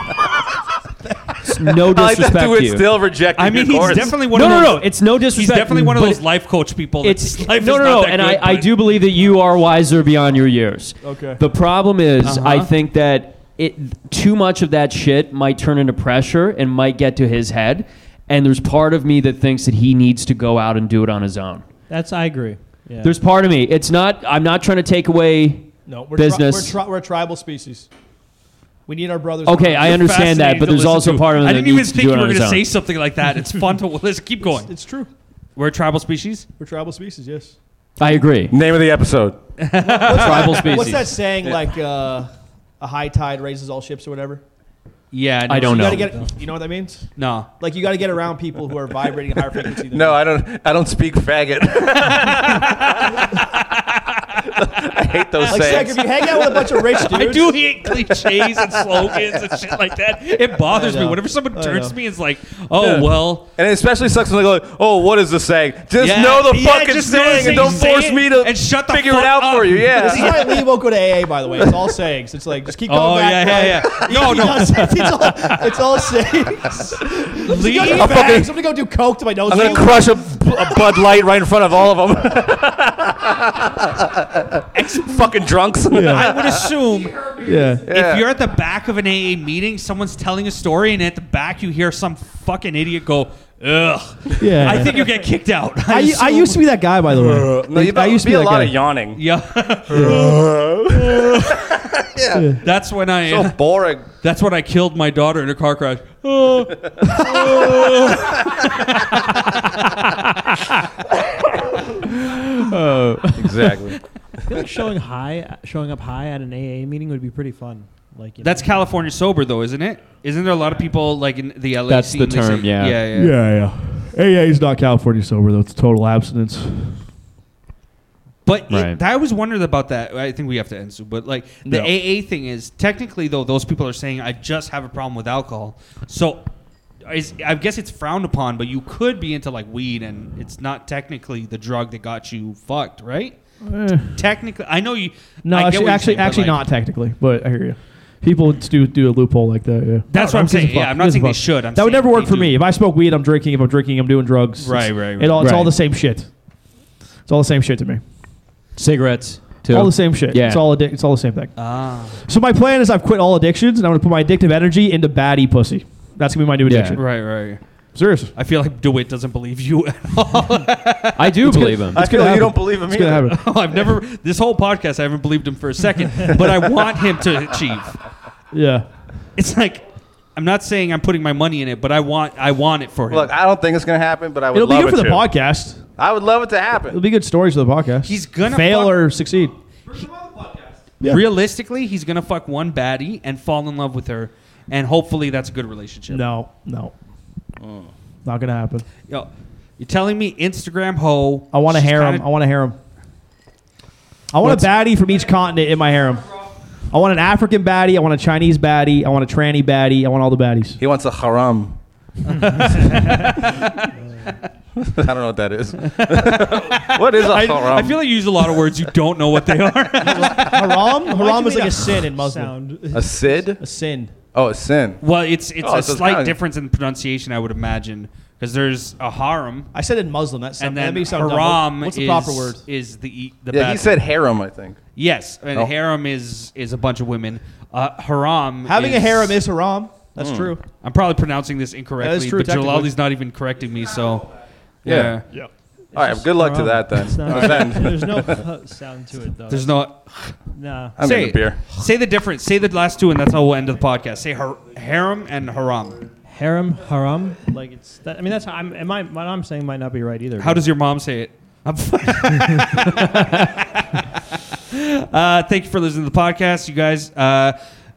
Speaker 1: It's no
Speaker 4: I like that
Speaker 1: disrespect
Speaker 4: dude would
Speaker 1: you.
Speaker 4: still reject
Speaker 2: I
Speaker 4: your
Speaker 2: mean, he's
Speaker 4: course.
Speaker 2: definitely one
Speaker 1: no,
Speaker 2: of
Speaker 1: no,
Speaker 2: those.
Speaker 1: no. It's no
Speaker 2: He's
Speaker 1: disrespect.
Speaker 2: definitely one of
Speaker 1: but
Speaker 2: those life coach people. That
Speaker 1: It's
Speaker 2: his life
Speaker 1: no,
Speaker 2: is
Speaker 1: no,
Speaker 2: not
Speaker 1: no,
Speaker 2: that
Speaker 1: and
Speaker 2: good,
Speaker 1: I, I
Speaker 2: but-
Speaker 1: do believe that you are wiser beyond your years.
Speaker 10: Okay.
Speaker 1: The problem is, I
Speaker 2: Uh-huh.
Speaker 1: think that it too much of that shit might turn into pressure and might get to his head. And there's part of me that thinks that he needs to go out and do it on his own.
Speaker 6: That's I agree. Yeah.
Speaker 1: There's part of me. It's not. I'm not trying to take away.
Speaker 10: No, <laughs> we're
Speaker 1: Business.
Speaker 10: Tri- we're, tri- we're a tribal species. We need our brothers.
Speaker 1: Okay, I
Speaker 2: You're
Speaker 1: understand that,
Speaker 2: fascinating
Speaker 1: but
Speaker 2: to
Speaker 1: there's
Speaker 2: listen
Speaker 1: also
Speaker 2: to.
Speaker 1: part of me
Speaker 2: I
Speaker 1: that
Speaker 2: didn't even
Speaker 1: needs to
Speaker 2: think
Speaker 1: do
Speaker 2: you
Speaker 1: it
Speaker 2: were
Speaker 1: on
Speaker 2: going
Speaker 1: his
Speaker 2: to say
Speaker 1: own.
Speaker 2: something like that. It's fun to <laughs> listen. Keep going.
Speaker 10: It's true.
Speaker 2: We're a tribal species.
Speaker 10: We're tribal species. Yes.
Speaker 1: I
Speaker 2: <laughs>
Speaker 1: agree.
Speaker 4: Name of the episode.
Speaker 1: Tribal species.
Speaker 10: What's that saying? Like uh, a high tide raises all ships, or whatever.
Speaker 2: Yeah,
Speaker 1: I don't
Speaker 10: You
Speaker 1: know.
Speaker 10: gotta get. You know what that means?
Speaker 2: <laughs> No,
Speaker 10: Like you gotta get around people who are vibrating at higher frequency. Than
Speaker 4: No,
Speaker 10: you.
Speaker 4: I don't. I don't speak faggot. <laughs> I hate those
Speaker 10: like Zach,
Speaker 4: sayings.
Speaker 10: if you hang out with a bunch of rich dudes,
Speaker 2: I do hate cliches and slogans and shit like that. It bothers
Speaker 10: I
Speaker 2: me
Speaker 10: know.
Speaker 2: whenever someone
Speaker 10: I
Speaker 2: turns
Speaker 10: know.
Speaker 2: to me. It's like, oh
Speaker 4: Yeah.
Speaker 2: well.
Speaker 4: And it especially sucks when they go, like, "Oh, what is the saying? Just
Speaker 2: Yeah,
Speaker 4: know the
Speaker 2: yeah,
Speaker 4: fucking
Speaker 2: just know the
Speaker 4: saying,
Speaker 2: saying,
Speaker 4: and don't
Speaker 2: say
Speaker 4: force
Speaker 2: it,
Speaker 4: me to
Speaker 2: and shut the
Speaker 4: figure
Speaker 2: fuck
Speaker 4: it out
Speaker 2: up."
Speaker 4: for
Speaker 2: <laughs>
Speaker 4: you."
Speaker 10: This is
Speaker 4: Yeah.
Speaker 10: why Lee won't go to AA. By the way, it's all sayings. It's like just keep going
Speaker 2: Oh
Speaker 10: back.
Speaker 2: yeah, yeah, yeah.
Speaker 10: <laughs>
Speaker 2: <laughs> No,
Speaker 10: like,
Speaker 2: no.
Speaker 10: It's, all, it's all sayings.
Speaker 2: Lee,
Speaker 10: I'm
Speaker 4: I'm fucking-
Speaker 10: gonna go do coke to my nose.
Speaker 4: I'm gonna
Speaker 10: hole.
Speaker 4: crush a, a Bud Light right in front of all
Speaker 2: <laughs>
Speaker 4: of them. fucking <laughs> drunks.
Speaker 2: I would assume
Speaker 3: yeah.
Speaker 4: Yeah.
Speaker 2: if you're at the back of an AA meeting, someone's telling a story, and at the back you hear some fucking idiot go, "Ugh."
Speaker 3: Yeah.
Speaker 2: I think you get kicked out.
Speaker 3: I, I
Speaker 2: <laughs> assume-
Speaker 3: used to be that guy, by the way.
Speaker 4: No, you
Speaker 3: I used to
Speaker 4: be
Speaker 3: be
Speaker 4: a
Speaker 3: that
Speaker 4: lot
Speaker 3: guy.
Speaker 4: of yawning.
Speaker 2: Yeah, that's when I.
Speaker 4: So boring.
Speaker 2: <laughs> That's when I killed my daughter in a car crash.
Speaker 4: Exactly.
Speaker 6: I feel like showing high, showing up high at an AA meeting would be pretty fun. Like you
Speaker 2: That's
Speaker 6: know.
Speaker 2: California sober, though, isn't it? Isn't there a lot of people like in the LA?
Speaker 1: That's
Speaker 2: scene,
Speaker 1: the
Speaker 2: they say-
Speaker 1: term, yeah.
Speaker 2: yeah, yeah.
Speaker 3: Yeah, yeah. AA is not California sober though. It's total abstinence.
Speaker 2: But it-
Speaker 1: Right.
Speaker 2: I always wondered about that. I think we have to end soon. But like the
Speaker 3: No.
Speaker 2: AA thing is technically though, those people are saying I just have a problem with alcohol. So is, I guess it's frowned upon. But you could be into like weed, and it's not technically the drug that got you fucked, right? Technically, I know you.
Speaker 3: Eh. No,
Speaker 2: I get
Speaker 3: actually,
Speaker 2: what you're
Speaker 3: actually,
Speaker 2: saying, but,
Speaker 3: actually
Speaker 2: like,
Speaker 3: not technically, but I hear you. People do do a loophole like that. Yeah,
Speaker 2: That's
Speaker 3: No, who
Speaker 2: what I'm
Speaker 3: gives a
Speaker 2: saying. Yeah,
Speaker 3: fuck?
Speaker 2: I'm
Speaker 3: Who
Speaker 2: not
Speaker 3: gives a
Speaker 2: saying they
Speaker 3: fuck?
Speaker 2: should. I'm
Speaker 3: that would
Speaker 2: saying
Speaker 3: never work
Speaker 2: they
Speaker 3: for
Speaker 2: do.
Speaker 3: me. If I smoke weed, I'm drinking. If I'm drinking, I'm doing drugs.
Speaker 2: Right,
Speaker 3: It's-
Speaker 2: right, right.
Speaker 3: It all, it's all
Speaker 1: Right.
Speaker 3: the same shit. It's all the same shit to me.
Speaker 1: Cigarettes. Too.
Speaker 3: All the same shit.
Speaker 1: Yeah.
Speaker 3: It's all addic- It's all the same thing.
Speaker 2: Ah,
Speaker 3: So my plan is I've quit all addictions and I'm gonna put my addictive energy into baddie pussy. That's gonna be my new
Speaker 1: Yeah.
Speaker 3: addiction.
Speaker 2: right, right.
Speaker 3: Seriously,
Speaker 2: I feel like DeWitt doesn't believe you at <laughs> all.
Speaker 1: I do believe him.
Speaker 4: I
Speaker 3: It's gonna
Speaker 4: feel you
Speaker 3: happen.
Speaker 4: don't believe in me.
Speaker 3: it's gonna happen.
Speaker 2: <laughs> I've never this whole podcast. I haven't believed him for a second, but I want him to achieve.
Speaker 3: Yeah.
Speaker 2: It's like I'm not saying I'm putting my money in it, but I want I want it for him.
Speaker 4: Look, I don't think it's gonna happen, but I would
Speaker 3: It'll be
Speaker 4: love
Speaker 3: good for
Speaker 4: it
Speaker 3: the
Speaker 4: to.
Speaker 3: podcast.
Speaker 4: I would love it to happen.
Speaker 3: It'll be good stories for the podcast.
Speaker 2: He's gonna
Speaker 3: fail
Speaker 2: fuck-
Speaker 3: or succeed. Yeah.
Speaker 2: Realistically, he's gonna fuck one baddie and fall in love with her, and hopefully that's a good relationship.
Speaker 3: No, no,
Speaker 2: Oh.
Speaker 3: not gonna happen.
Speaker 2: Yo, you're telling me Instagram hoe?
Speaker 3: I want a
Speaker 2: she's
Speaker 3: harem.
Speaker 2: kinda-
Speaker 3: I want a harem. I want
Speaker 2: What's-
Speaker 3: a baddie from each continent in my harem. I want an African baddie. I want a Chinese baddie. I want a tranny baddie. I want all the baddies.
Speaker 4: He wants a haram. <laughs> I don't know what that is. <laughs> what is a haram?
Speaker 2: I, I feel like you use a lot of words you don't
Speaker 10: <laughs>
Speaker 2: know what they are.
Speaker 10: Haram,
Speaker 6: Why'd
Speaker 10: <laughs> haram
Speaker 6: you
Speaker 10: is like
Speaker 6: make
Speaker 10: <laughs> a sin in Muslim.
Speaker 6: sound.
Speaker 4: a Sid?
Speaker 10: A sin.
Speaker 4: Oh, it's sin.
Speaker 2: Well, it's it's
Speaker 4: Oh,
Speaker 2: a
Speaker 4: so it's
Speaker 2: slight
Speaker 4: kinda-
Speaker 2: difference in pronunciation, I would imagine, because there's a haram
Speaker 10: I said in Muslim. That sound,
Speaker 2: and then
Speaker 10: that makes sound dumb.
Speaker 2: haram.
Speaker 10: What's the
Speaker 2: is,
Speaker 10: proper word?
Speaker 2: Is the e- the
Speaker 4: Yeah,
Speaker 2: bad
Speaker 4: he said harem, I think.
Speaker 2: yes, and
Speaker 4: Oh.
Speaker 2: harem is is a bunch of women. Uh, haram
Speaker 10: Having
Speaker 2: is, Hmm.
Speaker 10: a harem is haram. That's true.
Speaker 2: I'm probably pronouncing this incorrectly,
Speaker 10: true,
Speaker 2: but
Speaker 10: technically.
Speaker 2: Jalali's not even correcting me, so
Speaker 4: Yeah. All right. Good luck to that then.
Speaker 6: It's not-
Speaker 4: Then-
Speaker 6: <laughs> there's
Speaker 2: <laughs>
Speaker 6: no huh sound to it though.
Speaker 2: There's no
Speaker 6: nah.
Speaker 4: I'm
Speaker 2: say
Speaker 4: getting a beer.
Speaker 2: Say the difference. Say the last two, and that's how we'll end the podcast. Say har- harem and haram.
Speaker 6: Harem, haram. Like it's. That, I mean, that's. how I'm. Am I, what I'm saying might not be right either.
Speaker 2: How does your mom say it? I'm <laughs> uh, thank you for listening to the podcast, you guys. Uh,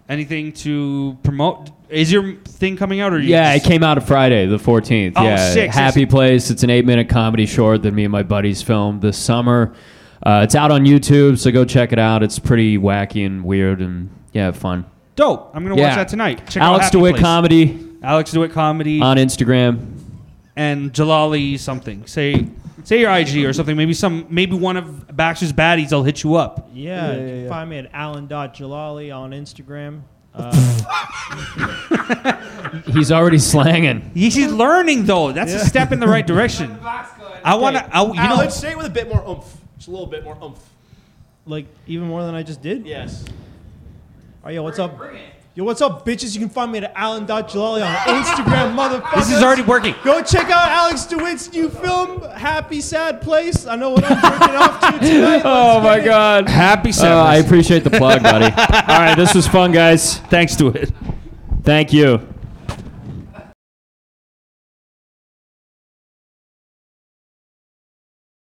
Speaker 2: anything to promote? Is your thing coming out or you
Speaker 1: Yeah, it
Speaker 2: just-
Speaker 1: came out Friday, the 14th.
Speaker 2: Oh,
Speaker 1: yeah,
Speaker 2: sick,
Speaker 1: Happy
Speaker 2: sick.
Speaker 1: Place. It's an eight-minute comedy short that me and my buddies filmed this summer. Uh, it's out on YouTube, so go check it out. It's pretty wacky and weird, and yeah, fun.
Speaker 2: dope. I'm gonna
Speaker 1: yeah.
Speaker 2: watch that tonight. Check
Speaker 1: Alex
Speaker 2: out Happy
Speaker 1: DeWitt
Speaker 2: Place.
Speaker 1: comedy
Speaker 2: Alex DeWitt comedy
Speaker 1: on Instagram.
Speaker 2: and Jalali something. Say say your IG or something. Maybe some maybe one of Baxter's baddies. I'll hit you up.
Speaker 6: Yeah, you can find me at alan.jalali on Instagram. Uh,
Speaker 1: He's already <laughs> slanging.
Speaker 2: He's learning though. That's a step in the right direction. I want to. I You
Speaker 10: Al,
Speaker 2: know,
Speaker 10: let's say it with a bit more oomph. Just a little bit more oomph.
Speaker 6: like even more than I just did.
Speaker 10: Yes.
Speaker 6: Oh yeah, what's up?
Speaker 3: Yo, what's up, bitches? You can find me at alan.jalali on Instagram, motherfuckers.
Speaker 2: this is already working.
Speaker 3: Go check out Alex DeWitt's new film, Happy Sad Place. I know what I'm jerking off to
Speaker 6: <laughs>
Speaker 3: tonight.
Speaker 1: Oh my God!
Speaker 2: Happy
Speaker 1: Uh, I
Speaker 2: Sabbath. <laughs>
Speaker 1: appreciate the plug, buddy. All right, this was fun, guys.
Speaker 2: Thanks to it.
Speaker 1: Thank you.